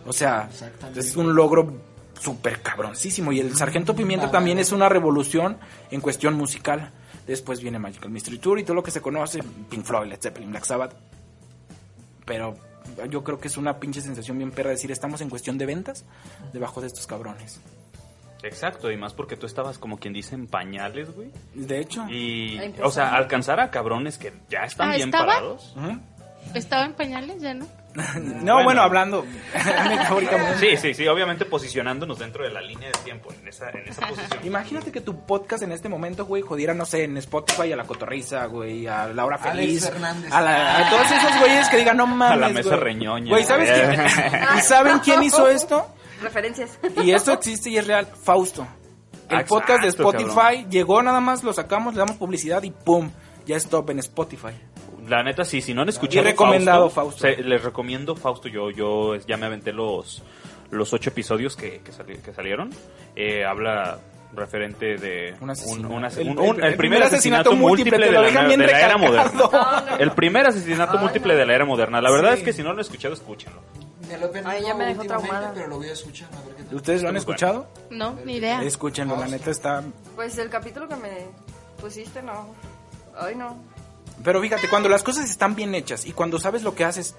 Speaker 2: O sea,
Speaker 6: Exactamente.
Speaker 2: es un logro súper cabroncísimo. Y el Sargento Pimienta también es una revolución en cuestión musical. Después viene Magical Mystery Tour y todo lo que se conoce, Pink Floyd, Led Zeppelin, Black Sabbath, pero yo creo que es una pinche sensación bien perra decir, estamos en cuestión de ventas debajo de estos cabrones.
Speaker 5: Exacto, y más porque tú estabas como quien dice en pañales, güey.
Speaker 2: De
Speaker 6: Ah,
Speaker 2: hecho.
Speaker 5: Y,
Speaker 3: Ay, pues,
Speaker 5: o sea,
Speaker 3: sí.
Speaker 5: alcanzar a cabrones que ya están
Speaker 4: Ah,
Speaker 5: bien
Speaker 4: ¿estaba?
Speaker 5: parados.
Speaker 2: Ujú.
Speaker 4: Estaba en pañales, ya no.
Speaker 2: No, bueno, hablando metafóricamente.
Speaker 5: Sí, sí, sí, obviamente posicionándonos dentro de la línea de tiempo, en esa, en esa posición.
Speaker 2: Imagínate que tu podcast en este momento, güey, jodiera, no sé, en Spotify a la cotorriza, güey, a Laura
Speaker 6: Alex
Speaker 2: Feliz.
Speaker 6: Fernández.
Speaker 2: A, la- a todos esos güeyes que digan, no mames.
Speaker 5: mesa
Speaker 2: güey.
Speaker 5: reñoña.
Speaker 2: Güey, ¿sabes quién? ¿Y saben quién hizo esto?
Speaker 3: Referencias.
Speaker 2: Y esto existe y es real. Fausto. El
Speaker 5: Exacto,
Speaker 2: podcast de Spotify
Speaker 5: cabrón.
Speaker 2: llegó nada más, lo sacamos, le damos publicidad y ¡pum! Ya stop en Spotify.
Speaker 5: La neta, sí, si no han escuchado.
Speaker 2: Y recomendado Fausto.
Speaker 5: se- les recomiendo Fausto. Yo, yo ya me aventé los, los ocho episodios que, que, sali- que salieron. Eh, habla referente de
Speaker 2: Un asesino.
Speaker 5: un- un ase-
Speaker 2: El-
Speaker 5: un- un-
Speaker 2: el- el primer asesinato múltiple, te
Speaker 5: de
Speaker 2: lo
Speaker 5: la,
Speaker 2: dejan
Speaker 5: na-
Speaker 2: bien
Speaker 5: de la era
Speaker 2: recalcado.
Speaker 5: moderna
Speaker 3: No, no, no.
Speaker 5: el primer asesinato
Speaker 3: Ay,
Speaker 5: múltiple
Speaker 3: no.
Speaker 5: de la era moderna la verdad
Speaker 2: Sí.
Speaker 5: es que si no lo han escuchado escúchenlo
Speaker 6: Me lo he perdido
Speaker 3: Ay, ya me dejó
Speaker 6: últimamente,
Speaker 3: traumada.
Speaker 6: pero lo voy a escuchar, a ver qué tal.
Speaker 2: ¿Ustedes lo han
Speaker 5: Muy
Speaker 2: escuchado?
Speaker 4: No, ni idea.
Speaker 2: Escúchenlo, la neta está...
Speaker 3: Pues el capítulo que me pusiste, no. Ay, no.
Speaker 2: Pero fíjate, cuando las cosas están bien hechas y cuando sabes lo que haces,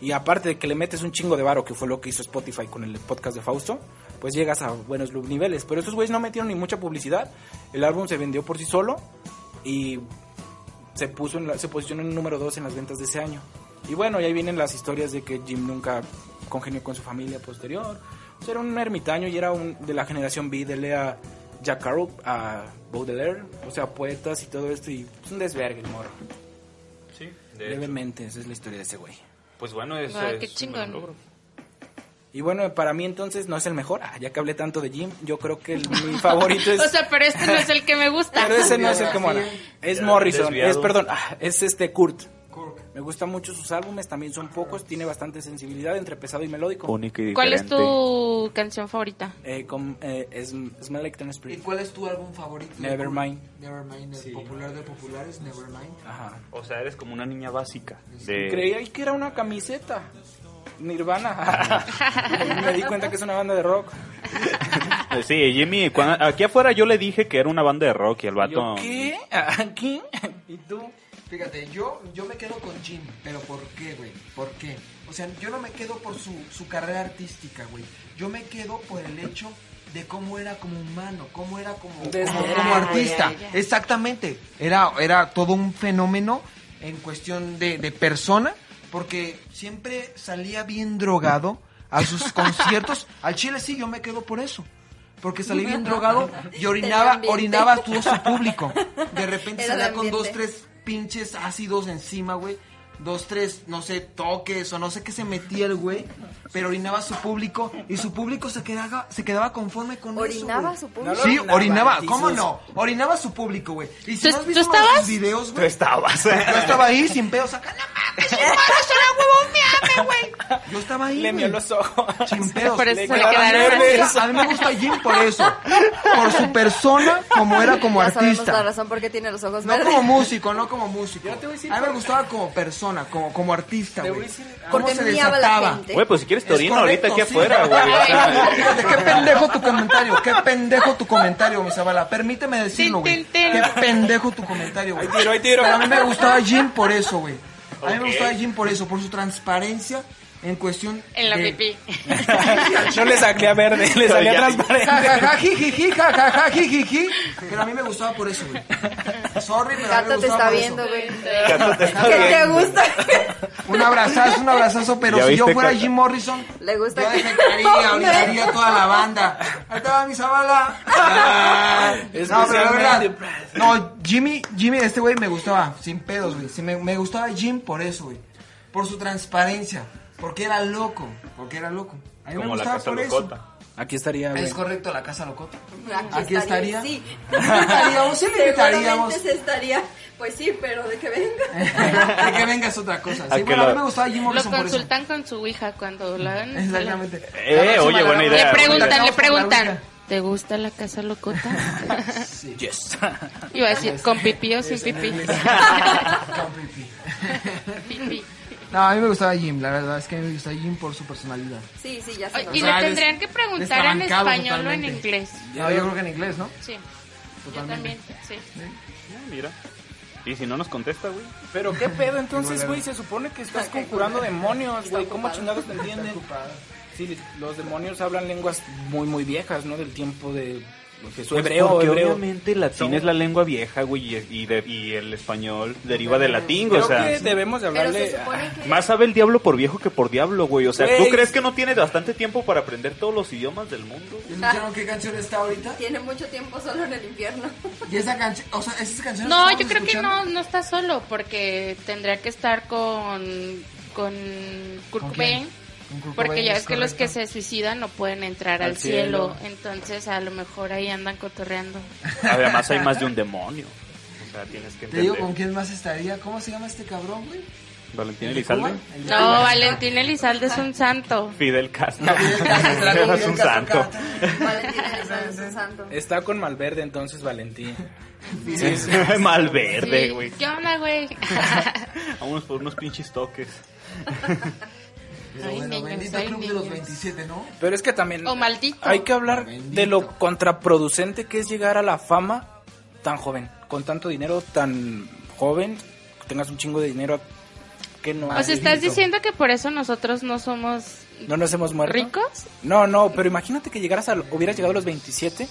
Speaker 2: y aparte de que le metes un chingo de varo, que fue lo que hizo Spotify con el podcast de Fausto, pues llegas a buenos lu- niveles. Pero esos güeyes no metieron ni mucha publicidad, el álbum se vendió por sí solo y se, puso en la- se posicionó en el número 2 en las ventas de ese año. Y bueno, y ahí vienen las historias de que Jim nunca congenió con su familia posterior. O sea, era un ermitaño y era un, de la generación B, de Lea Jack Kerouac a Baudelaire, o sea, poetas y todo esto, y es un desvergue el morro.
Speaker 5: sí
Speaker 2: Brevemente, esa es la historia de ese güey.
Speaker 5: pues bueno eso
Speaker 4: Ah,
Speaker 5: es
Speaker 4: qué
Speaker 5: un
Speaker 4: chingón.
Speaker 5: gran logro.
Speaker 2: Y bueno, para mí entonces no es el mejor. Ah, ya que hablé tanto de Jim, yo creo que el- mi favorito es.
Speaker 4: O sea, pero este no es el que me gusta.
Speaker 2: pero ese no es el que mola. Es
Speaker 5: Ya,
Speaker 2: Morrison,
Speaker 5: desviado.
Speaker 2: es, perdón, ah, es este Kurt.
Speaker 6: Cork.
Speaker 2: Me gustan mucho sus álbumes, también son pocos, tiene bastante sensibilidad entre pesado y melódico.
Speaker 5: único y
Speaker 4: ¿Cuál es
Speaker 5: diferente.
Speaker 4: tu canción favorita?
Speaker 2: Eh, con, eh, es, Smell Like Teen
Speaker 6: ¿Y
Speaker 2: Spirit.
Speaker 6: cuál es tu álbum favorito?
Speaker 2: Nevermind.
Speaker 6: Nevermind, el popular de populares, Nevermind.
Speaker 2: Ajá.
Speaker 5: o sea eres como una niña básica de
Speaker 2: Creía que era una camiseta. Nirvana. Me di cuenta que es una banda de rock.
Speaker 5: Eh, Sí, Jimmy, cuando- aquí afuera yo le dije que era una banda de rock y el
Speaker 2: Y yo,
Speaker 5: vato.
Speaker 2: ¿Qué? ¿Aquí? ¿Y tú?
Speaker 6: Fíjate, yo, yo me quedo con Jim, pero ¿por qué, güey? ¿Por qué? O sea, yo no me quedo por su, su carrera artística, güey. Yo me quedo por el hecho de cómo era como humano, cómo era como,
Speaker 2: Desde-
Speaker 6: como,
Speaker 2: Ah,
Speaker 6: como artista.
Speaker 4: ya, ya.
Speaker 6: Exactamente. Era, era todo un fenómeno en cuestión de, de persona, porque siempre salía bien drogado a sus conciertos. Al Chile sí, yo me quedo por eso. Porque salía bien drogado y
Speaker 3: Del
Speaker 6: orinaba,
Speaker 3: ambiente.
Speaker 6: orinaba a todo su público. De repente
Speaker 3: Era el
Speaker 6: salía con
Speaker 3: ambiente.
Speaker 6: dos, tres tres pinches ácidos encima, güey. Dos, tres, no sé, toques o no sé qué se metía el güey. Pero orinaba a su público y su público se quedaba, se quedaba conforme con
Speaker 3: Orinaba a
Speaker 6: eso.
Speaker 3: su
Speaker 6: güey.
Speaker 3: público.
Speaker 6: Sí,
Speaker 2: No lo
Speaker 6: orinaba.
Speaker 2: orinaba,
Speaker 6: ¿Cómo
Speaker 2: Jesus.
Speaker 6: no? Orinaba a su público, güey. Y si
Speaker 4: ¿Tú-
Speaker 6: no has
Speaker 4: tú
Speaker 6: visto
Speaker 4: estabas?
Speaker 6: los videos,
Speaker 5: Tú
Speaker 6: güey.
Speaker 5: estabas.
Speaker 6: Yo estaba ahí sin pedo, saca la mames, güey, eso era huevo, miame, güey. Yo estaba ahí.
Speaker 2: Le
Speaker 6: güey.
Speaker 2: mió los ojos.
Speaker 6: Sin pedos.
Speaker 4: Por eso
Speaker 6: Le
Speaker 4: se le
Speaker 6: quedaron
Speaker 4: quedaron
Speaker 6: verdes.
Speaker 2: así.
Speaker 6: A mí me gusta Jim por eso. Por su persona, como era como
Speaker 3: ya sabemos
Speaker 6: artista.
Speaker 3: la razón por qué tiene los ojos
Speaker 6: No
Speaker 3: verdes.
Speaker 6: como músico, no como músico.
Speaker 2: Yo te voy a decir
Speaker 6: a mí me
Speaker 2: por-
Speaker 6: gustaba como persona, como, como artista,
Speaker 2: Te voy
Speaker 6: güey.
Speaker 2: a decir-
Speaker 6: ¿Cómo
Speaker 3: Porque
Speaker 6: se
Speaker 3: miaba la
Speaker 6: desataba?
Speaker 3: gente.
Speaker 5: Güey, pues si quieres te
Speaker 6: Es
Speaker 5: orino
Speaker 6: correcto,
Speaker 5: ahorita aquí
Speaker 6: sí.
Speaker 5: afuera, güey. O sea,
Speaker 6: Fíjate, qué pendejo tu comentario, qué pendejo tu comentario, mi Zabala. Permíteme decirlo, güey.
Speaker 4: Tin, tin,
Speaker 6: Qué
Speaker 4: tin.
Speaker 6: pendejo tu comentario, güey.
Speaker 2: Ahí tiro, ahí tiro.
Speaker 6: Pero a mí me gustaba Jim por eso, güey. A mí
Speaker 5: Ok.
Speaker 6: me gustaba Jim por eso, por su transparencia en cuestión.
Speaker 4: En la
Speaker 6: de-
Speaker 4: pipí.
Speaker 2: No le salía verde, le salía
Speaker 5: Ya.
Speaker 2: transparente.
Speaker 6: Ja, ja, ja, ji, ji, ji, ja, ja, ja, ji, ji, ji. Pero a mí me gustaba por eso, güey. Sorry, pero a
Speaker 3: Gato
Speaker 6: mí me
Speaker 3: te
Speaker 6: gustaba
Speaker 3: está
Speaker 6: por eso.
Speaker 3: viendo, güey.
Speaker 5: Gato te está
Speaker 3: ¿Qué te
Speaker 5: viendo.
Speaker 3: gusta?
Speaker 6: Un abrazazo, un abrazazo, pero
Speaker 5: ¿Ya
Speaker 6: si yo
Speaker 5: viste,
Speaker 6: fuera
Speaker 5: Cata?
Speaker 6: Jim Morrison,
Speaker 3: Le gusta
Speaker 6: yo
Speaker 3: que-
Speaker 6: defecaría, orinaría a toda la banda. Ahí te va mi Zabala. Ah, No, pero la verdad, no, Jimmy, Jimmy, este güey me gustaba, sin pedos, güey. Sí, me, me gustaba Jim por eso, güey. Por su transparencia, porque era loco, porque era loco. A mí me
Speaker 5: Como la
Speaker 6: gustaba
Speaker 5: casa
Speaker 6: por
Speaker 5: locota.
Speaker 2: Aquí estaría,
Speaker 6: eso. Es
Speaker 2: güey.
Speaker 6: correcto, la casa locota.
Speaker 3: Aquí
Speaker 6: Ah, Aquí estaría.
Speaker 3: Sí.
Speaker 6: Estaríamos, sí le invitaríamos.
Speaker 3: Seguramente se estaría. Pues sí, pero de que
Speaker 6: Eh.
Speaker 3: venga.
Speaker 6: De que vengas otra cosa.
Speaker 5: A
Speaker 6: Sí,
Speaker 5: que
Speaker 6: bueno, a mí
Speaker 5: lo-
Speaker 6: me gustaba Jim
Speaker 4: Lo
Speaker 6: Morrison por eso.
Speaker 4: consultan con su hija cuando lo hagan.
Speaker 6: Exactamente.
Speaker 5: Eh,
Speaker 6: La próxima
Speaker 5: oye,
Speaker 6: la
Speaker 5: buena
Speaker 6: grabamos.
Speaker 5: idea.
Speaker 4: Le preguntan, le
Speaker 6: Grabamos con la
Speaker 4: preguntan.
Speaker 6: Luca.
Speaker 4: ¿Te gusta la casa locota?
Speaker 6: Sí.
Speaker 2: Yes.
Speaker 4: Iba a decir, ¿con pipí o sin pipí?
Speaker 6: Con pipí.
Speaker 4: Pipí.
Speaker 6: No, a mí me gustaba Jim, la verdad es que a mí me gustaba Jim por su personalidad.
Speaker 3: Sí, sí, ya
Speaker 4: Ay,
Speaker 3: se
Speaker 4: Y
Speaker 3: nos
Speaker 4: le
Speaker 6: sea,
Speaker 4: tendrían
Speaker 6: des-
Speaker 4: que preguntar en
Speaker 6: desavancado
Speaker 4: español o en
Speaker 6: totalmente.
Speaker 4: inglés.
Speaker 6: No, yo creo que en inglés, ¿no?
Speaker 4: Sí, yo
Speaker 6: Totalmente.
Speaker 4: también, sí.
Speaker 5: Ah, Mira. Y si no nos contesta, güey.
Speaker 2: Pero qué pedo entonces, güey, se supone que estás conjurando demonios, güey. ¿Cómo chingados te entienden? Sí, los demonios hablan lenguas muy, muy viejas, ¿no? Del tiempo de Jesús.
Speaker 5: Pues
Speaker 2: hebreo,
Speaker 5: porque
Speaker 2: hebreo.
Speaker 5: obviamente el latín
Speaker 2: Son-
Speaker 5: es la lengua vieja, güey, y, y de- y el español deriva del latín, güey,
Speaker 2: Creo
Speaker 5: o sea...
Speaker 2: que debemos de
Speaker 3: Pero
Speaker 2: hablarle...
Speaker 3: se supone que...
Speaker 5: Más sabe el diablo por viejo que por diablo, güey. O sea, ¿tú
Speaker 2: Güey.
Speaker 5: crees que no tienes bastante tiempo para aprender todos los idiomas del mundo? güey?
Speaker 6: ¿Escucharon qué canción está ahorita?
Speaker 3: Tiene mucho tiempo solo en el infierno.
Speaker 6: Y esa canción, o sea, esas canciones
Speaker 4: No,
Speaker 6: que
Speaker 4: yo creo
Speaker 6: estamos
Speaker 4: que no,
Speaker 6: escuchando-
Speaker 4: no está solo, porque tendría que estar con, con Kurt
Speaker 6: ¿Con
Speaker 4: Cobain,
Speaker 6: quién? Con Kurt
Speaker 4: porque
Speaker 6: Cobain,
Speaker 4: ya es que los que
Speaker 6: correcto.
Speaker 4: se suicidan no pueden entrar al,
Speaker 2: Al
Speaker 4: cielo.
Speaker 2: cielo.
Speaker 4: entonces a lo mejor ahí andan cotorreando.
Speaker 5: Además hay más de un demonio. O sea, tienes que
Speaker 6: Te digo
Speaker 5: entender.
Speaker 6: con quién más estaría. ¿Cómo se llama este cabrón, güey?
Speaker 5: Valentín
Speaker 6: ¿El de Cuba?
Speaker 5: Elizalde.
Speaker 6: ¿El de
Speaker 4: No,
Speaker 6: Cuba?
Speaker 4: Valentín Elizalde es un santo.
Speaker 5: Fidel Castro.
Speaker 6: Ah, Castro,
Speaker 5: es un santo.
Speaker 3: Valentín Elizalde es un santo.
Speaker 2: Está con Malverde entonces Valentín.
Speaker 5: Malverde,
Speaker 4: Sí.
Speaker 5: güey.
Speaker 4: ¿Qué onda, güey?
Speaker 5: Vámonos por unos pinches toques.
Speaker 6: Pero
Speaker 4: Ay,
Speaker 6: bueno,
Speaker 4: niños,
Speaker 6: bendito
Speaker 4: ay,
Speaker 6: club de los
Speaker 4: niños.
Speaker 6: 27, ¿no?
Speaker 2: Pero es que también
Speaker 4: O maldito.
Speaker 2: hay que hablar
Speaker 6: Bendito.
Speaker 2: de lo contraproducente que es llegar a la fama tan joven, con tanto dinero tan joven, que tengas un chingo de dinero que no
Speaker 4: o
Speaker 2: has
Speaker 4: sea, ¿estás
Speaker 2: vivido.
Speaker 4: diciendo que por eso nosotros no somos
Speaker 2: no nos hemos muerto.
Speaker 4: ricos?
Speaker 2: No, no, pero imagínate que llegaras a, hubieras llegado a los 27,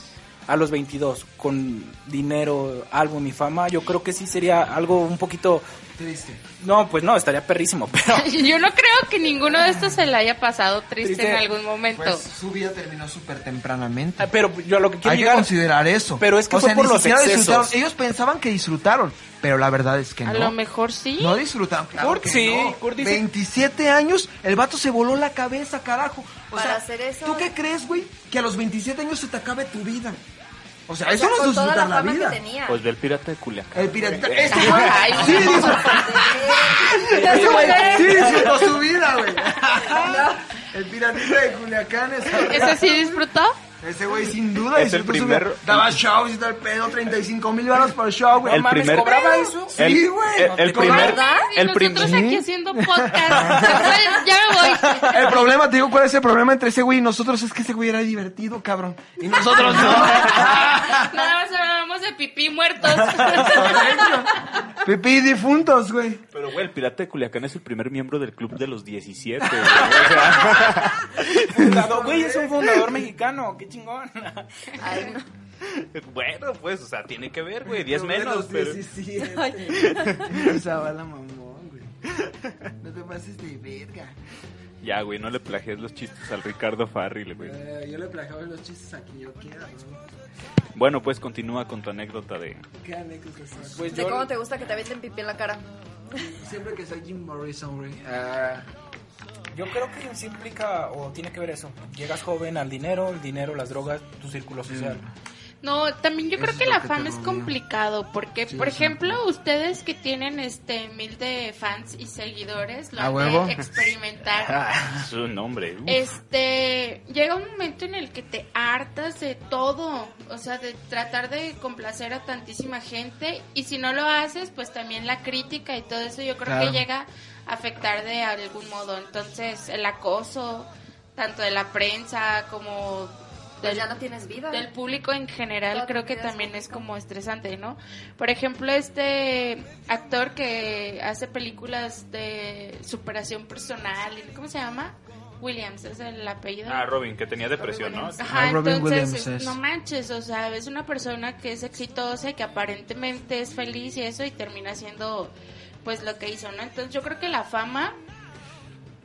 Speaker 2: a los 22 con dinero, álbum y fama, yo creo que sí sería algo un poquito
Speaker 6: Triste.
Speaker 2: no, pues no, estaría perrísimo, pero
Speaker 4: Yo no creo que ninguno de estos se le haya pasado triste,
Speaker 2: Triste.
Speaker 4: en algún momento.
Speaker 6: Pues su vida terminó súper tempranamente.
Speaker 2: pero yo lo que quiero
Speaker 6: Hay
Speaker 2: llegar
Speaker 6: que considerar eso.
Speaker 2: Pero es que
Speaker 6: O
Speaker 2: fue
Speaker 6: sea,
Speaker 2: por
Speaker 6: ni
Speaker 2: los
Speaker 6: siquiera
Speaker 2: excesos.
Speaker 6: disfrutaron. Ellos pensaban que disfrutaron, pero la verdad es que
Speaker 4: a
Speaker 6: no.
Speaker 4: lo mejor sí.
Speaker 6: No disfrutaron. claro
Speaker 2: Kurt
Speaker 6: que
Speaker 2: sí,
Speaker 6: no.
Speaker 2: Kurt dice-
Speaker 6: 27 años, el vato se voló la cabeza, carajo. O
Speaker 3: Para
Speaker 6: sea,
Speaker 3: hacer eso-
Speaker 6: ¿tú qué crees, güey? Que a los 27 años se te acabe tu vida. O sea,
Speaker 3: O
Speaker 6: eso
Speaker 3: sea,
Speaker 6: no es
Speaker 3: con toda
Speaker 6: disfrutar
Speaker 3: la
Speaker 6: la,
Speaker 3: fama
Speaker 6: vida.
Speaker 3: que tenía.
Speaker 5: Pues del pirata de Culiacán.
Speaker 6: El piratita. Este güey.
Speaker 4: Ay,
Speaker 6: Sí,
Speaker 4: no.
Speaker 6: disfrutó- este güey sí disfrutó su vida, güey. El piratita de Culiacán es.
Speaker 4: ¿Eso sí disfrutó?
Speaker 6: Ese güey sin duda
Speaker 5: Es el
Speaker 6: disfrutó su
Speaker 5: primer-
Speaker 6: vida. Daba shows y tal pedo, 35 mil baros por show, güey.
Speaker 5: El
Speaker 6: No mames,
Speaker 5: primer-
Speaker 6: ¿Cobraba eso?
Speaker 5: El-
Speaker 6: Sí, güey.
Speaker 5: el- el
Speaker 6: ¿Te cobraba?
Speaker 5: primer-
Speaker 4: ¿Verdad? Y
Speaker 5: el
Speaker 4: nosotros
Speaker 5: primer-
Speaker 4: aquí haciendo podcast. ya me voy.
Speaker 6: El problema, te digo cuál es el problema entre ese güey y nosotros, es que ese güey era divertido, cabrón. Y nosotros no.
Speaker 4: Nada más hablábamos de pipí muertos.
Speaker 6: Pipí difuntos, güey.
Speaker 5: Pero, güey, el pirata de Culiacán es el primer miembro del club de los 17. güey. O sea,
Speaker 2: fundador, güey, es un fundador mexicano, qué chingón.
Speaker 3: Ay, no.
Speaker 5: bueno, pues, o sea, tiene que ver, güey. 10 menos, pero.
Speaker 6: Esa bala mamón, güey. No te pases de verga.
Speaker 5: Ya, güey, no le plagies los chistes al Ricardo Farril, güey.
Speaker 6: Eh, yo le plagaba los chistes a quien yo quiera, güey.
Speaker 5: Bueno, pues continúa con tu anécdota de.
Speaker 6: Qué anécdotas. son.
Speaker 2: Pues
Speaker 3: ¿De
Speaker 2: yo
Speaker 3: cómo te gusta que te avienten pipí en la cara? Pues
Speaker 6: Siempre que soy Jim Morrison, güey. Ah,
Speaker 2: Yo creo que sí implica o tiene que ver eso. Llegas joven al dinero, el dinero, las drogas, tu círculo social.
Speaker 4: No, también yo creo
Speaker 6: Eso
Speaker 4: que
Speaker 6: es lo
Speaker 4: la
Speaker 6: que
Speaker 4: fama
Speaker 6: te
Speaker 4: es
Speaker 6: rodea.
Speaker 4: complicado porque,
Speaker 6: Sí,
Speaker 4: por
Speaker 6: sí.
Speaker 4: ejemplo, ustedes que tienen este mil de fans y seguidores lo
Speaker 6: ¿A
Speaker 4: han de
Speaker 6: huevo?
Speaker 4: experimentar.
Speaker 5: Ah, su nombre. uf.
Speaker 4: Este, llega un momento en el que te hartas de todo, o sea, de tratar de complacer a tantísima gente y si no lo haces, pues también la crítica y todo eso yo creo
Speaker 6: Claro.
Speaker 4: que llega a afectar de algún modo. Entonces, el acoso, tanto de la prensa como
Speaker 3: Pues
Speaker 4: del,
Speaker 3: ya no tienes vida.
Speaker 4: del público en general,
Speaker 3: Todo
Speaker 4: creo que
Speaker 3: te quedas
Speaker 4: también
Speaker 3: con-
Speaker 4: es como estresante, ¿no? Por ejemplo, este actor que hace películas de superación personal, ¿cómo se llama? Williams es el apellido.
Speaker 5: Ah, Robin, que tenía depresión, ¿no?
Speaker 4: Ajá,
Speaker 6: Ah, Robin
Speaker 4: entonces,
Speaker 6: Williams es.
Speaker 4: no manches, o sea, es una persona que es exitosa y que aparentemente es feliz y eso y termina siendo pues lo que hizo, ¿no? Entonces yo creo que la fama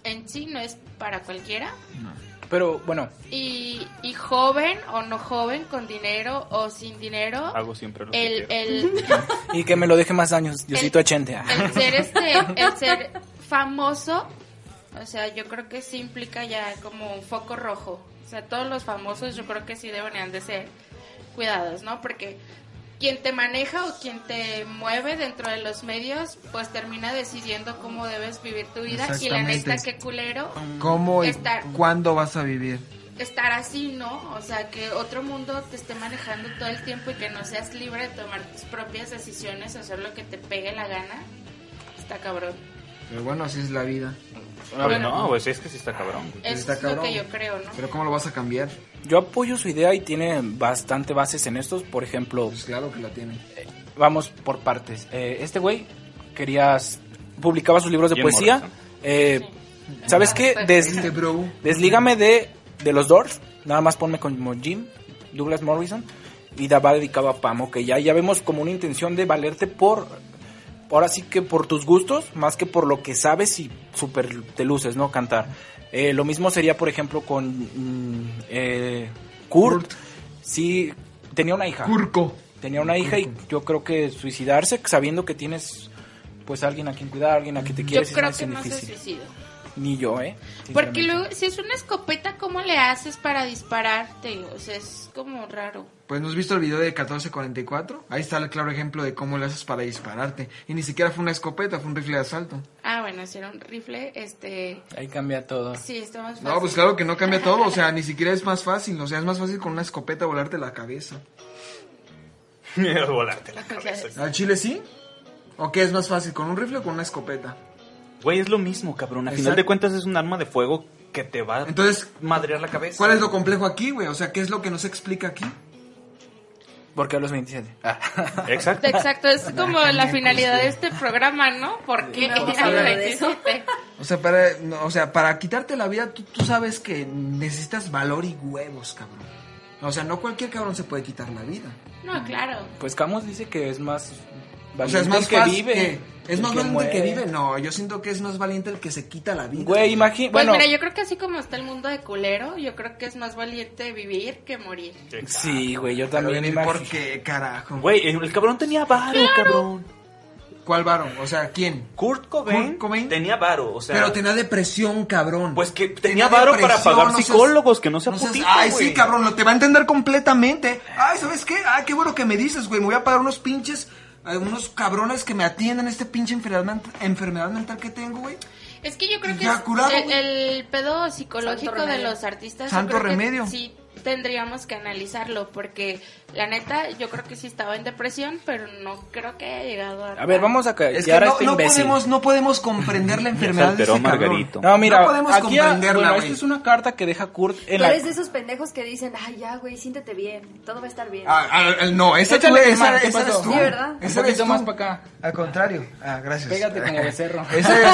Speaker 4: en sí no es para cualquiera
Speaker 2: Pero bueno,
Speaker 4: y, y joven o no joven, con dinero o sin dinero,
Speaker 5: Hago siempre lo que
Speaker 4: el,
Speaker 5: Ah, quiero.
Speaker 4: el,
Speaker 2: y que me lo deje más años, Diosito
Speaker 4: El-
Speaker 2: Achente. ah.
Speaker 4: el ser este, el ser famoso, o sea, yo creo que sí implica ya como un foco rojo. O sea, todos los famosos yo creo que sí deberían de ser cuidados, ¿no? Porque quien te maneja o quien te mueve dentro de los medios, pues termina decidiendo cómo debes vivir tu vida. Y la neta,
Speaker 6: Exactamente.
Speaker 4: qué culero
Speaker 6: Mm. ¿Cómo y
Speaker 4: Estar.
Speaker 6: cuándo vas a vivir?
Speaker 4: estar así, ¿no? O sea, que otro mundo te esté manejando todo el tiempo y que no seas libre de tomar tus propias decisiones, hacer lo que te pegue la gana. Está cabrón.
Speaker 6: Pero bueno, así es la vida.
Speaker 5: Ah, pues no, pues es que sí está cabrón. güey.
Speaker 4: Eso
Speaker 6: Pues Está
Speaker 4: es lo
Speaker 6: cabrón.
Speaker 4: que yo creo, ¿no?
Speaker 6: Pero ¿cómo lo vas a cambiar?
Speaker 2: Yo apoyo su idea y tiene bastante bases en estos. Por ejemplo,
Speaker 6: Pues claro que la tiene.
Speaker 2: vamos por partes. Eh, este güey querías publicaba sus libros de
Speaker 5: Jim
Speaker 2: poesía.
Speaker 5: Morrison.
Speaker 2: eh, ¿Sabes
Speaker 4: Ah,
Speaker 2: qué? Des-
Speaker 6: Este bro.
Speaker 2: deslígame de, de los Doors. Nada más ponme como Jim, Douglas Morrison. Y da va dedicado a Pam. Ok, ya, ya vemos como una intención de valerte por. Ahora sí que por tus gustos, más que por lo que sabes y super te luces, ¿no? Cantar. Eh, lo mismo sería, por ejemplo, con mm, eh, Kurt. Sí, tenía una hija.
Speaker 6: Curco.
Speaker 2: Tenía una hija y yo creo que suicidarse sabiendo que tienes pues alguien a quien cuidar, alguien a quien te
Speaker 4: Yo
Speaker 2: quieres, es
Speaker 4: creo
Speaker 2: más
Speaker 4: que no se
Speaker 2: difícil.
Speaker 4: suicido.
Speaker 2: Ni yo, ¿eh?
Speaker 4: Porque
Speaker 2: Sinceramente.
Speaker 4: luego, si es una escopeta, ¿cómo le haces para dispararte? O sea, es como raro.
Speaker 6: Pues nos visto el video de 1444. Ahí está el claro ejemplo de cómo le haces para dispararte. Y ni siquiera fue una escopeta, fue un rifle de asalto.
Speaker 4: Ah, bueno, si era un rifle, este...
Speaker 2: Ahí cambia todo.
Speaker 4: Sí, está más fácil.
Speaker 6: No, pues claro que no cambia todo. O sea, ni siquiera es más fácil. O sea, es más fácil con una escopeta volarte la cabeza.
Speaker 5: Volarte la cabeza.
Speaker 6: ¿Al chile sí? ¿O qué es más fácil, con un rifle o con una escopeta?
Speaker 5: Güey, es lo mismo, cabrón. A final
Speaker 6: Exacto.
Speaker 5: de cuentas es un arma de fuego que te va
Speaker 6: Entonces,
Speaker 5: a madrear la cabeza.
Speaker 6: ¿cuál es lo complejo aquí, güey? O sea, ¿qué es lo que no se explica aquí?
Speaker 2: Porque a los Ah, 27.
Speaker 5: Exacto.
Speaker 4: Exacto, es como la finalidad de este programa, ¿no? ¿Por qué
Speaker 3: No, vamos a
Speaker 4: era
Speaker 3: hablar de
Speaker 4: 27?
Speaker 6: O sea, para, no, o sea, para quitarte la vida, tú, tú sabes que necesitas valor y huevos, cabrón. O sea, no cualquier cabrón se puede quitar la vida.
Speaker 4: No, claro.
Speaker 2: Pues Camus dice que es más
Speaker 6: O
Speaker 2: valiente
Speaker 6: sea, es más
Speaker 2: el que
Speaker 6: fácil
Speaker 2: vive.
Speaker 6: que- es más
Speaker 2: el
Speaker 6: valiente el que
Speaker 2: muere.
Speaker 6: vive. No, yo siento que es más valiente el que se quita la vida.
Speaker 2: Güey, imagínate.
Speaker 4: Pues
Speaker 2: bueno,
Speaker 4: mira, yo creo que así como está el mundo de culero, yo creo que es más valiente vivir que morir.
Speaker 2: sí, güey, yo
Speaker 6: Pero
Speaker 2: también
Speaker 6: ¿y ¿Por
Speaker 2: imagino.
Speaker 6: qué, carajo?
Speaker 5: Güey, el cabrón tenía varo, cabrón.
Speaker 6: ¿Cuál varón? O sea, ¿quién?
Speaker 5: Kurt Cobain,
Speaker 6: Kurt Cobain.
Speaker 5: tenía varo, o sea.
Speaker 6: Pero tenía depresión, cabrón.
Speaker 5: Pues que tenía varo para
Speaker 6: depresión,
Speaker 5: pagar
Speaker 6: seas-
Speaker 5: psicólogos, que no sea putito,
Speaker 6: Ay,
Speaker 5: güey.
Speaker 6: sí, cabrón, lo te va a entender completamente. Ay, ¿sabes qué? Ay, qué bueno que me dices, güey. Me voy a pagar unos pinches, eh, unos cabrones que me atiendan este pinche enfermedad, ment- enfermedad mental que tengo, güey.
Speaker 4: Es que yo creo que
Speaker 6: Ya
Speaker 4: es-
Speaker 6: curado,
Speaker 4: el,
Speaker 6: güey.
Speaker 4: el pedo psicológico
Speaker 3: Santo
Speaker 4: de
Speaker 3: remedio.
Speaker 4: los artistas. yo
Speaker 6: Santo
Speaker 4: creo que
Speaker 6: remedio.
Speaker 4: Sí, tendríamos que analizarlo, porque la neta, yo creo que sí estaba en depresión, pero no creo que haya llegado a.
Speaker 2: A ver, vamos a
Speaker 6: Es
Speaker 2: callar
Speaker 6: que
Speaker 2: a
Speaker 6: no,
Speaker 2: este
Speaker 6: no
Speaker 2: imbécil.
Speaker 6: podemos, no podemos comprender la enfermedad de
Speaker 5: alteró
Speaker 6: ese cabrón.
Speaker 5: Margarito.
Speaker 2: No, mira,
Speaker 6: No podemos
Speaker 2: aquí a-
Speaker 6: comprenderla,
Speaker 2: bueno,
Speaker 6: güey.
Speaker 2: esta es una carta que deja Kurt en
Speaker 3: Tú
Speaker 2: la
Speaker 3: eres de esos pendejos que dicen, ay, ya, güey, siéntete bien, todo va a estar bien.
Speaker 6: Ah, ah, ah, no, esa, tú,
Speaker 2: Échale,
Speaker 6: esa,
Speaker 2: hermano, ¿qué
Speaker 6: esa
Speaker 2: pasó?
Speaker 6: eres tú.
Speaker 3: Sí, ¿verdad?
Speaker 2: Un
Speaker 6: Esa eres
Speaker 2: poquito
Speaker 6: tú.
Speaker 2: más para acá.
Speaker 6: Al contrario. Ah, gracias.
Speaker 2: Pégate como becerro.
Speaker 6: Ese eres,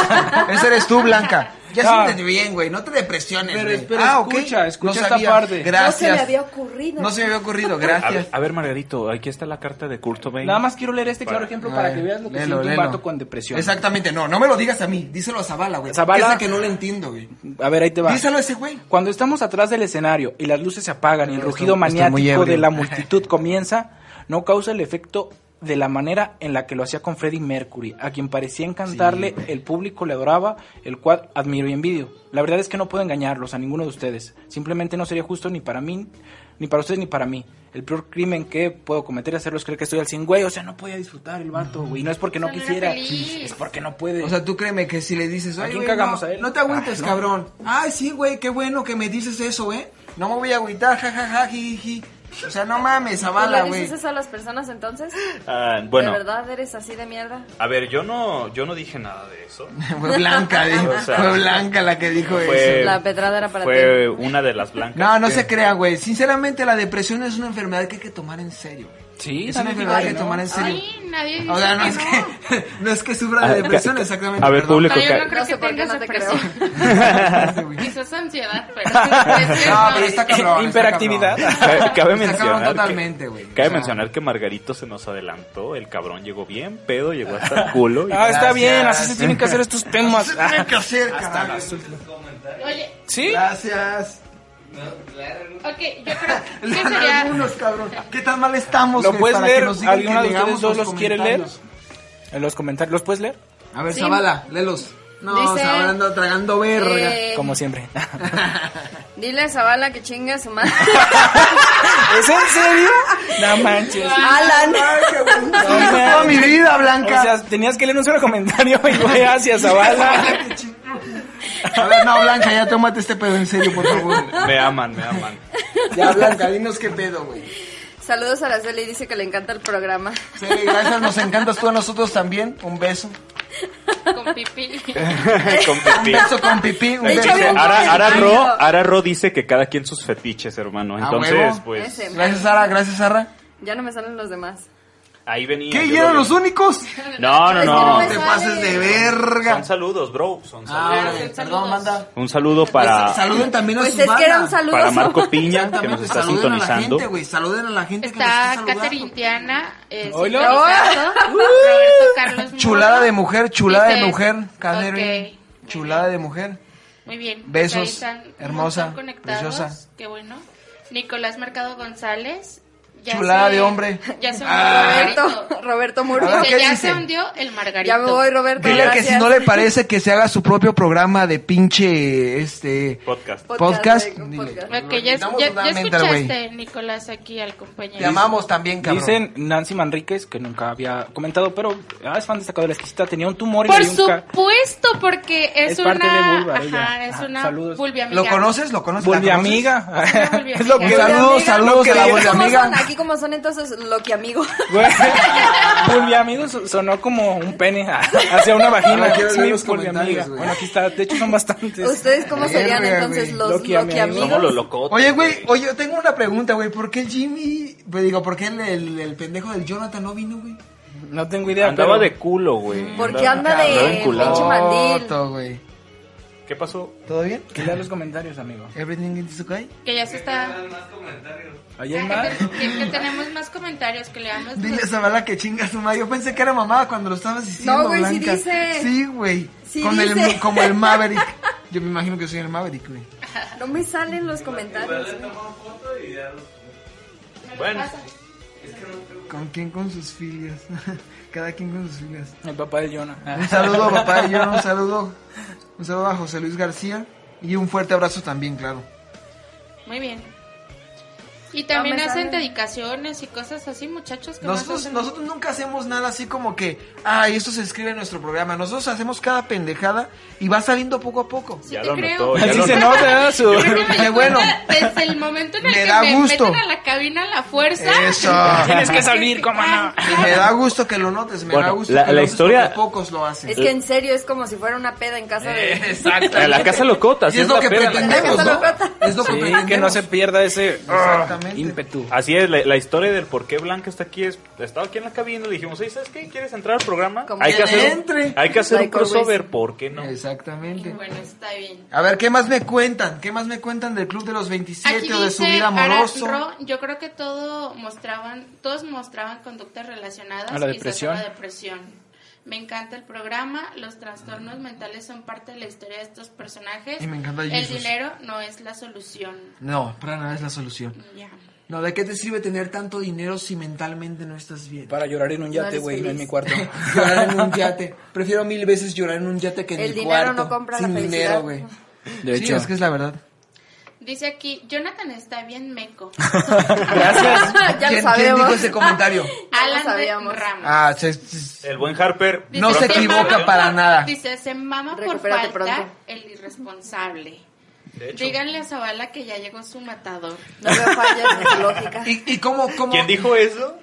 Speaker 6: ese eres tú, Blanca. Ya
Speaker 2: Ah.
Speaker 6: siéntete bien, güey. No te depresiones,
Speaker 2: Pero-
Speaker 6: güey.
Speaker 2: pero
Speaker 6: ah, ok.
Speaker 2: escucha, escucha
Speaker 6: No
Speaker 2: esta
Speaker 6: sabía.
Speaker 2: parte.
Speaker 3: no se
Speaker 6: Gracias.
Speaker 3: me había ocurrido.
Speaker 6: No se me había ocurrido,
Speaker 5: A
Speaker 6: gracias.
Speaker 5: ver, a ver, Margarito, aquí está la carta de Kurt Cobain.
Speaker 2: Nada más quiero leer este claro ejemplo para
Speaker 6: Ay,
Speaker 2: que veas lo que
Speaker 6: léelo,
Speaker 2: siente un
Speaker 6: léelo.
Speaker 2: vato con depresión.
Speaker 6: Exactamente, no, no me lo digas a mí. Díselo a Zavala, güey.
Speaker 2: Zavala.
Speaker 6: Que es la que no le entiendo, güey.
Speaker 2: A ver, ahí te va.
Speaker 6: Díselo a ese güey.
Speaker 2: Cuando estamos atrás del escenario y las luces se apagan y el
Speaker 6: Estoy-
Speaker 2: rugido
Speaker 6: estoy muy
Speaker 2: maniático
Speaker 6: ebrio.
Speaker 2: de la multitud comienza, no causa el efecto de la manera en la que lo hacía con Freddie Mercury, a quien parecía encantarle, el público le adoraba, el cual admiro y envidio. La verdad es que no puedo engañarlos a ninguno de ustedes. Simplemente no sería justo ni para mí, ni para ustedes ni para mí. El peor crimen que puedo cometer es hacerlos creer que estoy al 100, güey. O sea, no podía disfrutar el vato, güey. No es porque no
Speaker 4: O sea, no era
Speaker 2: quisiera,
Speaker 4: feliz.
Speaker 2: es porque no puede.
Speaker 6: O sea, tú créeme que si le dices,
Speaker 2: ¿A
Speaker 6: ay,
Speaker 2: quién
Speaker 6: güey,
Speaker 2: cagamos
Speaker 6: no,
Speaker 2: a él?
Speaker 6: no te agüites,
Speaker 2: Ah, no.
Speaker 6: cabrón. Ay, sí, güey, qué bueno que me dices eso, ¿eh? No me voy a agüitar, jajaja, jiji. O sea, no mames,
Speaker 3: ¿Tú le
Speaker 6: Zavala, güey.
Speaker 3: dices eso a las personas entonces?
Speaker 5: Ah, bueno,
Speaker 3: ¿De verdad eres así de mierda?
Speaker 5: a ver, yo no, yo no dije nada de eso.
Speaker 6: Fue Blanca, dijo.
Speaker 5: O sea,
Speaker 6: fue Blanca la que dijo eso.
Speaker 5: Fue,
Speaker 3: La pedrada era para
Speaker 5: Eh, fue una de las blancas.
Speaker 6: No, no
Speaker 5: que-
Speaker 6: se crea, güey. Sinceramente, la depresión es una enfermedad que hay que tomar en serio, güey.
Speaker 2: sí,
Speaker 6: Es una
Speaker 2: también
Speaker 6: enfermedad que hay
Speaker 2: digo,
Speaker 6: que
Speaker 2: ¿no?
Speaker 6: tomar en serio.
Speaker 4: Ay, nadie dice
Speaker 6: O sea, no
Speaker 4: que
Speaker 6: es
Speaker 4: no.
Speaker 6: que, no es que sufra
Speaker 5: Ah,
Speaker 6: de depresión,
Speaker 5: ca-
Speaker 6: exactamente.
Speaker 5: a ver,
Speaker 6: perdón.
Speaker 5: público.
Speaker 4: No, yo no creo
Speaker 3: No sé
Speaker 4: que
Speaker 3: por qué
Speaker 4: tengas
Speaker 3: no te creo.
Speaker 4: depresión. Quizás ansiedad, pero. depresión,
Speaker 6: No,
Speaker 4: no.
Speaker 6: pero está cabrón. está
Speaker 2: Hiperactividad.
Speaker 5: Ca-
Speaker 6: cabrón.
Speaker 5: Cabe
Speaker 6: Está cabrón
Speaker 5: mencionar,
Speaker 6: totalmente,
Speaker 5: que,
Speaker 6: güey.
Speaker 5: cabe
Speaker 6: O sea-
Speaker 5: mencionar que Margarito se nos adelantó, el cabrón llegó bien pedo, llegó hasta el culo y
Speaker 2: Ah, está
Speaker 6: Gracias.
Speaker 2: bien, así se tienen que hacer estos temas.
Speaker 6: Se tiene que hacer, carajo.
Speaker 4: Oye,
Speaker 2: ¿Sí?
Speaker 6: Gracias.
Speaker 4: ok, yo creo que
Speaker 6: Lean
Speaker 4: sería.
Speaker 6: algunos, cabrón. ¿Qué tan mal estamos,
Speaker 2: ¿Lo
Speaker 6: güey,
Speaker 2: puedes
Speaker 6: para que
Speaker 2: leer?
Speaker 6: nos digan
Speaker 2: ¿Alguno
Speaker 6: que
Speaker 2: de ustedes
Speaker 6: leamos
Speaker 2: dos
Speaker 6: los
Speaker 2: los quiere leer?
Speaker 6: comentarios?
Speaker 2: En los comentarios. ¿Los puedes leer?
Speaker 6: A ver,
Speaker 3: Sí.
Speaker 6: Zavala, léelos. No,
Speaker 3: Dice-
Speaker 6: Zavala anda tragando verga.
Speaker 3: Eh,
Speaker 2: Como siempre.
Speaker 3: Dile a Zavala que chinga a su madre.
Speaker 2: ¿Es en serio? No manches.
Speaker 6: Ah.
Speaker 3: Alan.
Speaker 6: Ay, qué bueno.
Speaker 2: No,
Speaker 6: Hizo
Speaker 2: man.
Speaker 6: toda mi vida, Blanca.
Speaker 2: O sea, tenías que leer un solo comentario y voy hacia Zavala.
Speaker 6: A ver, no, Blanca, ya tómate este pedo en serio, por favor.
Speaker 5: me aman, me aman.
Speaker 6: Ya, Blanca, dinos qué pedo, güey.
Speaker 3: Saludos a Araceli, dice que le encanta el programa.
Speaker 6: Sí, gracias, nos encantas tú a nosotros también. Un beso.
Speaker 4: Con pipí.
Speaker 5: Con
Speaker 6: Un
Speaker 5: pipí.
Speaker 6: beso con pipí, un beso.
Speaker 5: Dice,
Speaker 3: Échame un
Speaker 5: Ara, Ara
Speaker 3: comentario.
Speaker 5: Ro, Ara Ro dice que cada quien sus fetiches, hermano.
Speaker 6: ¿A
Speaker 5: Entonces,
Speaker 6: Ah, huevo?
Speaker 5: pues.
Speaker 3: Ese.
Speaker 6: Gracias, Sara, gracias, Sara.
Speaker 3: Ya no me salen los demás.
Speaker 5: Ahí venía. yo
Speaker 6: ¿Qué? ¿Y
Speaker 5: lo
Speaker 6: eran
Speaker 5: vi.
Speaker 6: los únicos?
Speaker 5: No, no,
Speaker 4: No
Speaker 5: no.
Speaker 4: me
Speaker 6: te
Speaker 4: sale.
Speaker 6: pases de verga.
Speaker 5: Son saludos, bro. Son saludos.
Speaker 6: Ah,
Speaker 4: Saludos.
Speaker 6: perdón, manda. Este,
Speaker 5: Un saludo para,
Speaker 6: Saluden también a
Speaker 3: Pues
Speaker 6: su
Speaker 3: es que era
Speaker 6: banda.
Speaker 3: un saludo.
Speaker 5: para Marco Piña, que nos
Speaker 6: Exactamente,
Speaker 5: está
Speaker 6: saluden a la
Speaker 5: sintonizando.
Speaker 6: gente, güey. Saluden a la gente
Speaker 4: Está
Speaker 6: que nos está
Speaker 4: Catherine
Speaker 6: saludando.
Speaker 4: Indiana, eh,
Speaker 2: Hola.
Speaker 4: sintonizando. Roberto Carlos.
Speaker 6: ¡Uh! Chulada
Speaker 4: Moro.
Speaker 6: de mujer, chulada de
Speaker 4: Dice,
Speaker 6: mujer, Catherine.
Speaker 4: ok.
Speaker 6: Chulada de mujer.
Speaker 4: Muy bien. pues
Speaker 6: Besos,
Speaker 4: ahí están un
Speaker 6: hermosa,
Speaker 4: montón conectados,
Speaker 6: preciosa.
Speaker 4: Qué bueno. Nicolás Mercado González. ya
Speaker 6: Chulada
Speaker 4: se-
Speaker 6: de hombre.
Speaker 4: Ya se
Speaker 6: Ah.
Speaker 4: hundió el
Speaker 3: Roberto,
Speaker 4: margarito.
Speaker 3: Roberto Murphy.
Speaker 6: A ver,
Speaker 4: Dice,
Speaker 6: ¿qué
Speaker 4: ya
Speaker 6: dice?
Speaker 4: se hundió el margarito.
Speaker 3: Ya me voy, Roberto.
Speaker 6: Dile que
Speaker 3: gracias.
Speaker 6: si no le parece que se haga su propio programa de pinche este
Speaker 5: Podcast.
Speaker 6: podcast.
Speaker 3: güey, un
Speaker 6: dile.
Speaker 3: podcast.
Speaker 4: Ok, ya,
Speaker 6: Lo
Speaker 4: ya- ya
Speaker 6: invitamos totalmente,
Speaker 4: escuchaste, Nicolás, aquí al
Speaker 6: Te
Speaker 4: compañero.
Speaker 6: amamos también, cabrón.
Speaker 2: Dicen Nancy Manríquez, que nunca había comentado, pero ah, es fan destacado de la exquisita, tenía un tumor y
Speaker 4: Por
Speaker 2: le dio un ca-
Speaker 4: supuesto, porque es,
Speaker 2: Es parte
Speaker 4: una.
Speaker 2: de vulva,
Speaker 4: ajá,
Speaker 2: ella.
Speaker 4: es
Speaker 2: Ah,
Speaker 4: una
Speaker 2: saludos.
Speaker 4: vulva amiga.
Speaker 6: ¿Lo conoces? ¿Lo conoces? ¿La
Speaker 2: Volví
Speaker 6: conoces?
Speaker 2: amiga.
Speaker 4: Es una volví
Speaker 2: es lo
Speaker 4: amiga.
Speaker 2: que
Speaker 6: Volví
Speaker 2: saludos,
Speaker 6: amiga,
Speaker 2: saludos
Speaker 6: no
Speaker 2: a la
Speaker 6: quería.
Speaker 2: volví
Speaker 3: ¿Cómo son?
Speaker 2: amiga.
Speaker 3: Aquí como son entonces lo que amigo.
Speaker 2: Güey, Volví amigo so- sonó como un pene ah, hacia una vagina.
Speaker 6: Ahora quiero
Speaker 2: Sí,
Speaker 6: leer los
Speaker 2: volví amiga.
Speaker 6: comentarios, güey.
Speaker 2: Bueno, aquí está, de hecho son bastantes.
Speaker 3: ¿Ustedes cómo
Speaker 6: Verga,
Speaker 3: serían entonces
Speaker 6: güey.
Speaker 3: los
Speaker 2: Lo que
Speaker 3: lo
Speaker 2: amigos.
Speaker 3: que
Speaker 5: Somos los
Speaker 3: amigos?
Speaker 5: locotes.
Speaker 6: Oye, güey, oye, yo tengo una pregunta, güey. ¿Por qué el Jimmy, pues, digo, por qué el, el- el pendejo del Jonathan no vino, güey?
Speaker 2: No tengo idea,
Speaker 5: Andaba
Speaker 2: pero-
Speaker 5: de culo, güey.
Speaker 3: ¿Por qué anda
Speaker 5: andaba
Speaker 3: de
Speaker 5: enculado.
Speaker 3: pinche mandil?
Speaker 6: Joto, güey.
Speaker 5: ¿Qué pasó?
Speaker 6: ¿Todo bien?
Speaker 2: Que lea los comentarios, amigo.
Speaker 6: Everything is okay?
Speaker 4: Que ya se está.
Speaker 2: ¿Ahí hay más?
Speaker 4: Que, que tenemos más comentarios que leamos.
Speaker 6: Dile a Zabala que chinga su madre. Yo pensé que era mamada cuando lo estabas diciendo,
Speaker 3: No, güey, sí
Speaker 6: Blanca.
Speaker 3: dice.
Speaker 6: Sí, güey.
Speaker 3: Sí
Speaker 6: Con
Speaker 3: dice.
Speaker 6: el como el Maverick. Yo me imagino que soy el Maverick, güey.
Speaker 3: No me salen los comentarios.
Speaker 5: Bueno,
Speaker 6: ¿Con quién? Con sus filias. Cada quien con sus filias.
Speaker 2: El papá de Jonah. Ah.
Speaker 6: Un saludo a papá y yo, un saludo. Un saludo a José Luis García. Y un fuerte abrazo también, claro.
Speaker 4: Muy bien. Y también
Speaker 3: me
Speaker 4: hacen
Speaker 3: sale.
Speaker 4: dedicaciones y cosas así, muchachos. Que más
Speaker 6: Nosotros,
Speaker 4: hacen?
Speaker 6: nosotros nunca hacemos nada así como que, ay, esto se escribe en nuestro programa. Nosotros hacemos cada pendejada y va saliendo poco a poco.
Speaker 4: Sí
Speaker 5: ya
Speaker 4: te
Speaker 5: lo
Speaker 4: creo.
Speaker 5: notó. Ya
Speaker 2: Así
Speaker 5: lo
Speaker 2: se
Speaker 5: notó.
Speaker 2: nota ¿verdad? su...
Speaker 4: Yo creo que me
Speaker 6: Qué
Speaker 4: di
Speaker 6: bueno.
Speaker 4: cuenta Desde el momento en el
Speaker 6: Me
Speaker 4: que
Speaker 6: da
Speaker 4: me
Speaker 6: gusto.
Speaker 4: meten a la cabina a la fuerza.
Speaker 6: Eso.
Speaker 2: Tienes que salir, cómo no.
Speaker 4: ah,
Speaker 6: Me da gusto que lo notes, me
Speaker 5: Bueno,
Speaker 6: da gusto
Speaker 5: la-
Speaker 6: que
Speaker 5: la
Speaker 6: lo notes
Speaker 5: historia-
Speaker 6: porque pocos lo hacen.
Speaker 3: Es que en serio es como si fuera una peda en casa de.
Speaker 6: Exacto.
Speaker 5: A la casa locota.
Speaker 6: Y
Speaker 5: así
Speaker 6: es lo
Speaker 5: la
Speaker 6: que
Speaker 5: peda.
Speaker 6: pretendemos,
Speaker 3: La
Speaker 6: ¿no?
Speaker 3: casa locota.
Speaker 6: Es lo que
Speaker 2: Sí,
Speaker 6: pretendemos.
Speaker 2: que no se pierda ese ah,
Speaker 6: Exactamente.
Speaker 2: ímpetu.
Speaker 5: Así es, la, la historia del por qué Blanca está aquí es, estaba aquí en la cabina, le dijimos, "Ey, ¿sabes qué? ¿Quieres entrar al programa?
Speaker 3: Como
Speaker 5: Hay
Speaker 6: que
Speaker 5: que, hacer,
Speaker 6: entre.
Speaker 5: un- hay que hacer un
Speaker 3: Michael
Speaker 5: crossover, ¿por qué no?
Speaker 6: Exactamente.
Speaker 4: Bueno, está bien.
Speaker 6: A ver, ¿qué más me cuentan? ¿Qué más me cuentan del Club de los 27
Speaker 4: Aquí
Speaker 6: o de su
Speaker 4: dice
Speaker 6: vida
Speaker 4: Ara
Speaker 6: amoroso?
Speaker 4: Ro, yo creo que todo mostraban, todos mostraban conductas relacionadas
Speaker 2: A la
Speaker 4: quizás
Speaker 2: depresión.
Speaker 4: a la depresión. Me encanta el programa, los trastornos mentales son parte de la historia de estos personajes.
Speaker 6: Y me encanta
Speaker 4: el
Speaker 6: Jesus.
Speaker 4: dinero no es la solución.
Speaker 6: No, para nada es la solución.
Speaker 4: Ya.
Speaker 6: No, ¿de qué te sirve tener tanto dinero si mentalmente no estás bien?
Speaker 2: Para llorar en un
Speaker 3: No
Speaker 2: yate,
Speaker 3: eres
Speaker 2: güey, no en
Speaker 3: feliz.
Speaker 2: mi cuarto.
Speaker 6: Llorar en un yate. Prefiero mil veces llorar en un yate que en
Speaker 3: El
Speaker 6: mi
Speaker 3: dinero
Speaker 6: cuarto,
Speaker 3: no compra la
Speaker 6: sin
Speaker 3: felicidad.
Speaker 6: dinero, güey.
Speaker 2: De
Speaker 6: sí,
Speaker 2: hecho.
Speaker 6: es que es la verdad.
Speaker 4: Dice aquí, Jonathan está bien meco.
Speaker 2: Gracias.
Speaker 3: ya lo
Speaker 6: ¿Quién, quién
Speaker 3: sabemos.
Speaker 6: dijo ese comentario?
Speaker 4: Alan de
Speaker 3: sabíamos.
Speaker 4: Ramos.
Speaker 6: Ah, se- se-
Speaker 5: El buen Harper.
Speaker 4: Dice,
Speaker 6: No se
Speaker 4: "Se
Speaker 6: equivoca
Speaker 4: mama
Speaker 6: para
Speaker 4: por-
Speaker 6: nada".
Speaker 4: Dice, se mama por
Speaker 3: Recupérate
Speaker 4: falta
Speaker 3: pronto.
Speaker 4: el irresponsable.
Speaker 5: De hecho.
Speaker 4: Díganle a Zavala que ya llegó su matador.
Speaker 3: No veo fallas en su lógica.
Speaker 6: ¿Y, y cómo, cómo?
Speaker 5: ¿Quién dijo eso?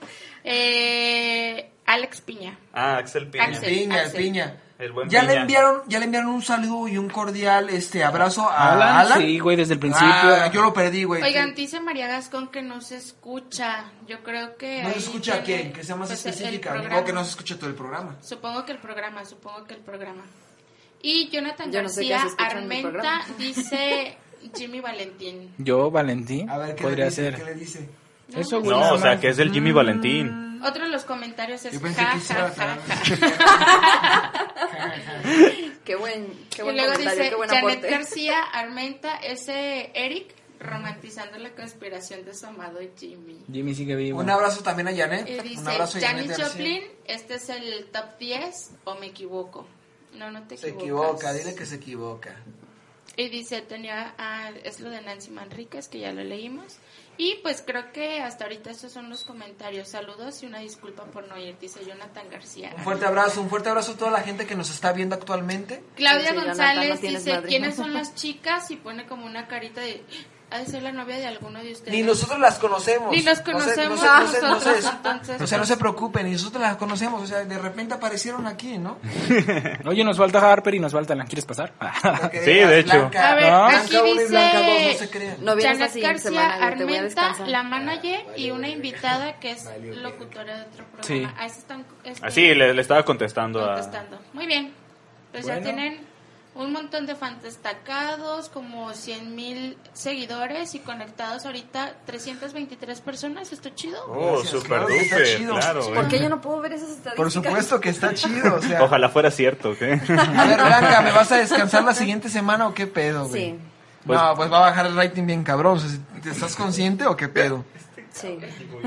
Speaker 4: Eh, Alex Piña.
Speaker 5: Ah, Axel Piña.
Speaker 4: Axel.
Speaker 6: Piña,
Speaker 4: Axel.
Speaker 6: piña.
Speaker 5: El buen
Speaker 6: ya le
Speaker 5: Piña.
Speaker 6: enviaron, ya le enviaron un saludo y un cordial este abrazo a
Speaker 2: Alan,
Speaker 6: Alan.
Speaker 2: sí, güey, desde el principio.
Speaker 6: Ah, yo lo perdí, güey.
Speaker 4: Oigan, dice María Gascón que no se escucha. Yo creo que.
Speaker 6: ¿No se
Speaker 4: ahí
Speaker 6: escucha a
Speaker 4: tiene,
Speaker 6: quién? Que sea más
Speaker 4: pues, el- el
Speaker 6: específica.
Speaker 4: programa.
Speaker 6: O que no se escuche todo el programa.
Speaker 4: Supongo que el programa, supongo que el programa. Y Jonathan
Speaker 3: Yo no sé qué
Speaker 4: García
Speaker 3: se escucha en mi
Speaker 4: Armenta
Speaker 3: programa.
Speaker 4: dice Jimmy Valentín.
Speaker 2: Yo, Valentín,
Speaker 6: A ver, ¿qué
Speaker 2: podría
Speaker 6: le dice? ¿Qué
Speaker 2: ser.
Speaker 6: le dice?
Speaker 2: Eso, güey.
Speaker 5: No,
Speaker 2: nada
Speaker 5: o sea,
Speaker 2: más.
Speaker 5: que es del
Speaker 6: Mm.
Speaker 5: Jimmy Valentín.
Speaker 4: Otro de los comentarios es
Speaker 6: Yo pensé
Speaker 4: Mm, pues, ja,
Speaker 6: que sí
Speaker 4: ja,
Speaker 6: era
Speaker 4: ja,
Speaker 6: tan-
Speaker 4: ja.
Speaker 3: Qué buen, qué
Speaker 4: Y
Speaker 3: buen
Speaker 4: luego
Speaker 3: comentario,
Speaker 4: dice
Speaker 3: qué buen
Speaker 4: Janet
Speaker 3: aporte.
Speaker 4: García Armenta, ese Eric romantizando la conspiración de su amado Jimmy.
Speaker 2: Jimmy sigue vivo.
Speaker 6: Un abrazo también a Janet.
Speaker 4: Y Eh, dice,
Speaker 6: un abrazo a
Speaker 4: Janis
Speaker 6: Janet. García.
Speaker 4: Joplin, este es el top 10 o me equivoco. No, no te equivocas.
Speaker 6: Se equivoca, dile que se equivoca.
Speaker 4: Y dice, tenía, ah, es lo de Nancy Manríquez, que ya lo leímos. Y pues creo que hasta ahorita estos son los comentarios. Saludos y una disculpa por no ir, dice Jonathan García.
Speaker 6: Un fuerte abrazo, un fuerte abrazo a toda la gente que nos está viendo actualmente.
Speaker 3: Sí,
Speaker 4: Claudia
Speaker 3: sí, Jonathan, no
Speaker 4: González
Speaker 3: tienes
Speaker 4: dice,
Speaker 3: madre.
Speaker 4: ¿quiénes son las chicas? Y pone como una carita de, Ha de ser la novia de alguno de ustedes.
Speaker 6: Ni nosotros las conocemos.
Speaker 4: Ni las
Speaker 6: No sé,
Speaker 4: conocemos
Speaker 6: no sé, no sé, no sé.
Speaker 4: nosotros, entonces.
Speaker 6: O sea, no se preocupen, ni nosotros las conocemos. O sea, de repente aparecieron aquí, ¿no?
Speaker 2: Oye, nos falta Harper y nos falta Alan. ¿Quieres pasar?
Speaker 6: Porque
Speaker 5: Sí,
Speaker 6: eras
Speaker 5: de hecho.
Speaker 6: blanca-
Speaker 4: A ver,
Speaker 2: No.
Speaker 6: blanca
Speaker 4: aquí
Speaker 6: uno y
Speaker 4: dice
Speaker 6: blanca dos, no se crean.
Speaker 3: No vienes la
Speaker 4: Janet
Speaker 3: siguiente
Speaker 4: García,
Speaker 3: semana, güey, te voy a
Speaker 4: Armenta,
Speaker 3: descansar.
Speaker 4: la manager y una invitada que es locutora de otro programa.
Speaker 2: Sí.
Speaker 4: Ah, ese están, este,
Speaker 5: Así le, le estaba contestando a...
Speaker 4: contestando. Muy bien. Pues ya
Speaker 2: Bueno.
Speaker 4: tienen un montón de fans destacados, como 100 mil seguidores y conectados ahorita 323 personas. ¿Esto es chido?
Speaker 5: Oh,
Speaker 6: Gracias,
Speaker 5: super
Speaker 6: claro que está
Speaker 5: duper,
Speaker 6: chido.
Speaker 5: claro.
Speaker 3: ¿Por
Speaker 5: eh.
Speaker 3: qué yo no puedo ver esas estadísticas?
Speaker 6: Por supuesto que está chido, o sea.
Speaker 5: Ojalá fuera cierto, ¿qué?
Speaker 6: A ver, Blanca, ¿me vas a descansar la siguiente semana o qué pedo, güey?
Speaker 3: Sí,
Speaker 6: no, pues va a bajar el rating bien cabrón. o sea, ¿te ¿Estás consciente o qué pedo?
Speaker 3: sí.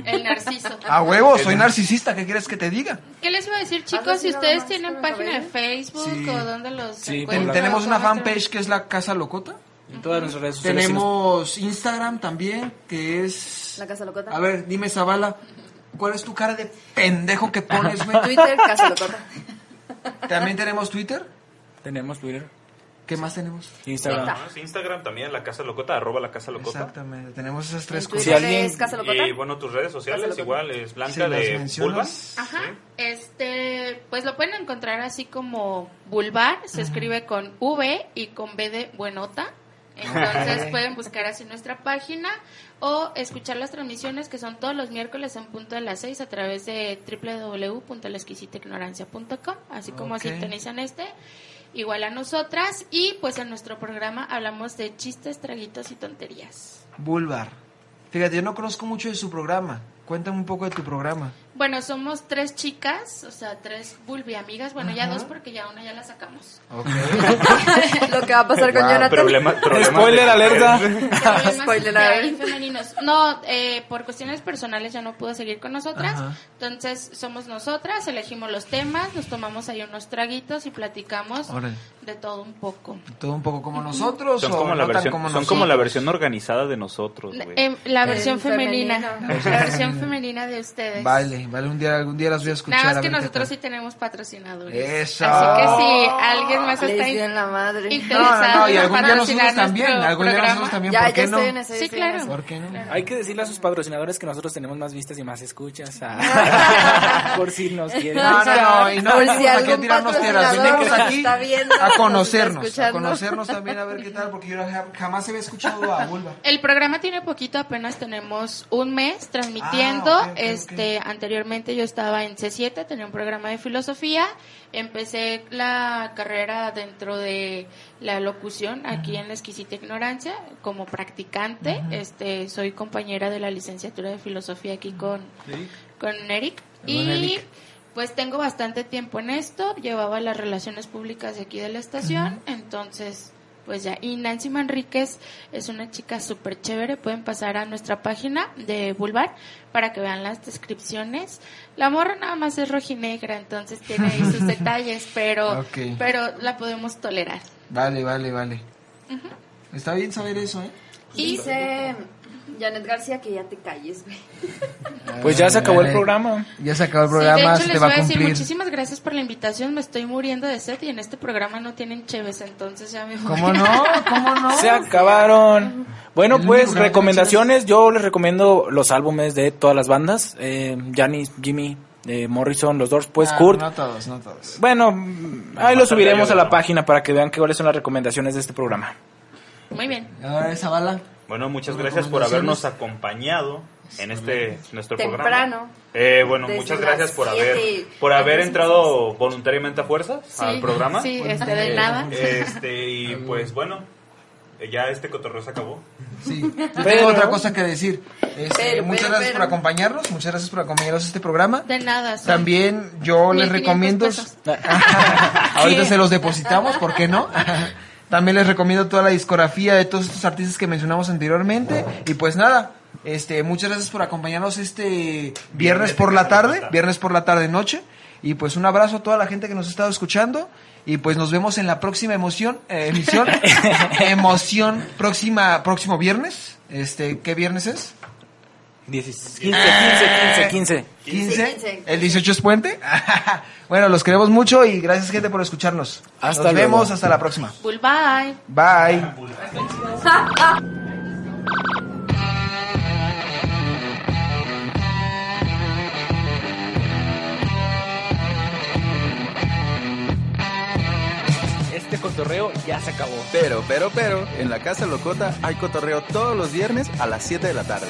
Speaker 4: El narciso. Ah.
Speaker 6: A huevo, soy narcisista, ¿qué quieres que te diga?
Speaker 4: ¿Qué les iba a decir,
Speaker 3: Algo
Speaker 4: chicos?
Speaker 3: así
Speaker 4: Si
Speaker 3: nada
Speaker 4: ustedes
Speaker 3: más
Speaker 4: tienen
Speaker 3: que me
Speaker 4: página de
Speaker 3: acabé.
Speaker 4: Facebook
Speaker 6: Sí.
Speaker 4: o donde los
Speaker 2: Sí,
Speaker 4: encuentran,
Speaker 2: Hola.
Speaker 6: Tenemos una
Speaker 4: ¿cómo
Speaker 6: fanpage que es la Casa Locota.
Speaker 2: En todas nuestras redes sociales.
Speaker 6: Tenemos Instagram también, que es...
Speaker 3: La Casa Locota.
Speaker 6: A ver, dime, Zavala, ¿cuál es tu cara de pendejo que pones, güey?
Speaker 3: Twitter, Casa Locota.
Speaker 6: También tenemos Twitter.
Speaker 2: Tenemos Twitter,
Speaker 6: ¿Qué más tenemos?
Speaker 2: Instagram.
Speaker 5: Ah, Instagram también, la casa locota, arroba la casa
Speaker 6: Exactamente, tenemos esas tres
Speaker 3: En
Speaker 6: cosas.
Speaker 2: Si
Speaker 3: Twitter
Speaker 2: alguien-
Speaker 3: es Casa Locota.
Speaker 5: bueno, tus redes
Speaker 3: sociales Casa Locota.
Speaker 5: es
Speaker 6: Si las mencionas,
Speaker 4: Ajá, este, pues lo pueden encontrar así como Bulbar, se escribe con V y con B de buenota. Entonces
Speaker 6: Ok.
Speaker 4: pueden buscar así nuestra página o escuchar las transmisiones que son todos los miércoles en punto de las 6 a través de www.laexquisitaignorancia.com, así como
Speaker 6: Ok.
Speaker 4: sintonizan este, igual a nosotras y pues en nuestro programa hablamos de chistes, traguitos y tonterías.
Speaker 6: Bulbar. Fíjate, yo no conozco mucho de su programa. Cuéntame un poco de tu programa.
Speaker 4: Bueno, somos tres chicas, o sea, tres bulbi amigas. Bueno, ya
Speaker 6: Ajá.
Speaker 4: dos porque ya una ya la sacamos.
Speaker 3: Lo que va a pasar con Jonathan.
Speaker 2: Spoiler alerta.
Speaker 4: Problemas
Speaker 3: Spoiler
Speaker 4: de
Speaker 3: alert.
Speaker 4: ahí femeninos. No, eh, por cuestiones personales ya no pudo seguir con nosotras.
Speaker 6: Ajá.
Speaker 4: Entonces, somos nosotras, elegimos los temas, nos tomamos ahí unos traguitos y platicamos
Speaker 6: Órale.
Speaker 4: de todo un poco.
Speaker 6: Todo un poco como nosotros
Speaker 5: Son
Speaker 6: o
Speaker 5: como, la
Speaker 6: no tan
Speaker 5: versión,
Speaker 6: como
Speaker 5: son
Speaker 6: nosotros.
Speaker 5: como la versión organizada de nosotros, güey.
Speaker 4: Eh, la versión
Speaker 3: El
Speaker 4: femenina.
Speaker 3: femenino.
Speaker 4: La versión femenina de ustedes.
Speaker 6: Vale, vale, un día, algún día las voy a escuchar.
Speaker 4: Nada más
Speaker 6: a
Speaker 4: que
Speaker 6: ver qué
Speaker 4: nosotros sí
Speaker 6: tal.
Speaker 4: tenemos patrocinadores.
Speaker 6: Eso.
Speaker 4: Así que si alguien más
Speaker 3: Les
Speaker 4: está
Speaker 3: dio en la madre.
Speaker 6: No, no, no, y
Speaker 4: para
Speaker 6: algún día nosotros
Speaker 4: patrocinar
Speaker 6: también,
Speaker 4: nuestro
Speaker 6: algún día
Speaker 4: programa.
Speaker 6: nosotros también,
Speaker 3: Ya,
Speaker 6: ¿por
Speaker 3: ya
Speaker 6: qué
Speaker 3: estoy en
Speaker 6: no?
Speaker 3: eso.
Speaker 4: Sí,
Speaker 3: ya estoy en
Speaker 4: claro.
Speaker 3: eso.
Speaker 6: ¿Por qué no?
Speaker 2: Hay que decirle a sus patrocinadores que nosotros tenemos más vistas y más escuchas. ah, por si nos quieren.
Speaker 6: No, no, no, y no
Speaker 3: Por
Speaker 6: venimos
Speaker 3: si
Speaker 6: aquí a
Speaker 3: algún
Speaker 6: tirarnos tierras,
Speaker 3: patrocinador
Speaker 6: venimos
Speaker 3: nos
Speaker 6: aquí
Speaker 3: está viendo, nos
Speaker 6: a
Speaker 3: está
Speaker 6: conocernos, a
Speaker 3: escuchando.
Speaker 6: conocernos también a ver qué tal, porque yo no- jamás había escuchado a Bulba.
Speaker 4: El programa tiene poquito, apenas tenemos un mes transmitiendo.
Speaker 6: Ah, ok, ok,
Speaker 4: este, anteriormente yo estaba en C7, tenía un programa de filosofía. Empecé la carrera dentro de la locución aquí en la exquisita ignorancia como practicante. Este, soy compañera de la licenciatura de filosofía aquí con con Eric y
Speaker 6: Eric.
Speaker 4: pues tengo bastante tiempo en esto, llevaba las relaciones públicas de aquí de la estación, entonces pues ya, y Nancy Manríquez es una chica súper chévere, pueden pasar a nuestra página de Boulevard para que vean las descripciones. La morra nada más es rojinegra, entonces tiene ahí sus detalles, pero,
Speaker 6: Ok.
Speaker 4: pero la podemos tolerar.
Speaker 6: Vale, vale, vale. Está bien saber eso, ¿eh?
Speaker 3: Dice Janet García que ya te calles, güey.
Speaker 2: Pues ya se acabó el programa.
Speaker 6: Ya se acabó el
Speaker 4: Sí,
Speaker 6: programa,
Speaker 4: de hecho,
Speaker 6: se te
Speaker 4: les
Speaker 6: va
Speaker 4: voy
Speaker 6: a
Speaker 4: a decir
Speaker 6: cumplir.
Speaker 4: muchísimas gracias por la invitación. Me estoy muriendo de sed y en este programa no tienen cheves, entonces ya me voy.
Speaker 6: ¿Cómo no? ¿Cómo no?
Speaker 2: Se acabaron. Bueno,
Speaker 6: El único
Speaker 2: pues
Speaker 6: que no
Speaker 2: recomendaciones. Yo les recomiendo los álbumes de todas las bandas. Eh, Janis, Jimmy, eh, Morrison, los Doors, pues
Speaker 6: Ah,
Speaker 2: Kurt.
Speaker 6: No todos, no todos.
Speaker 2: Bueno, mm, ahí lo subiremos a la página para que vean que cuáles son las recomendaciones de este programa.
Speaker 4: Muy bien.
Speaker 6: Ahora esa bala.
Speaker 5: Bueno, muchas
Speaker 6: Tus
Speaker 5: gracias por habernos
Speaker 6: recomendaciones.
Speaker 5: acompañado en este nuestro
Speaker 3: Temprano.
Speaker 5: programa. Eh, bueno,
Speaker 3: Desde
Speaker 5: muchas
Speaker 3: las
Speaker 5: gracias por haber
Speaker 3: siete.
Speaker 5: por haber
Speaker 3: Entonces,
Speaker 5: entrado voluntariamente a fuerzas
Speaker 4: Sí,
Speaker 5: al programa.
Speaker 4: Sí, este, de
Speaker 5: Eh,
Speaker 4: nada.
Speaker 5: Este y pues bueno, eh, ya este cotorreo se acabó.
Speaker 6: Sí. Yo
Speaker 2: Pero-
Speaker 6: tengo otra cosa que decir. Este,
Speaker 3: Pero,
Speaker 6: muchas
Speaker 3: pero,
Speaker 6: gracias
Speaker 3: pero.
Speaker 6: por acompañarnos, muchas gracias por acompañarnos a este programa.
Speaker 4: De nada. sí.
Speaker 6: También yo les
Speaker 4: 1500
Speaker 6: recomiendo.
Speaker 4: pesos.
Speaker 6: Ah. Ahorita se los depositamos, ¿por qué no? También les recomiendo toda la discografía de todos estos artistas que mencionamos anteriormente. Y pues nada, este, muchas gracias por acompañarnos este viernes por la tarde, viernes por la tarde noche. Y pues un abrazo a toda la gente que nos ha estado escuchando. Y pues nos vemos en la próxima emoción, eh, emisión, emoción, próxima, próximo viernes. Este, ¿qué viernes es?
Speaker 2: 15, 15, 15, 15.
Speaker 6: 15.
Speaker 3: 15.
Speaker 6: El 18 es puente. bueno, los queremos mucho y gracias gente por escucharnos.
Speaker 2: Hasta
Speaker 6: Nos
Speaker 2: luego.
Speaker 6: vemos, hasta la próxima.
Speaker 4: Bull, bye.
Speaker 6: Bye.
Speaker 8: Este cotorreo ya se acabó.
Speaker 6: Pero, pero, pero, en la Casa Locota hay cotorreo todos los viernes a las 7 de la tarde.